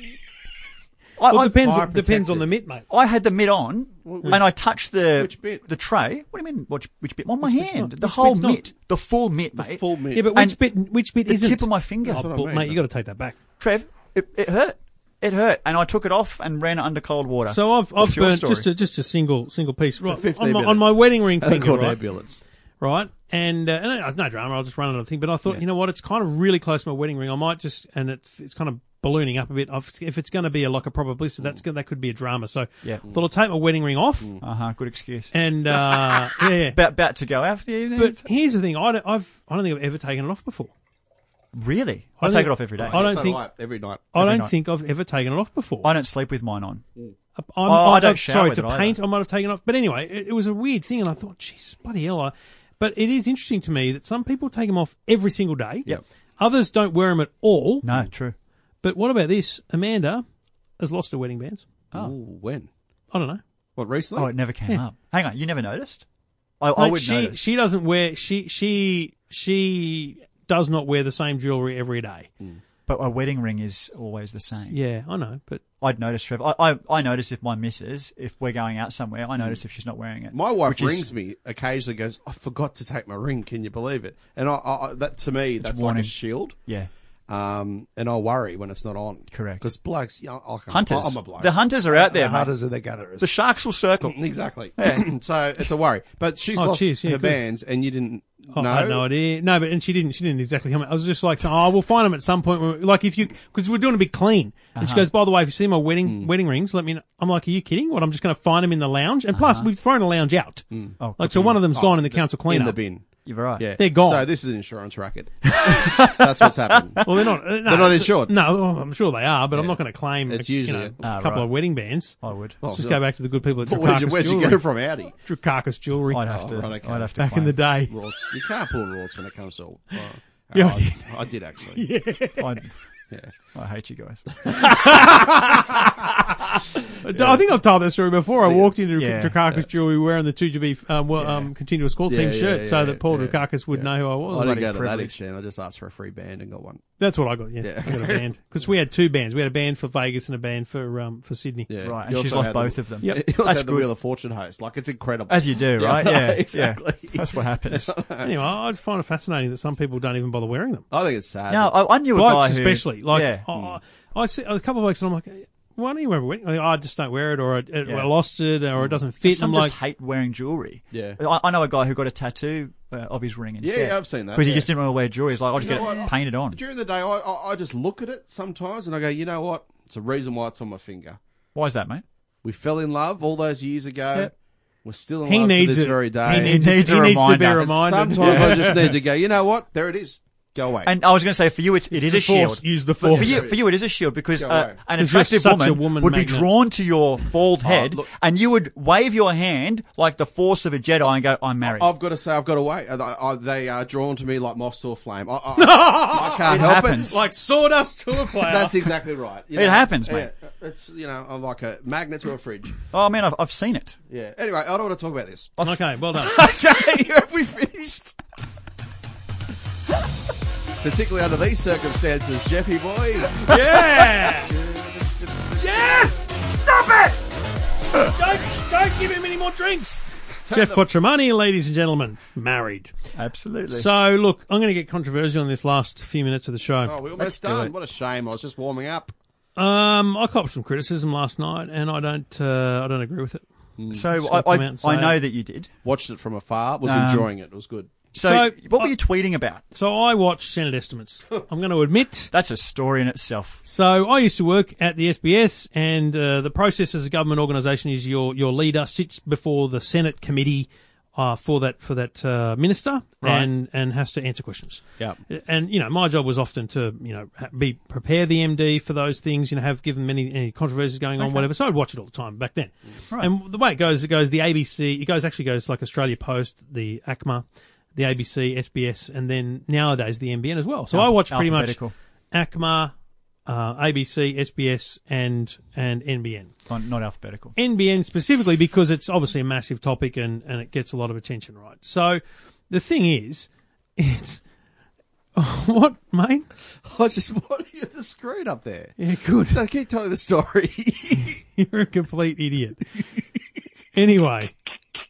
Speaker 7: I,
Speaker 6: Well,
Speaker 7: I-
Speaker 6: it depends.
Speaker 2: fire
Speaker 6: It depends on
Speaker 2: protected.
Speaker 6: the mitt, mate.
Speaker 7: I had the mitt on, and I touched the
Speaker 2: which bit?
Speaker 7: the tray. What do you mean? Which, which bit? On my
Speaker 6: Which bit's
Speaker 7: hand.
Speaker 6: not?
Speaker 7: The
Speaker 6: Which
Speaker 7: whole
Speaker 6: bit's not?
Speaker 7: mitt. The full mitt, mate.
Speaker 2: Full mid.
Speaker 6: Yeah, but which
Speaker 7: And
Speaker 6: bit? Which bit
Speaker 7: the
Speaker 6: isn't?
Speaker 7: tip of my finger.
Speaker 6: Oh,
Speaker 2: what I
Speaker 6: but,
Speaker 2: mean,
Speaker 6: mate, you got to take that back.
Speaker 7: Trev, it, it hurt. It hurt, and I took it off and ran it under cold water.
Speaker 6: So I've I've
Speaker 7: It's your
Speaker 6: burnt
Speaker 7: story.
Speaker 6: just a just a single single piece right
Speaker 2: 15
Speaker 6: on my, on
Speaker 2: minutes.
Speaker 6: my wedding ring
Speaker 2: They're
Speaker 6: finger,
Speaker 2: called
Speaker 6: right?
Speaker 2: amulets.
Speaker 6: right? And, uh, and it was no drama. I'll just run another thing. But I thought, you know what? It's kind of really close to my wedding ring. I might just and it's it's kind of ballooning up a bit. I've, if it's going to be a, like a proper blister, that's good. That could be a drama. So
Speaker 7: Mm. Yeah.
Speaker 6: I thought I'll take my wedding ring off
Speaker 7: uh huh. Good excuse.
Speaker 6: and uh, yeah, yeah.
Speaker 7: About about to go out for the evening.
Speaker 6: But here's the thing. I don't, I've I don't think I've ever taken it off before.
Speaker 7: really,
Speaker 6: I
Speaker 7: I, take
Speaker 6: think-
Speaker 7: it off every day.
Speaker 6: I don't
Speaker 2: So
Speaker 6: think
Speaker 2: do I, every night.
Speaker 6: I don't
Speaker 7: night.
Speaker 6: think I've ever taken it off before.
Speaker 7: I don't sleep with mine on.
Speaker 6: I'm,
Speaker 7: I
Speaker 6: I'm-
Speaker 7: don't
Speaker 6: I'm
Speaker 7: shower
Speaker 6: sorry
Speaker 7: with
Speaker 6: to
Speaker 7: it either.
Speaker 6: paint. I might have taken off, but anyway, it, it was a weird thing, and I thought, jeez, bloody hell. I, but it is interesting to me that some people take them off every single day.
Speaker 7: Yep.
Speaker 6: Others don't wear them at all.
Speaker 7: No, true.
Speaker 6: But what about this? Amanda has lost her wedding bands.
Speaker 2: Oh, when?
Speaker 6: I don't know.
Speaker 2: What
Speaker 7: Oh,
Speaker 2: recently?
Speaker 7: it never came
Speaker 6: Yeah.
Speaker 7: up. Hang on, you never noticed? I, I
Speaker 6: Mate,
Speaker 7: would
Speaker 6: she
Speaker 7: notice.
Speaker 6: she doesn't wear she she she does not wear the same jewelry every day.
Speaker 7: But a wedding ring is always the same.
Speaker 6: Yeah, I know, but
Speaker 7: I'd notice, Trev. I, I, I notice if my missus, if we're going out somewhere, I
Speaker 6: Mm.
Speaker 7: notice if she's not wearing it.
Speaker 2: My wife
Speaker 7: Which is-
Speaker 2: rings me occasionally. Goes, I forgot to take my ring. Can you believe it? And I, I I- that to me, that's like
Speaker 7: warning.
Speaker 2: a shield.
Speaker 7: Yeah.
Speaker 2: Um, and I worry when it's not on.
Speaker 7: Correct.
Speaker 2: Because blokes, you know, I can,
Speaker 7: Hunters.
Speaker 2: I'm a bloke.
Speaker 7: The hunters are out there,
Speaker 2: the
Speaker 7: mate.
Speaker 2: hunters and the gatherers.
Speaker 7: The sharks will circle.
Speaker 2: Exactly. so it's a worry. But she's
Speaker 6: Oh,
Speaker 2: lost
Speaker 6: cheers. Yeah,
Speaker 2: her
Speaker 6: good.
Speaker 2: bands, and you didn't
Speaker 6: Oh,
Speaker 2: know.
Speaker 6: I had no idea. No, but and she didn't. She didn't exactly come. out. I was just like, oh, we'll find them at some point. When we, like if you because we're doing a big clean, and she goes, by the way, if you see my wedding wedding rings, let me. know. I'm like, are you kidding? What? I'm just going to find them in the lounge. And plus, we've thrown a lounge out.
Speaker 7: Oh,
Speaker 6: Like so, one of them's gone in the, council
Speaker 2: in
Speaker 6: cleanup.
Speaker 2: the bin.
Speaker 7: You're right.
Speaker 2: Yeah,
Speaker 6: They're gone.
Speaker 2: So this is an insurance racket. That's what's happened.
Speaker 6: Well, they're not. uh, no,
Speaker 2: They're not insured.
Speaker 6: No, well, I'm sure they are, but I'm not going to claim.
Speaker 2: It's
Speaker 6: you
Speaker 2: usually-
Speaker 6: know, a
Speaker 7: Ah,
Speaker 6: couple
Speaker 7: right.
Speaker 6: of wedding bands.
Speaker 7: I would.
Speaker 2: Oh, Well,
Speaker 6: just
Speaker 2: yeah.
Speaker 6: go back to the good people at
Speaker 2: Where'd you,
Speaker 6: Drakakis
Speaker 2: where'd you
Speaker 6: Jewelry.
Speaker 2: go from Audi?
Speaker 6: Drakakis Jewelry.
Speaker 7: I'd have to.
Speaker 2: right, okay.
Speaker 7: I'd have to.
Speaker 6: back in the
Speaker 7: claim.
Speaker 6: day.
Speaker 2: Rorts. You can't pull rorts when it comes to. Uh,
Speaker 6: Yeah,
Speaker 2: I, I did actually.
Speaker 7: I'd- I hate you guys.
Speaker 6: I think I've told that story before. I walked into
Speaker 7: Yeah.
Speaker 6: Drakakis Jewelry wearing the 2GB um, well, um, continuous call team
Speaker 2: Yeah, yeah,
Speaker 6: shirt so
Speaker 2: yeah,
Speaker 6: that Paul
Speaker 2: yeah,
Speaker 6: Drakakis would know who I was.
Speaker 2: I didn't
Speaker 7: bloody
Speaker 2: go to that
Speaker 7: privilege.
Speaker 2: extent. I just asked for a free band and got one.
Speaker 6: That's what I got, yeah.
Speaker 2: Yeah.
Speaker 6: I got a band. Because we had two bands. We had a band for Vegas and a band for um, for Sydney.
Speaker 2: Yeah.
Speaker 7: Right,
Speaker 2: You
Speaker 7: and she's
Speaker 2: also
Speaker 7: lost
Speaker 2: had
Speaker 7: both
Speaker 2: the,
Speaker 7: of them.
Speaker 2: Yeah,
Speaker 7: Yep.
Speaker 2: you also
Speaker 7: That's
Speaker 2: had the
Speaker 7: good.
Speaker 2: Wheel of Fortune host. Like it's incredible.
Speaker 7: As you do, right? Yeah,
Speaker 2: exactly.
Speaker 7: Yeah. That's what happens.
Speaker 6: Anyway, I find it fascinating that some people don't even bother wearing them.
Speaker 2: I think it's sad.
Speaker 7: No, I, I knew a guy
Speaker 6: Blokes
Speaker 7: who-
Speaker 6: especially. Like, oh,
Speaker 7: yeah.
Speaker 6: I, I, I see a couple of blokes and I'm like, why don't you wear a wedding? I, I just don't wear it or I, it,
Speaker 7: Yeah.
Speaker 6: I lost it or it doesn't fit.
Speaker 7: Some
Speaker 6: and I'm like,
Speaker 7: just hate wearing jewelry.
Speaker 2: Yeah.
Speaker 7: I, I know a guy who got a tattoo uh, of his ring instead.
Speaker 2: yeah, I've seen that,
Speaker 7: Because he
Speaker 2: yeah.
Speaker 7: just didn't want to wear jewelry. He's like, I'll just
Speaker 2: You
Speaker 7: get
Speaker 2: know
Speaker 7: it
Speaker 2: what?
Speaker 7: painted on.
Speaker 2: During the day, I, I I just look at it sometimes and I go, you know what? It's a reason why it's on my finger.
Speaker 7: Why is that, mate?
Speaker 2: We fell in love all those years ago.
Speaker 7: Yep.
Speaker 2: We're still in
Speaker 6: he
Speaker 2: love to
Speaker 6: needs
Speaker 2: this
Speaker 6: it.
Speaker 2: very day.
Speaker 6: He needs,
Speaker 7: He
Speaker 6: it.
Speaker 7: needs
Speaker 6: he
Speaker 7: a
Speaker 6: needs to be
Speaker 7: reminder.
Speaker 6: reminded.
Speaker 2: Sometimes I just need to go. You know what? There it is. Go away.
Speaker 7: And I was going to say, for you, it's, it is
Speaker 6: the
Speaker 7: a shield.
Speaker 6: force. Use the
Speaker 7: For,
Speaker 6: force.
Speaker 7: you, for you, it is a shield because
Speaker 2: Go
Speaker 7: uh,
Speaker 2: away.
Speaker 7: an
Speaker 6: 'Cause you're
Speaker 7: attractive
Speaker 6: such a
Speaker 7: woman,
Speaker 6: woman
Speaker 7: would be
Speaker 6: magnet.
Speaker 7: drawn to your bald head,
Speaker 2: look-
Speaker 7: and you would wave your hand like the force of a Jedi and go, "I'm married."
Speaker 2: I've got to say, I've got to wait. I, I, they are drawn to me like moths to a flame. I, I, I, I can't
Speaker 7: It
Speaker 2: help
Speaker 7: happens.
Speaker 2: it.
Speaker 6: like sawdust to a player.
Speaker 2: That's exactly right. You
Speaker 7: It happens, mate.
Speaker 2: Yeah, it's you know, I'm like a magnet to a fridge.
Speaker 7: oh man, I've, I've seen it.
Speaker 2: Yeah. Anyway, I don't want to talk about this.
Speaker 6: okay, well done.
Speaker 2: Okay, have we finished? Particularly under these circumstances, Jeffy boy.
Speaker 6: yeah! Jeff! Stop it! Don't, don't give him any more drinks! Jeff Quattromani, ladies and gentlemen, married.
Speaker 7: Absolutely.
Speaker 6: So, look, I'm going to get controversial in this last few minutes of the show.
Speaker 2: Oh, we're almost
Speaker 6: Let's do
Speaker 2: done.
Speaker 6: it.
Speaker 2: What a shame. I was just warming up.
Speaker 6: Um, I copped some criticism last night, and I don't, uh, I don't agree with it.
Speaker 7: so
Speaker 6: I'll
Speaker 7: I,
Speaker 6: come out
Speaker 7: I,
Speaker 6: and
Speaker 7: I
Speaker 6: say
Speaker 7: know
Speaker 6: it.
Speaker 7: that you did.
Speaker 2: Watched it from afar. Was
Speaker 7: Um,
Speaker 2: enjoying it. It was good.
Speaker 7: So,
Speaker 6: So,
Speaker 7: what
Speaker 6: I-
Speaker 7: were you tweeting about?
Speaker 6: So, I watched Senate estimates. I'm going to admit.
Speaker 7: That's a story in itself.
Speaker 6: So I used to work at the SBS, and uh, the process as a government organisation is your your leader sits before the Senate committee uh, for that for that uh, minister
Speaker 7: Right.
Speaker 6: and and has to answer questions.
Speaker 2: Yeah.
Speaker 6: And you know, my job was often to you know ha- be prepare the MD for those things. You know, have given many any controversies going on, whatever. So I'd watch it all the time back then. And the way it goes, it goes the ABC. It goes actually goes like Australia Post, the ACMA. The ABC, SBS, and then nowadays the MBN as well. So I watch pretty much
Speaker 7: Alphabetical.
Speaker 6: ACMA, uh, ABC, SBS, and and NBN.
Speaker 7: Oh, not alphabetical.
Speaker 6: NBN specifically because it's obviously a massive topic and, and it gets a lot of attention, right? So the thing is, it's what, mate?
Speaker 2: I was just watching the screen up there.
Speaker 6: Yeah, good.
Speaker 2: No, keep telling the story.
Speaker 6: You're a complete idiot. Anyway,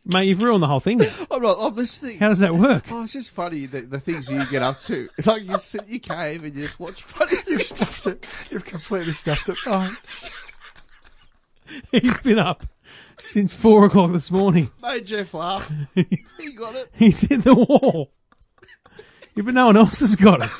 Speaker 6: mate, you've ruined the whole thing. Now.
Speaker 2: I'm not. I'm listening.
Speaker 6: How does that work?
Speaker 2: Oh, it's just funny the, the things you get up to. Like you sit in your cave and you just watch funny.
Speaker 7: You've stuffed it. You've completely stuffed it. Oh,
Speaker 6: He's been up since four o'clock this morning.
Speaker 2: Made Jeff laugh. He got it.
Speaker 6: He's in the wall. Yeah, But no one else has got it.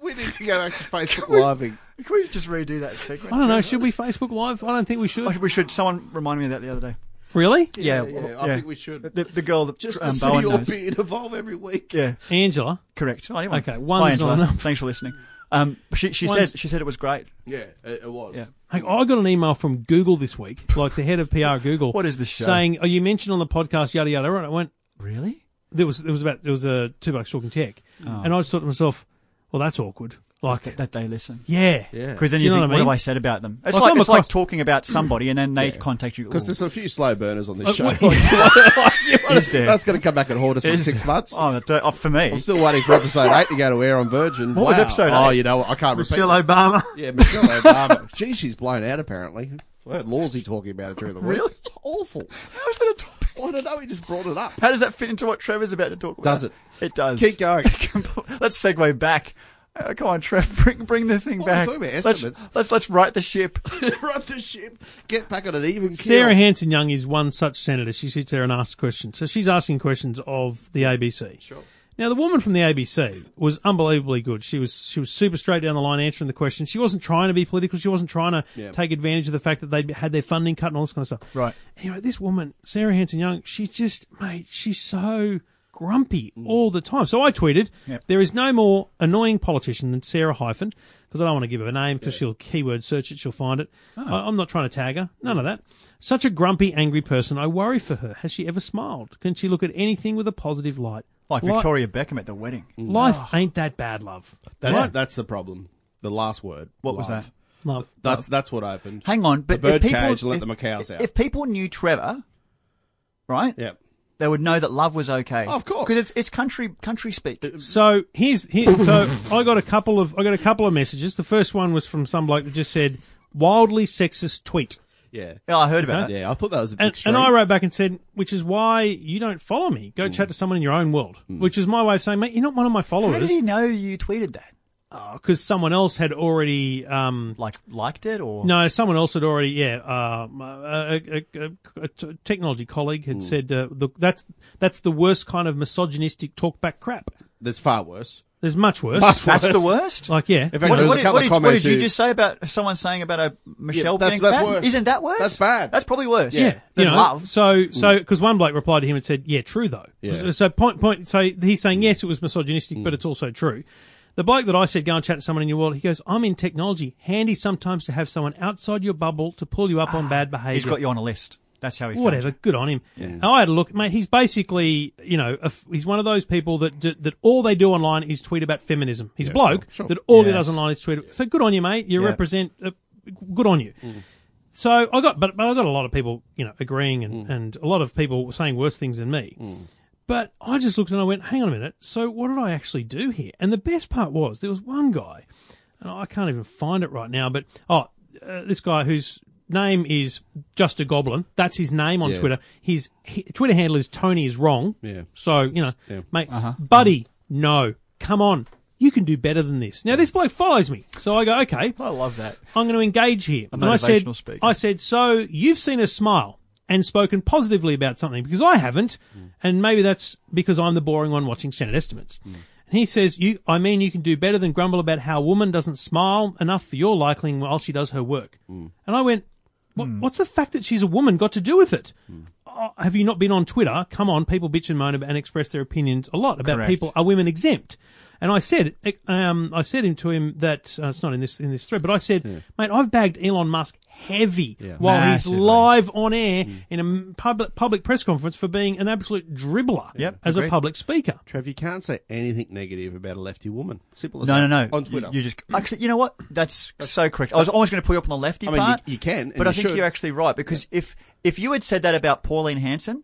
Speaker 2: We need to go back to Facebook living.
Speaker 7: can we just redo that segment?
Speaker 6: I don't know. Should we Facebook Live? I don't think we should.
Speaker 7: We should. Someone reminded me of that the other day.
Speaker 6: Really?
Speaker 7: Yeah,
Speaker 2: yeah,
Speaker 7: well,
Speaker 2: I
Speaker 7: yeah.
Speaker 2: think we should.
Speaker 7: The, the girl that
Speaker 2: Just
Speaker 7: um,
Speaker 2: to see
Speaker 7: Bowen
Speaker 2: your
Speaker 7: knows.
Speaker 2: being evolve every week.
Speaker 7: Yeah,
Speaker 6: Angela.
Speaker 7: correct. Oh, anyway.
Speaker 6: Okay,
Speaker 7: Hi,
Speaker 6: one's not
Speaker 7: Angela.
Speaker 6: enough.
Speaker 7: Thanks for listening. Um, she she
Speaker 6: One's-
Speaker 7: said she said it was great.
Speaker 2: Yeah, it, it was.
Speaker 7: Yeah.
Speaker 6: Like, I got an email from Google this week, like the head of PR at Google.
Speaker 7: What is this show?
Speaker 6: Saying, oh, you mentioned on the podcast, yada yada. And I went,
Speaker 7: Really? Oh.
Speaker 6: there was there was about there was a two bucks talking tech, and I just thought to myself, well, that's awkward. Like,
Speaker 7: That, that they listen.
Speaker 6: yeah,
Speaker 2: Yeah.
Speaker 7: Because then
Speaker 6: Do
Speaker 7: you,
Speaker 6: you know what I
Speaker 7: think, what, have
Speaker 6: mean?
Speaker 7: I said about them? It's
Speaker 6: Well,
Speaker 7: like
Speaker 6: come
Speaker 7: it's like
Speaker 6: across-
Speaker 7: talking about somebody and then they contact you.
Speaker 2: Because
Speaker 7: Ooh,
Speaker 2: there's a few slow burners on this
Speaker 7: Oh,
Speaker 6: Uh,
Speaker 2: show.
Speaker 6: what-
Speaker 7: is there?
Speaker 2: That's going to come back and haunt us in
Speaker 7: Is
Speaker 2: six
Speaker 7: there?
Speaker 2: months.
Speaker 7: Oh, that don't- oh, for me.
Speaker 2: I'm still waiting for episode eight to go to air on Virgin.
Speaker 7: What was episode
Speaker 2: Oh,
Speaker 7: eight?
Speaker 2: you know, what, I can't repeat.
Speaker 6: Michelle Obama.
Speaker 2: Yeah, Michelle Obama. Gee, Um, she's blown out apparently. I heard Lawsy talking about it during the week.
Speaker 7: Really?
Speaker 2: It's awful.
Speaker 7: How is that a topic?
Speaker 2: I don't know. He just brought it up.
Speaker 7: How does that fit into what Trevor's about to talk about?
Speaker 2: Does it?
Speaker 7: It does.
Speaker 2: Keep going.
Speaker 7: let's segue back. Uh, come on, Trev, bring bring the thing
Speaker 2: What are we
Speaker 7: back.
Speaker 2: talking about?
Speaker 7: let's,
Speaker 2: Estimates?
Speaker 7: let's let's right the ship.
Speaker 2: Run the ship. Get back on an even keel.
Speaker 6: Sarah Hanson Young is one such senator. She sits there and asks questions. So she's asking questions of the ABC. Sure. Now the woman from the ABC was unbelievably good. She was she was super straight down the line answering the question. She wasn't trying to be political. She wasn't trying to
Speaker 2: Yeah.
Speaker 6: take advantage of the fact that they had their funding cut and all this kind of stuff.
Speaker 7: Right.
Speaker 6: Anyway, this woman Sarah Hanson Young, she's just mate. She's so grumpy all the time. So I tweeted,
Speaker 7: Mm. Yep.
Speaker 6: "There is no more annoying politician than Sarah Hyphen." Because I don't want to give her a name because she'll keyword search it, she'll find it.
Speaker 7: Oh.
Speaker 6: I, I'm not trying to tag her, none of that. Such a grumpy, angry person. I worry for her. Has she ever smiled? Can she look at anything with a positive light?
Speaker 7: Like
Speaker 6: Li-
Speaker 7: Victoria Beckham at the wedding.
Speaker 6: Life ain't that bad, love.
Speaker 2: That's,
Speaker 6: Right.
Speaker 2: that's the problem. The last word.
Speaker 7: What was
Speaker 2: Love.
Speaker 7: that?
Speaker 6: Love.
Speaker 2: That's that's what opened.
Speaker 7: Hang on, but
Speaker 2: the bird
Speaker 7: if people
Speaker 2: cage let
Speaker 7: if,
Speaker 2: the macaws out.
Speaker 7: if people knew Trevor, right?
Speaker 2: yeah. Oh,
Speaker 7: They would know that love was okay.
Speaker 2: Of course.
Speaker 7: because it's it's country country speak.
Speaker 6: So here's here, so I got a couple of I got a couple of messages. The first one was from some bloke that just said wildly sexist tweet,
Speaker 2: Yeah.
Speaker 7: yeah, Oh, I heard about it.
Speaker 2: Yeah. I thought that was a big
Speaker 6: and, and I wrote back and said, which is why you don't follow me. Go chat to someone in your own world, which is my way of saying, mate, you're not one of my
Speaker 7: How did
Speaker 6: followers
Speaker 7: he know you tweeted that?
Speaker 6: because someone else had already um,
Speaker 7: Like liked it or
Speaker 6: No, someone else had already. Yeah, um, a, a, a, uh, a t- technology colleague had said uh, the, that's that's the worst kind of misogynistic talkback crap.
Speaker 2: There's far worse.
Speaker 6: There's much worse.
Speaker 2: Much
Speaker 7: That's the
Speaker 2: worse.
Speaker 7: worst.
Speaker 6: Like yeah,
Speaker 2: In fact,
Speaker 7: What,
Speaker 2: there was
Speaker 7: what
Speaker 2: a
Speaker 7: did,
Speaker 2: couple
Speaker 7: what
Speaker 2: of
Speaker 7: did- what
Speaker 2: comments
Speaker 7: did you
Speaker 2: who-
Speaker 7: just say about someone saying about a Michelle
Speaker 2: that's-
Speaker 7: being
Speaker 2: that's
Speaker 7: fat?
Speaker 2: worse.
Speaker 7: Isn't that worse?
Speaker 2: That's bad.
Speaker 7: That's probably worse.
Speaker 2: Yeah.
Speaker 6: yeah, you
Speaker 7: than
Speaker 6: know,
Speaker 7: love.
Speaker 6: So so because one bloke replied to him and said, "Yeah, true though."
Speaker 2: Yeah.
Speaker 6: So point point. So he's saying yes, it was misogynistic, but it's also true. The bloke that I said go and chat to someone in your world, he goes, "I'm in technology. Handy sometimes to have someone outside your bubble to pull you up on bad behaviour."
Speaker 7: Ah, He's got you on a list. That's how he. found
Speaker 6: Whatever,
Speaker 7: you.
Speaker 6: good on him. And I had a look, mate. He's basically, you know, a f he's one of those people that d- that all they do online is tweet about feminism. He's a bloke that all he does
Speaker 7: Yes.
Speaker 6: online is tweet. So good on you, mate. You
Speaker 7: Yeah. Mm.
Speaker 6: represent. Uh, good on you. So I got, but but I got a lot of people, you know, agreeing
Speaker 7: Mm.
Speaker 6: and and a lot of people saying worse things than me. But I just looked and I went, hang on a minute. So what did I actually do here? And the best part was there was one guy, and I can't even find it right now. But oh, uh, this guy who's name is just a goblin. That's his name on
Speaker 2: Yeah.
Speaker 6: Twitter. His, he- Twitter handle is Tony is wrong.
Speaker 2: Yeah.
Speaker 6: So you know,
Speaker 2: Yeah.
Speaker 6: mate,
Speaker 7: Uh-huh.
Speaker 6: buddy, no, come on, you can do better than this. Now this bloke follows me, so I go, okay,
Speaker 7: I love that.
Speaker 6: I'm going to engage here. and I said,
Speaker 7: motivational speaker.
Speaker 6: I said, so you've seen us smile and spoken positively about something because I haven't, and maybe that's because I'm the boring one watching Senate estimates. And he says, you, I mean, you can do better than grumble about how a woman doesn't smile enough for your liking while she does her work. And I went, what, what's the fact that she's a woman got to do with it? Oh, have you not been on Twitter? Come on, people bitch and moan about, and express their opinions a lot about
Speaker 7: Correct.
Speaker 6: people are women exempt. And I said, um, I said him to him that uh, it's not in this in this thread, but I said, mate, I've bagged Elon Musk heavy while
Speaker 7: Massively. Mm.
Speaker 6: he's live on air in a m- public public press conference for being an absolute dribbler
Speaker 7: Yep,
Speaker 6: as a
Speaker 7: agreed.
Speaker 6: public speaker.
Speaker 2: Trev, you can't say anything negative about a lefty woman. Simple as
Speaker 7: No,
Speaker 2: that.
Speaker 7: no, no.
Speaker 2: On Twitter.
Speaker 7: You, you just actually, you know what? That's, so correct. I was always going to pull you up on the lefty
Speaker 2: I mean, you-
Speaker 7: part.
Speaker 2: you can, and
Speaker 7: but
Speaker 2: you
Speaker 7: I think
Speaker 2: should.
Speaker 7: you're actually right because if if you had said that about Pauline Hanson,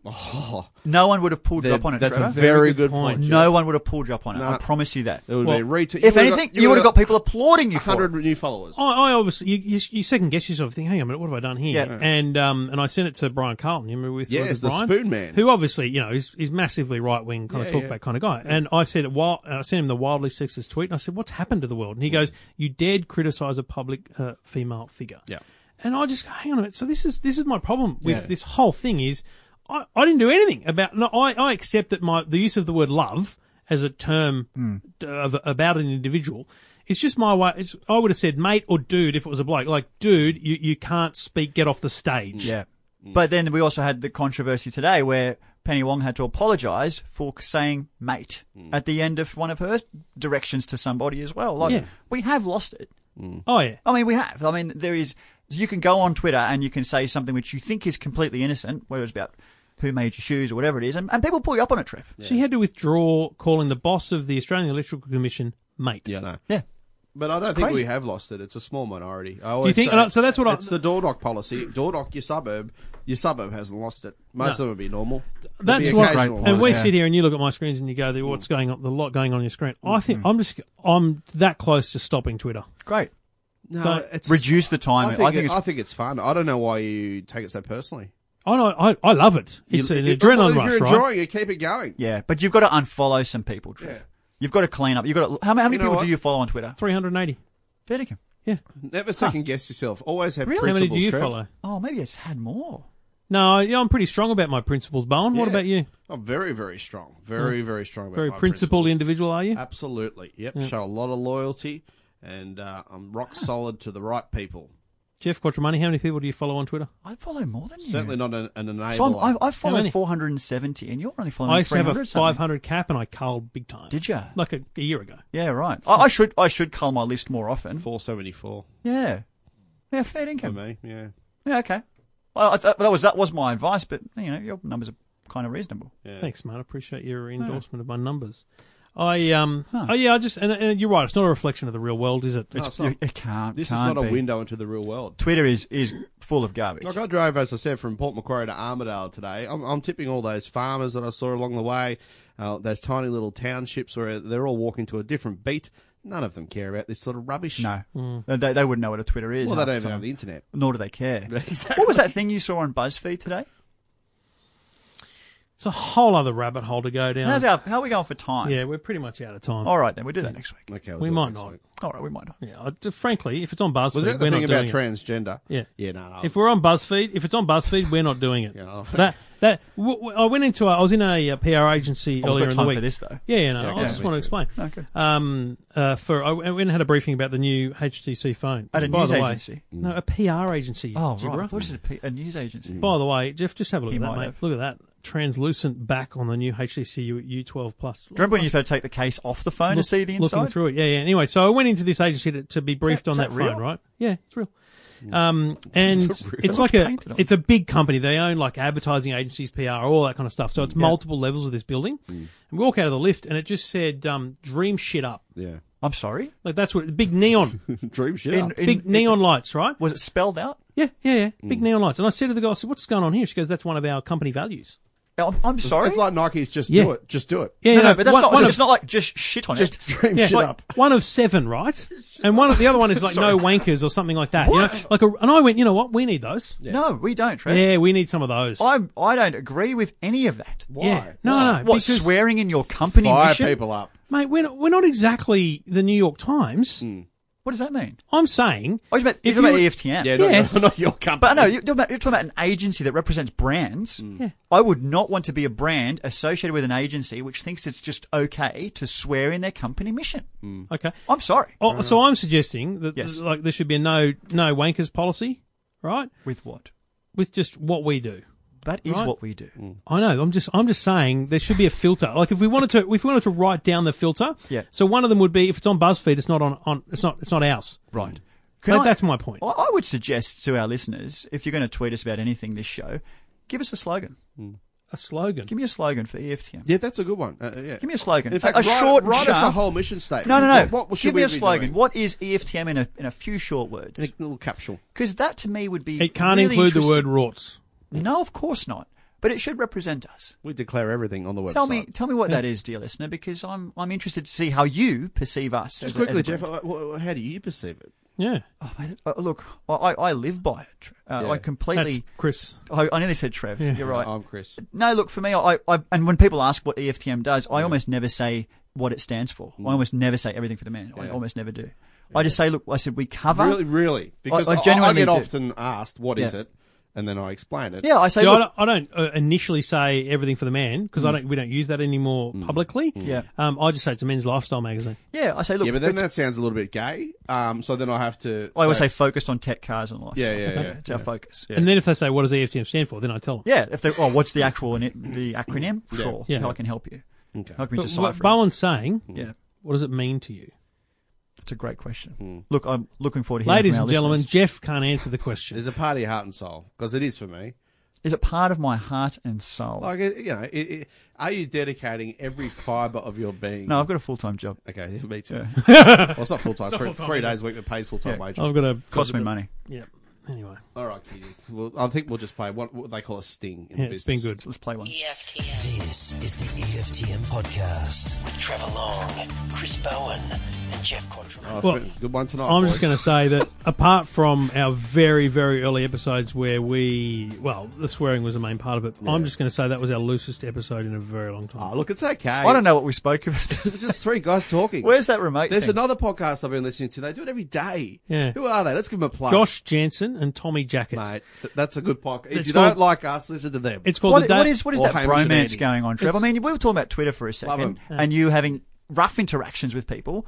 Speaker 7: no one would have pulled you
Speaker 2: There-
Speaker 7: up on it.
Speaker 2: Oh. that's a
Speaker 7: Trevor.
Speaker 2: very good point.
Speaker 7: No one would have pulled you up on it. I
Speaker 2: Nah.
Speaker 7: promise you that.
Speaker 2: It would
Speaker 6: Well,
Speaker 2: be retweet.
Speaker 7: if anything, you would have got people applauding you for it.
Speaker 2: 100 new followers.
Speaker 6: I, I obviously you, you, you second guess yourself. Think, hang on a minute, what have I done here?
Speaker 7: Yeah.
Speaker 6: And um, and I sent it to Brian Carlton. You remember with
Speaker 2: Yes,
Speaker 6: with
Speaker 2: the
Speaker 6: Brian,
Speaker 2: Spoon Man.
Speaker 6: who obviously you know is, is massively right wing kind of
Speaker 2: Yeah,
Speaker 6: talkback
Speaker 2: yeah.
Speaker 6: kind of guy. And I said, while I sent him the wildly sexist tweet, and I said, what's happened to the world? And he goes, you dared criticize a public uh, female figure.
Speaker 2: Yeah.
Speaker 6: And I just go, hang on a minute. So this is this is my problem with this whole thing is I, I didn't do anything about. No, I, I accept that my the use of the word love as a term
Speaker 2: Hmm.
Speaker 6: d- of, about an individual. It's just my way. It's, I would have said mate or dude if it was a bloke. Like dude, you, you can't speak. Get off the stage.
Speaker 7: Yeah.
Speaker 2: Mm.
Speaker 7: But then we also had the controversy today where Penny Wong had to apologise for saying mate
Speaker 2: Mm.
Speaker 7: at the end of one of her directions to somebody as well. Like,
Speaker 6: Yeah.
Speaker 7: we have lost it.
Speaker 6: Oh yeah.
Speaker 7: I mean, we have. I mean, there is. You can go on Twitter and you can say something which you think is completely innocent, whether it's about who made your shoes or whatever it is, and, and people pull you up on it, Trev.
Speaker 6: She had to withdraw, calling the boss of the Australian Electrical Commission mate.
Speaker 2: Yeah, no.
Speaker 7: Yeah.
Speaker 2: But I don't think
Speaker 7: crazy.
Speaker 2: we have lost it. It's a small minority. I
Speaker 6: Do you
Speaker 2: always say-
Speaker 6: think? and I- so that's what I.
Speaker 2: it's the door knock policy. Door knock your suburb. Your suburb hasn't lost it. Most of them would be normal. There'd
Speaker 6: That's
Speaker 2: be
Speaker 6: what.
Speaker 2: occasional Hmm.
Speaker 6: And
Speaker 2: ones.
Speaker 6: we
Speaker 7: yeah.
Speaker 6: sit here and you look at my screens and you go, "There, "What's going on? The lot going on your screen."
Speaker 2: Hmm.
Speaker 6: I think I'm just I'm that close to stopping Twitter.
Speaker 7: Great.
Speaker 2: no,
Speaker 6: don't
Speaker 2: it's,
Speaker 7: Reduce the
Speaker 2: I
Speaker 7: time.
Speaker 2: think, it-
Speaker 7: it's
Speaker 2: I think it's fun. I don't know why you take it so personally.
Speaker 6: I know, I, I love it. It's
Speaker 2: You-
Speaker 6: an
Speaker 2: if- well,
Speaker 6: adrenaline
Speaker 2: if
Speaker 6: rush,
Speaker 2: you're
Speaker 6: right?
Speaker 2: enjoying it, keep it going.
Speaker 7: yeah, but you've got to unfollow some people, Trev.
Speaker 2: Yeah.
Speaker 7: You've got to clean up. You've got to, how, many- how many
Speaker 2: You know
Speaker 7: people
Speaker 2: what?
Speaker 7: do you follow on Twitter?
Speaker 6: Three hundred and eighty.
Speaker 7: Verticum.
Speaker 6: Yeah.
Speaker 2: Never second guess yourself. Always have
Speaker 6: How
Speaker 2: principles.
Speaker 6: many do you
Speaker 2: Trev.
Speaker 6: follow?
Speaker 7: Oh, maybe it's had more.
Speaker 6: No, yeah, I'm pretty strong about my principles, Bowen. What
Speaker 2: Yeah.
Speaker 6: about you? Oh.
Speaker 2: I'm very, very strong. Very, very strong. About
Speaker 6: Very
Speaker 2: my
Speaker 6: principled
Speaker 2: principles. Uh,
Speaker 6: individual, are you?
Speaker 2: Absolutely. Yep. Show a lot of loyalty, and uh, I'm rock solid to the right people.
Speaker 6: Jeff Quattromani, how many people do you follow on Twitter?
Speaker 7: I follow more than you.
Speaker 2: Certainly not an, an enabler.
Speaker 7: So I'm, I, I
Speaker 6: How
Speaker 7: follow
Speaker 6: many?
Speaker 7: 470, and you're only following
Speaker 6: I used to have
Speaker 7: 300
Speaker 6: a
Speaker 7: something.
Speaker 6: 500 cap and I culled big time.
Speaker 7: Did ya?
Speaker 6: Like a, a year ago.
Speaker 7: Yeah, right. I, I should I should cull my list more often.
Speaker 2: 474
Speaker 7: Yeah, yeah, fair
Speaker 2: for
Speaker 7: income.
Speaker 2: me. Yeah.
Speaker 7: Yeah, okay. Well, I, th- that was that was my advice, but you know your numbers are kind of reasonable.
Speaker 2: yeah.
Speaker 6: Thanks, man. I appreciate your endorsement of my numbers. I um oh yeah I just and, and you're right it's not a reflection of the real world is it
Speaker 7: It's,
Speaker 2: it's not.
Speaker 7: you- it can't.
Speaker 2: This
Speaker 7: can't
Speaker 2: is not
Speaker 7: be.
Speaker 2: a window into the real world.
Speaker 7: Twitter is is full of garbage.
Speaker 2: Like I drove, as I said, from Port Macquarie to Armidale today. I'm, I'm tipping all those farmers that I saw along the way, uh, those tiny little townships where they're all walking to a different beat. None of them care about this sort of rubbish.
Speaker 7: No,
Speaker 6: Mm.
Speaker 7: they, they wouldn't know what a Twitter is.
Speaker 2: Well, they
Speaker 7: half
Speaker 2: don't even
Speaker 7: time.
Speaker 2: have the internet.
Speaker 7: Nor do they care.
Speaker 2: Exactly.
Speaker 7: What was that thing you saw on BuzzFeed today?
Speaker 6: it's a whole other rabbit hole to go down
Speaker 7: How's our, how are we going for time?
Speaker 6: yeah we're pretty much out of time
Speaker 7: All right, then we'll do that next week.
Speaker 2: Okay, we'll
Speaker 6: we
Speaker 2: do it
Speaker 6: might
Speaker 2: next
Speaker 6: not
Speaker 2: week.
Speaker 7: All right, we might. Not.
Speaker 6: yeah I- frankly if it's on BuzzFeed
Speaker 2: Was that
Speaker 6: we're
Speaker 2: the thing
Speaker 6: not
Speaker 2: about
Speaker 6: doing it.
Speaker 2: transgender?
Speaker 6: Yeah.
Speaker 2: Yeah, no. no.
Speaker 6: If we're on BuzzFeed, if it's on BuzzFeed, we're not doing it.
Speaker 2: Yeah.
Speaker 6: That that w- w- I went into. A, I was in a, uh PR agency
Speaker 7: Oh,
Speaker 6: earlier
Speaker 7: we've got
Speaker 6: in the
Speaker 7: time
Speaker 6: week.
Speaker 7: for this though.
Speaker 6: Yeah, yeah, no,
Speaker 2: Yeah,
Speaker 6: I
Speaker 2: okay.
Speaker 6: just want to explain.
Speaker 7: Okay.
Speaker 6: Um, uh, for I went and had a briefing about the new HTC phone.
Speaker 7: At a
Speaker 6: By
Speaker 7: news
Speaker 6: the way-
Speaker 7: agency?
Speaker 6: No, a PR agency.
Speaker 7: Oh, right. I
Speaker 6: Zebra.
Speaker 7: thought it was a, a news agency.
Speaker 6: By the way, Jeff, just have a look
Speaker 7: He
Speaker 6: at that,
Speaker 7: might
Speaker 6: mate.
Speaker 7: have.
Speaker 6: Look at that translucent back on the new HTC U- U12 Plus.
Speaker 7: Do you remember when you used to take the case off the phone to
Speaker 6: Look-
Speaker 7: see the inside?
Speaker 6: Looking through it, yeah, yeah. Anyway, so I went into this agency to, to be briefed
Speaker 7: that-
Speaker 6: on
Speaker 7: is
Speaker 6: that,
Speaker 7: that
Speaker 6: phone,
Speaker 7: real? Hmm.
Speaker 6: right? Yeah, it's real. Um, and it's,
Speaker 2: real.
Speaker 6: like a
Speaker 7: painted on
Speaker 6: it's a big company. They own like advertising agencies, PR, all that kind of stuff. So it's multiple levels of this building.
Speaker 7: Hmm.
Speaker 6: And we walk out of the lift, and it just said um, "Dream shit up."
Speaker 2: yeah.
Speaker 7: I'm sorry.
Speaker 6: Like that's what big neon,
Speaker 2: Dream shit.
Speaker 7: In-
Speaker 2: up.
Speaker 7: in-
Speaker 6: big neon lights, right?
Speaker 7: Was it Hmm. spelled out?
Speaker 6: Yeah, yeah, yeah. Big neon lights. And I said to the guy, I said, "What's going on here?" She goes, "That's one of our company values."
Speaker 7: I'm, Oh, I'm sorry.
Speaker 2: It's like Nike's just
Speaker 6: Yeah.
Speaker 2: do it, just do it.
Speaker 6: Yeah,
Speaker 7: no,
Speaker 6: yeah,
Speaker 7: no, but that's
Speaker 6: one-
Speaker 7: not.
Speaker 6: one
Speaker 7: It's
Speaker 6: of-
Speaker 7: not like just shit on
Speaker 2: Just
Speaker 7: it.
Speaker 2: dream shit
Speaker 6: like,
Speaker 2: up.
Speaker 6: One of seven, right? And one of the other one is like no wankers or something like that. you know?
Speaker 7: What?
Speaker 6: Like, a, and I went, you know what? We need those.
Speaker 7: No, we don't. Trev.
Speaker 6: Yeah, we need some of those.
Speaker 7: I I don't agree with any of that.
Speaker 2: Why?
Speaker 6: Yeah. No, no,
Speaker 7: What
Speaker 6: because,
Speaker 7: swearing in your company?
Speaker 2: Fire
Speaker 7: mission?
Speaker 2: people up.
Speaker 6: mate, we're not, we're not exactly the New York Times.
Speaker 7: Hmm. What does that mean?
Speaker 6: I'm saying,
Speaker 7: Oh, you're talking
Speaker 6: If
Speaker 7: about
Speaker 6: you-
Speaker 7: EFTM.
Speaker 2: Yeah, no,
Speaker 6: Yes.
Speaker 2: no, not your company.
Speaker 7: But no, you're talking, about, you're talking about an agency that represents brands. I would not want to be a brand associated with an agency which thinks it's just okay to swear in their company mission.
Speaker 6: okay.
Speaker 7: I'm sorry.
Speaker 6: Oh, so I'm suggesting that
Speaker 7: Yes.
Speaker 6: like there should be a no no wankers policy, right?
Speaker 7: With what?
Speaker 6: With just what we do.
Speaker 7: That is
Speaker 6: Right.
Speaker 7: what we do.
Speaker 2: Mm-hmm.
Speaker 6: I know. I'm just I'm just saying there should be a filter. Like if we wanted to if we wanted to write down the filter.
Speaker 7: Yeah.
Speaker 6: So one of them would be if it's on BuzzFeed, it's not on, on it's not it's not ours.
Speaker 7: Right.
Speaker 6: That- that's my point.
Speaker 7: I, Oh, I would suggest to our listeners, if you're going to tweet us about anything this show, give us a slogan.
Speaker 6: A slogan.
Speaker 7: Give me a slogan for E EFTM.
Speaker 2: yeah, that's a good one. Uh, yeah.
Speaker 7: Give me a slogan.
Speaker 2: In fact,
Speaker 7: a, a
Speaker 2: write,
Speaker 7: short, and
Speaker 2: write us a
Speaker 7: sharp-
Speaker 2: whole mission statement.
Speaker 7: No, no, no.
Speaker 2: What, what should
Speaker 7: give me
Speaker 2: we
Speaker 7: a
Speaker 2: be
Speaker 7: slogan.
Speaker 2: doing?
Speaker 7: What is E EFTM in a in a few short words?
Speaker 2: A little capsule.
Speaker 7: Because that to me would be
Speaker 6: It can't
Speaker 7: really
Speaker 6: include the
Speaker 7: interesting.
Speaker 6: word rorts.
Speaker 7: No, of course not. But it should represent us.
Speaker 2: We declare everything on the website.
Speaker 7: Tell me, tell me what that is, dear listener, because I'm I'm interested to see how you perceive us.
Speaker 2: Just
Speaker 7: as a- as
Speaker 2: quickly,
Speaker 7: a
Speaker 2: Jeff,
Speaker 7: brand.
Speaker 2: uh, wh- wh- how do you perceive it?
Speaker 6: Yeah.
Speaker 7: Oh, mate, uh, look, I, I I live by it.
Speaker 2: Yeah.
Speaker 7: Uh, I
Speaker 6: That's
Speaker 7: completely.
Speaker 6: Chris.
Speaker 7: I, I nearly said Trev. You're right.
Speaker 2: I'm Chris.
Speaker 7: No, look for me. I, I and when people ask what E EFTM does, I almost never say what it stands for. I almost never say everything for the man. I almost never do. I just say, look, I said we cover.
Speaker 2: Really, really. Because
Speaker 7: I
Speaker 2: I, I
Speaker 7: genuinely
Speaker 2: get
Speaker 7: do.
Speaker 2: often asked, "What is
Speaker 7: Yeah.
Speaker 2: it? And then I explain it.
Speaker 7: Yeah, I say.
Speaker 6: See, I
Speaker 7: look, Mm.
Speaker 6: don't, I don't uh, initially say everything for the man because I don't. We don't use that anymore publicly.
Speaker 7: Yeah.
Speaker 6: Um, I just say it's a men's lifestyle magazine.
Speaker 7: yeah, I say. Look,
Speaker 2: Yeah, but then
Speaker 7: it's-
Speaker 2: that sounds a little bit gay. Um, so then I have to.
Speaker 7: I always say focused on tech, cars, and life.
Speaker 2: Yeah, yeah, yeah.
Speaker 7: It's our focus.
Speaker 6: And then if they say what does E EFTM stand for, then I tell them.
Speaker 7: Yeah, if they oh, what's the actual the acronym? Sure,
Speaker 6: Yeah.
Speaker 7: I can help you.
Speaker 2: Okay.
Speaker 7: Help me
Speaker 6: But what
Speaker 7: decipher. it.
Speaker 6: Bowen's saying,
Speaker 7: yeah,
Speaker 6: what does it mean to you,
Speaker 7: that's a great question. Look, I'm looking forward to hearing
Speaker 6: ladies
Speaker 7: from our
Speaker 6: and gentlemen?
Speaker 7: listeners.
Speaker 6: Jeff can't answer the question.
Speaker 2: There's a part of your heart and soul because it is for me.
Speaker 7: Is it part of my heart and soul?
Speaker 2: Like it- you know, it, it, are you dedicating every fibre of your being?
Speaker 7: no, I've got a full time job.
Speaker 2: Okay, yeah, me too. well, it's not full time. Three, three days a week that pays full time
Speaker 7: Yeah.
Speaker 2: wages.
Speaker 6: I've got a
Speaker 7: Cost me money.
Speaker 6: Yeah. Anyway,
Speaker 2: All right, Kitty. Well, I think we'll just play what, what they call a sting in
Speaker 6: yeah,
Speaker 2: the
Speaker 6: it's
Speaker 2: business.
Speaker 6: been good.
Speaker 7: Let's play one.
Speaker 4: EFTM.
Speaker 5: This is the E EFTM podcast with Trevor Long, Chris Bowen, and Jeff Quattro.
Speaker 2: Oh, it's
Speaker 6: Well,
Speaker 2: been a good one tonight.
Speaker 6: I'm just
Speaker 2: boys.
Speaker 6: going to say that apart from our very, very early episodes where we, well, the swearing was the main part of it, I'm just going to say that was our loosest episode in a very long time.
Speaker 2: Oh, look, it's okay.
Speaker 7: I don't know what we spoke about.
Speaker 2: It's just three guys talking.
Speaker 7: Where's that remote?
Speaker 2: There's
Speaker 7: thing?
Speaker 2: another podcast I've been listening to. They do it every day.
Speaker 6: Yeah.
Speaker 2: Who are they? Let's give them a plug.
Speaker 6: Josh Jansen and Tommy Jacket.
Speaker 2: Mate, th- that's a good podcast. If
Speaker 6: It's
Speaker 2: you
Speaker 6: called-
Speaker 2: don't like us, listen to them.
Speaker 6: It's called
Speaker 7: What,
Speaker 6: the da-
Speaker 7: what is what is
Speaker 2: or
Speaker 7: that
Speaker 2: Hamish and Andy.
Speaker 7: bromance going on, Trev? I
Speaker 2: It's-
Speaker 7: mean, we were talking about Twitter for a second,
Speaker 2: 'em.
Speaker 7: and you having rough interactions with people.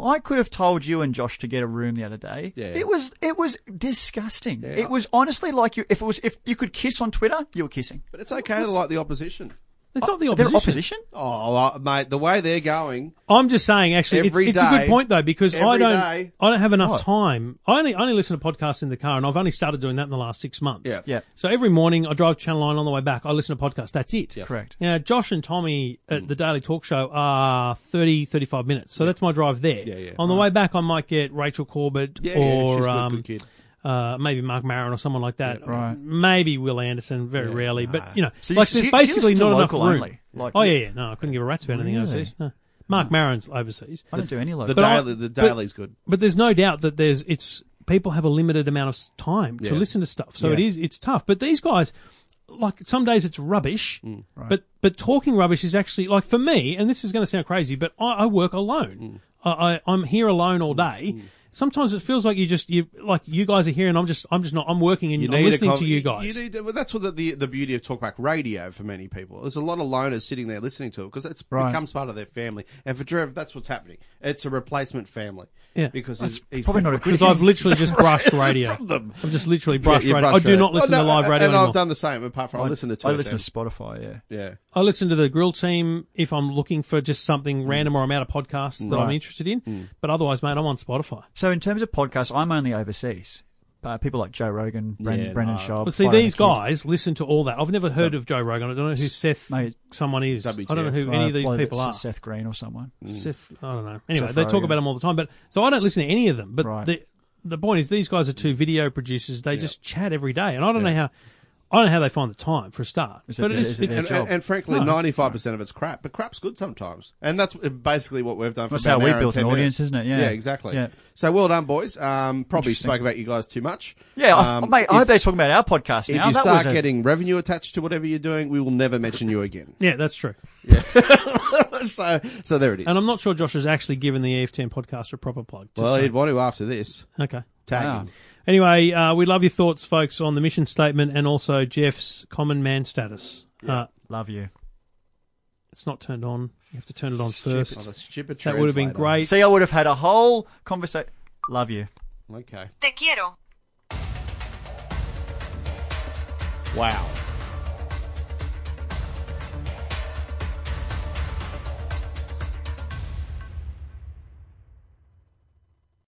Speaker 7: I could have told you and Josh to get a room the other day.
Speaker 2: Yeah.
Speaker 7: It was it was disgusting. It was honestly like you if it was if you could kiss on Twitter, you were kissing.
Speaker 2: but it's okay to like the opposition.
Speaker 6: It's not the
Speaker 7: They're
Speaker 6: opposition.
Speaker 7: opposition.
Speaker 2: Oh, uh, mate, the way they're going.
Speaker 6: I'm just saying, actually, it's,
Speaker 2: Every
Speaker 6: it's a good
Speaker 2: day.
Speaker 6: point though because I
Speaker 2: Every
Speaker 6: don't,
Speaker 2: day.
Speaker 6: I don't have enough
Speaker 7: What?
Speaker 6: time. I only, I only listen to podcasts in the car, and I've only started doing that in the last six months.
Speaker 2: Yeah.
Speaker 7: Yeah.
Speaker 6: So every morning I drive Channel Nine on the way back. I listen to podcasts. That's it.
Speaker 7: Correct.
Speaker 6: Now, Josh and Tommy at the Daily Talk Show are 30, 35 minutes. So that's my drive there.
Speaker 2: Yeah, yeah.
Speaker 6: On the way back, I might get Rachel Corbett
Speaker 2: Yeah, yeah, she's
Speaker 6: or
Speaker 2: a good,
Speaker 6: um,
Speaker 2: good kid.
Speaker 6: Uh, maybe Mark Maron or someone like that.
Speaker 7: right.
Speaker 6: Maybe Will Anderson, very rarely. But, you know,
Speaker 7: So you-
Speaker 6: like,
Speaker 7: so
Speaker 6: there's
Speaker 7: you- so you
Speaker 6: basically
Speaker 7: listen to
Speaker 6: not enough
Speaker 7: local
Speaker 6: room.
Speaker 7: only, like-
Speaker 6: oh, yeah, yeah. No, I couldn't give a rat's about anything
Speaker 7: Really?
Speaker 6: overseas. No. Mark Maron's overseas.
Speaker 7: I don't do any
Speaker 2: The
Speaker 7: local.
Speaker 6: I-
Speaker 2: daily, the
Speaker 6: but-
Speaker 2: daily's good.
Speaker 6: But there's no doubt that there's it's people have a limited amount of s- time to
Speaker 2: Yeah.
Speaker 6: listen to stuff, so
Speaker 7: Yeah.
Speaker 6: it is it's tough. But these guys, like some days it's rubbish,
Speaker 2: Mm.
Speaker 6: but but talking rubbish is actually like for me, and this is going to sound crazy, but I, I work
Speaker 2: Mm.
Speaker 6: alone. I, I I'm here alone all day. Sometimes it feels like you just you like you guys are here and I'm just I'm just not I'm working and I'm
Speaker 2: need a
Speaker 6: listening
Speaker 2: con-
Speaker 6: to you guys.
Speaker 2: need to- well, that's what the, the the beauty of talkback radio for many people. There's a lot of loners sitting there listening to it because it
Speaker 7: Right.
Speaker 2: becomes part of their family. And for Trev, that's what's happening. It's a replacement family.
Speaker 6: Yeah.
Speaker 2: because he's, he's
Speaker 7: Probably not a good.
Speaker 6: because I've literally just brushed radio.
Speaker 2: them.
Speaker 6: I've just literally brushed
Speaker 2: Yeah, you
Speaker 6: radio.
Speaker 2: brush
Speaker 6: I do
Speaker 2: radio.
Speaker 6: not listen
Speaker 2: Oh, no,
Speaker 6: to live radio
Speaker 2: And
Speaker 6: anymore.
Speaker 2: I've done the same. Apart from I, listen to two.
Speaker 7: I listen to Spotify. Yeah.
Speaker 2: Yeah.
Speaker 6: I listen to the grill team if I'm looking for just something random or I'm out of podcasts that I'm
Speaker 7: Mm. Right. Mm.
Speaker 6: interested in. But otherwise, mate, I'm on Spotify.
Speaker 7: So in terms of podcasts, I'm only overseas. Uh, people like Joe Rogan, Bren,
Speaker 2: Yeah,
Speaker 7: Brendan
Speaker 2: no.
Speaker 7: Schaub.
Speaker 6: But see,
Speaker 7: Friday the
Speaker 6: these
Speaker 7: Kid.
Speaker 6: guys listen to all that. I've never heard of Joe Rogan. I don't know who Seth
Speaker 7: Mate.
Speaker 6: someone is. I don't know who
Speaker 7: Uh,
Speaker 6: any of these
Speaker 7: well,
Speaker 6: people
Speaker 7: it's
Speaker 6: are. Mm.
Speaker 7: Seth Green or someone.
Speaker 6: Seth, I don't know. Anyway,
Speaker 7: Seth
Speaker 6: they talk
Speaker 7: Rogen.
Speaker 6: about them all the time. But so I don't listen to any of them. But
Speaker 7: Right. Mm.
Speaker 6: the the point is, these guys are two video producers. They just chat every day, and I don't know how. I don't know how they find the time for a start.
Speaker 7: Is it-
Speaker 6: but
Speaker 7: is it their
Speaker 2: And,
Speaker 7: job?
Speaker 2: and, and frankly,
Speaker 6: No.
Speaker 2: ninety-five percent of it's crap, but crap's good sometimes, and that's basically what we've done. For
Speaker 7: That's
Speaker 2: about
Speaker 7: how we
Speaker 2: hour and
Speaker 7: built
Speaker 2: 10
Speaker 7: an audience,
Speaker 2: minutes.
Speaker 7: isn't it? Yeah.
Speaker 2: exactly.
Speaker 7: Yeah.
Speaker 2: So well done, boys. Um, probably
Speaker 7: Interesting.
Speaker 2: spoke about you guys too much.
Speaker 7: Yeah, I,
Speaker 2: Um,
Speaker 7: mate,
Speaker 2: if-
Speaker 7: I hope they're talking about our podcast
Speaker 2: If
Speaker 7: now.
Speaker 2: you
Speaker 7: that
Speaker 2: start
Speaker 7: was a,
Speaker 2: getting revenue attached to whatever you're doing, we will never mention you again.
Speaker 6: yeah, that's true.
Speaker 2: so, so there it is.
Speaker 6: And I'm not sure Josh has actually given the E EF10 podcast a proper plug. Just
Speaker 2: well,
Speaker 6: saying.
Speaker 2: he'd want to after this.
Speaker 6: okay.
Speaker 2: Tag
Speaker 7: Wow.
Speaker 2: him.
Speaker 6: Anyway, uh, we love your thoughts, folks, on the mission statement and also Jeff's common man status. Uh,
Speaker 7: love you.
Speaker 6: it's not turned on. You have to turn it on
Speaker 2: Stupid-
Speaker 6: first.
Speaker 2: oh, the stupid
Speaker 6: That would have been
Speaker 2: translator.
Speaker 6: great.
Speaker 7: See, I would have had a whole conversation. Love you.
Speaker 2: Okay.
Speaker 3: Te quiero.
Speaker 2: Wow.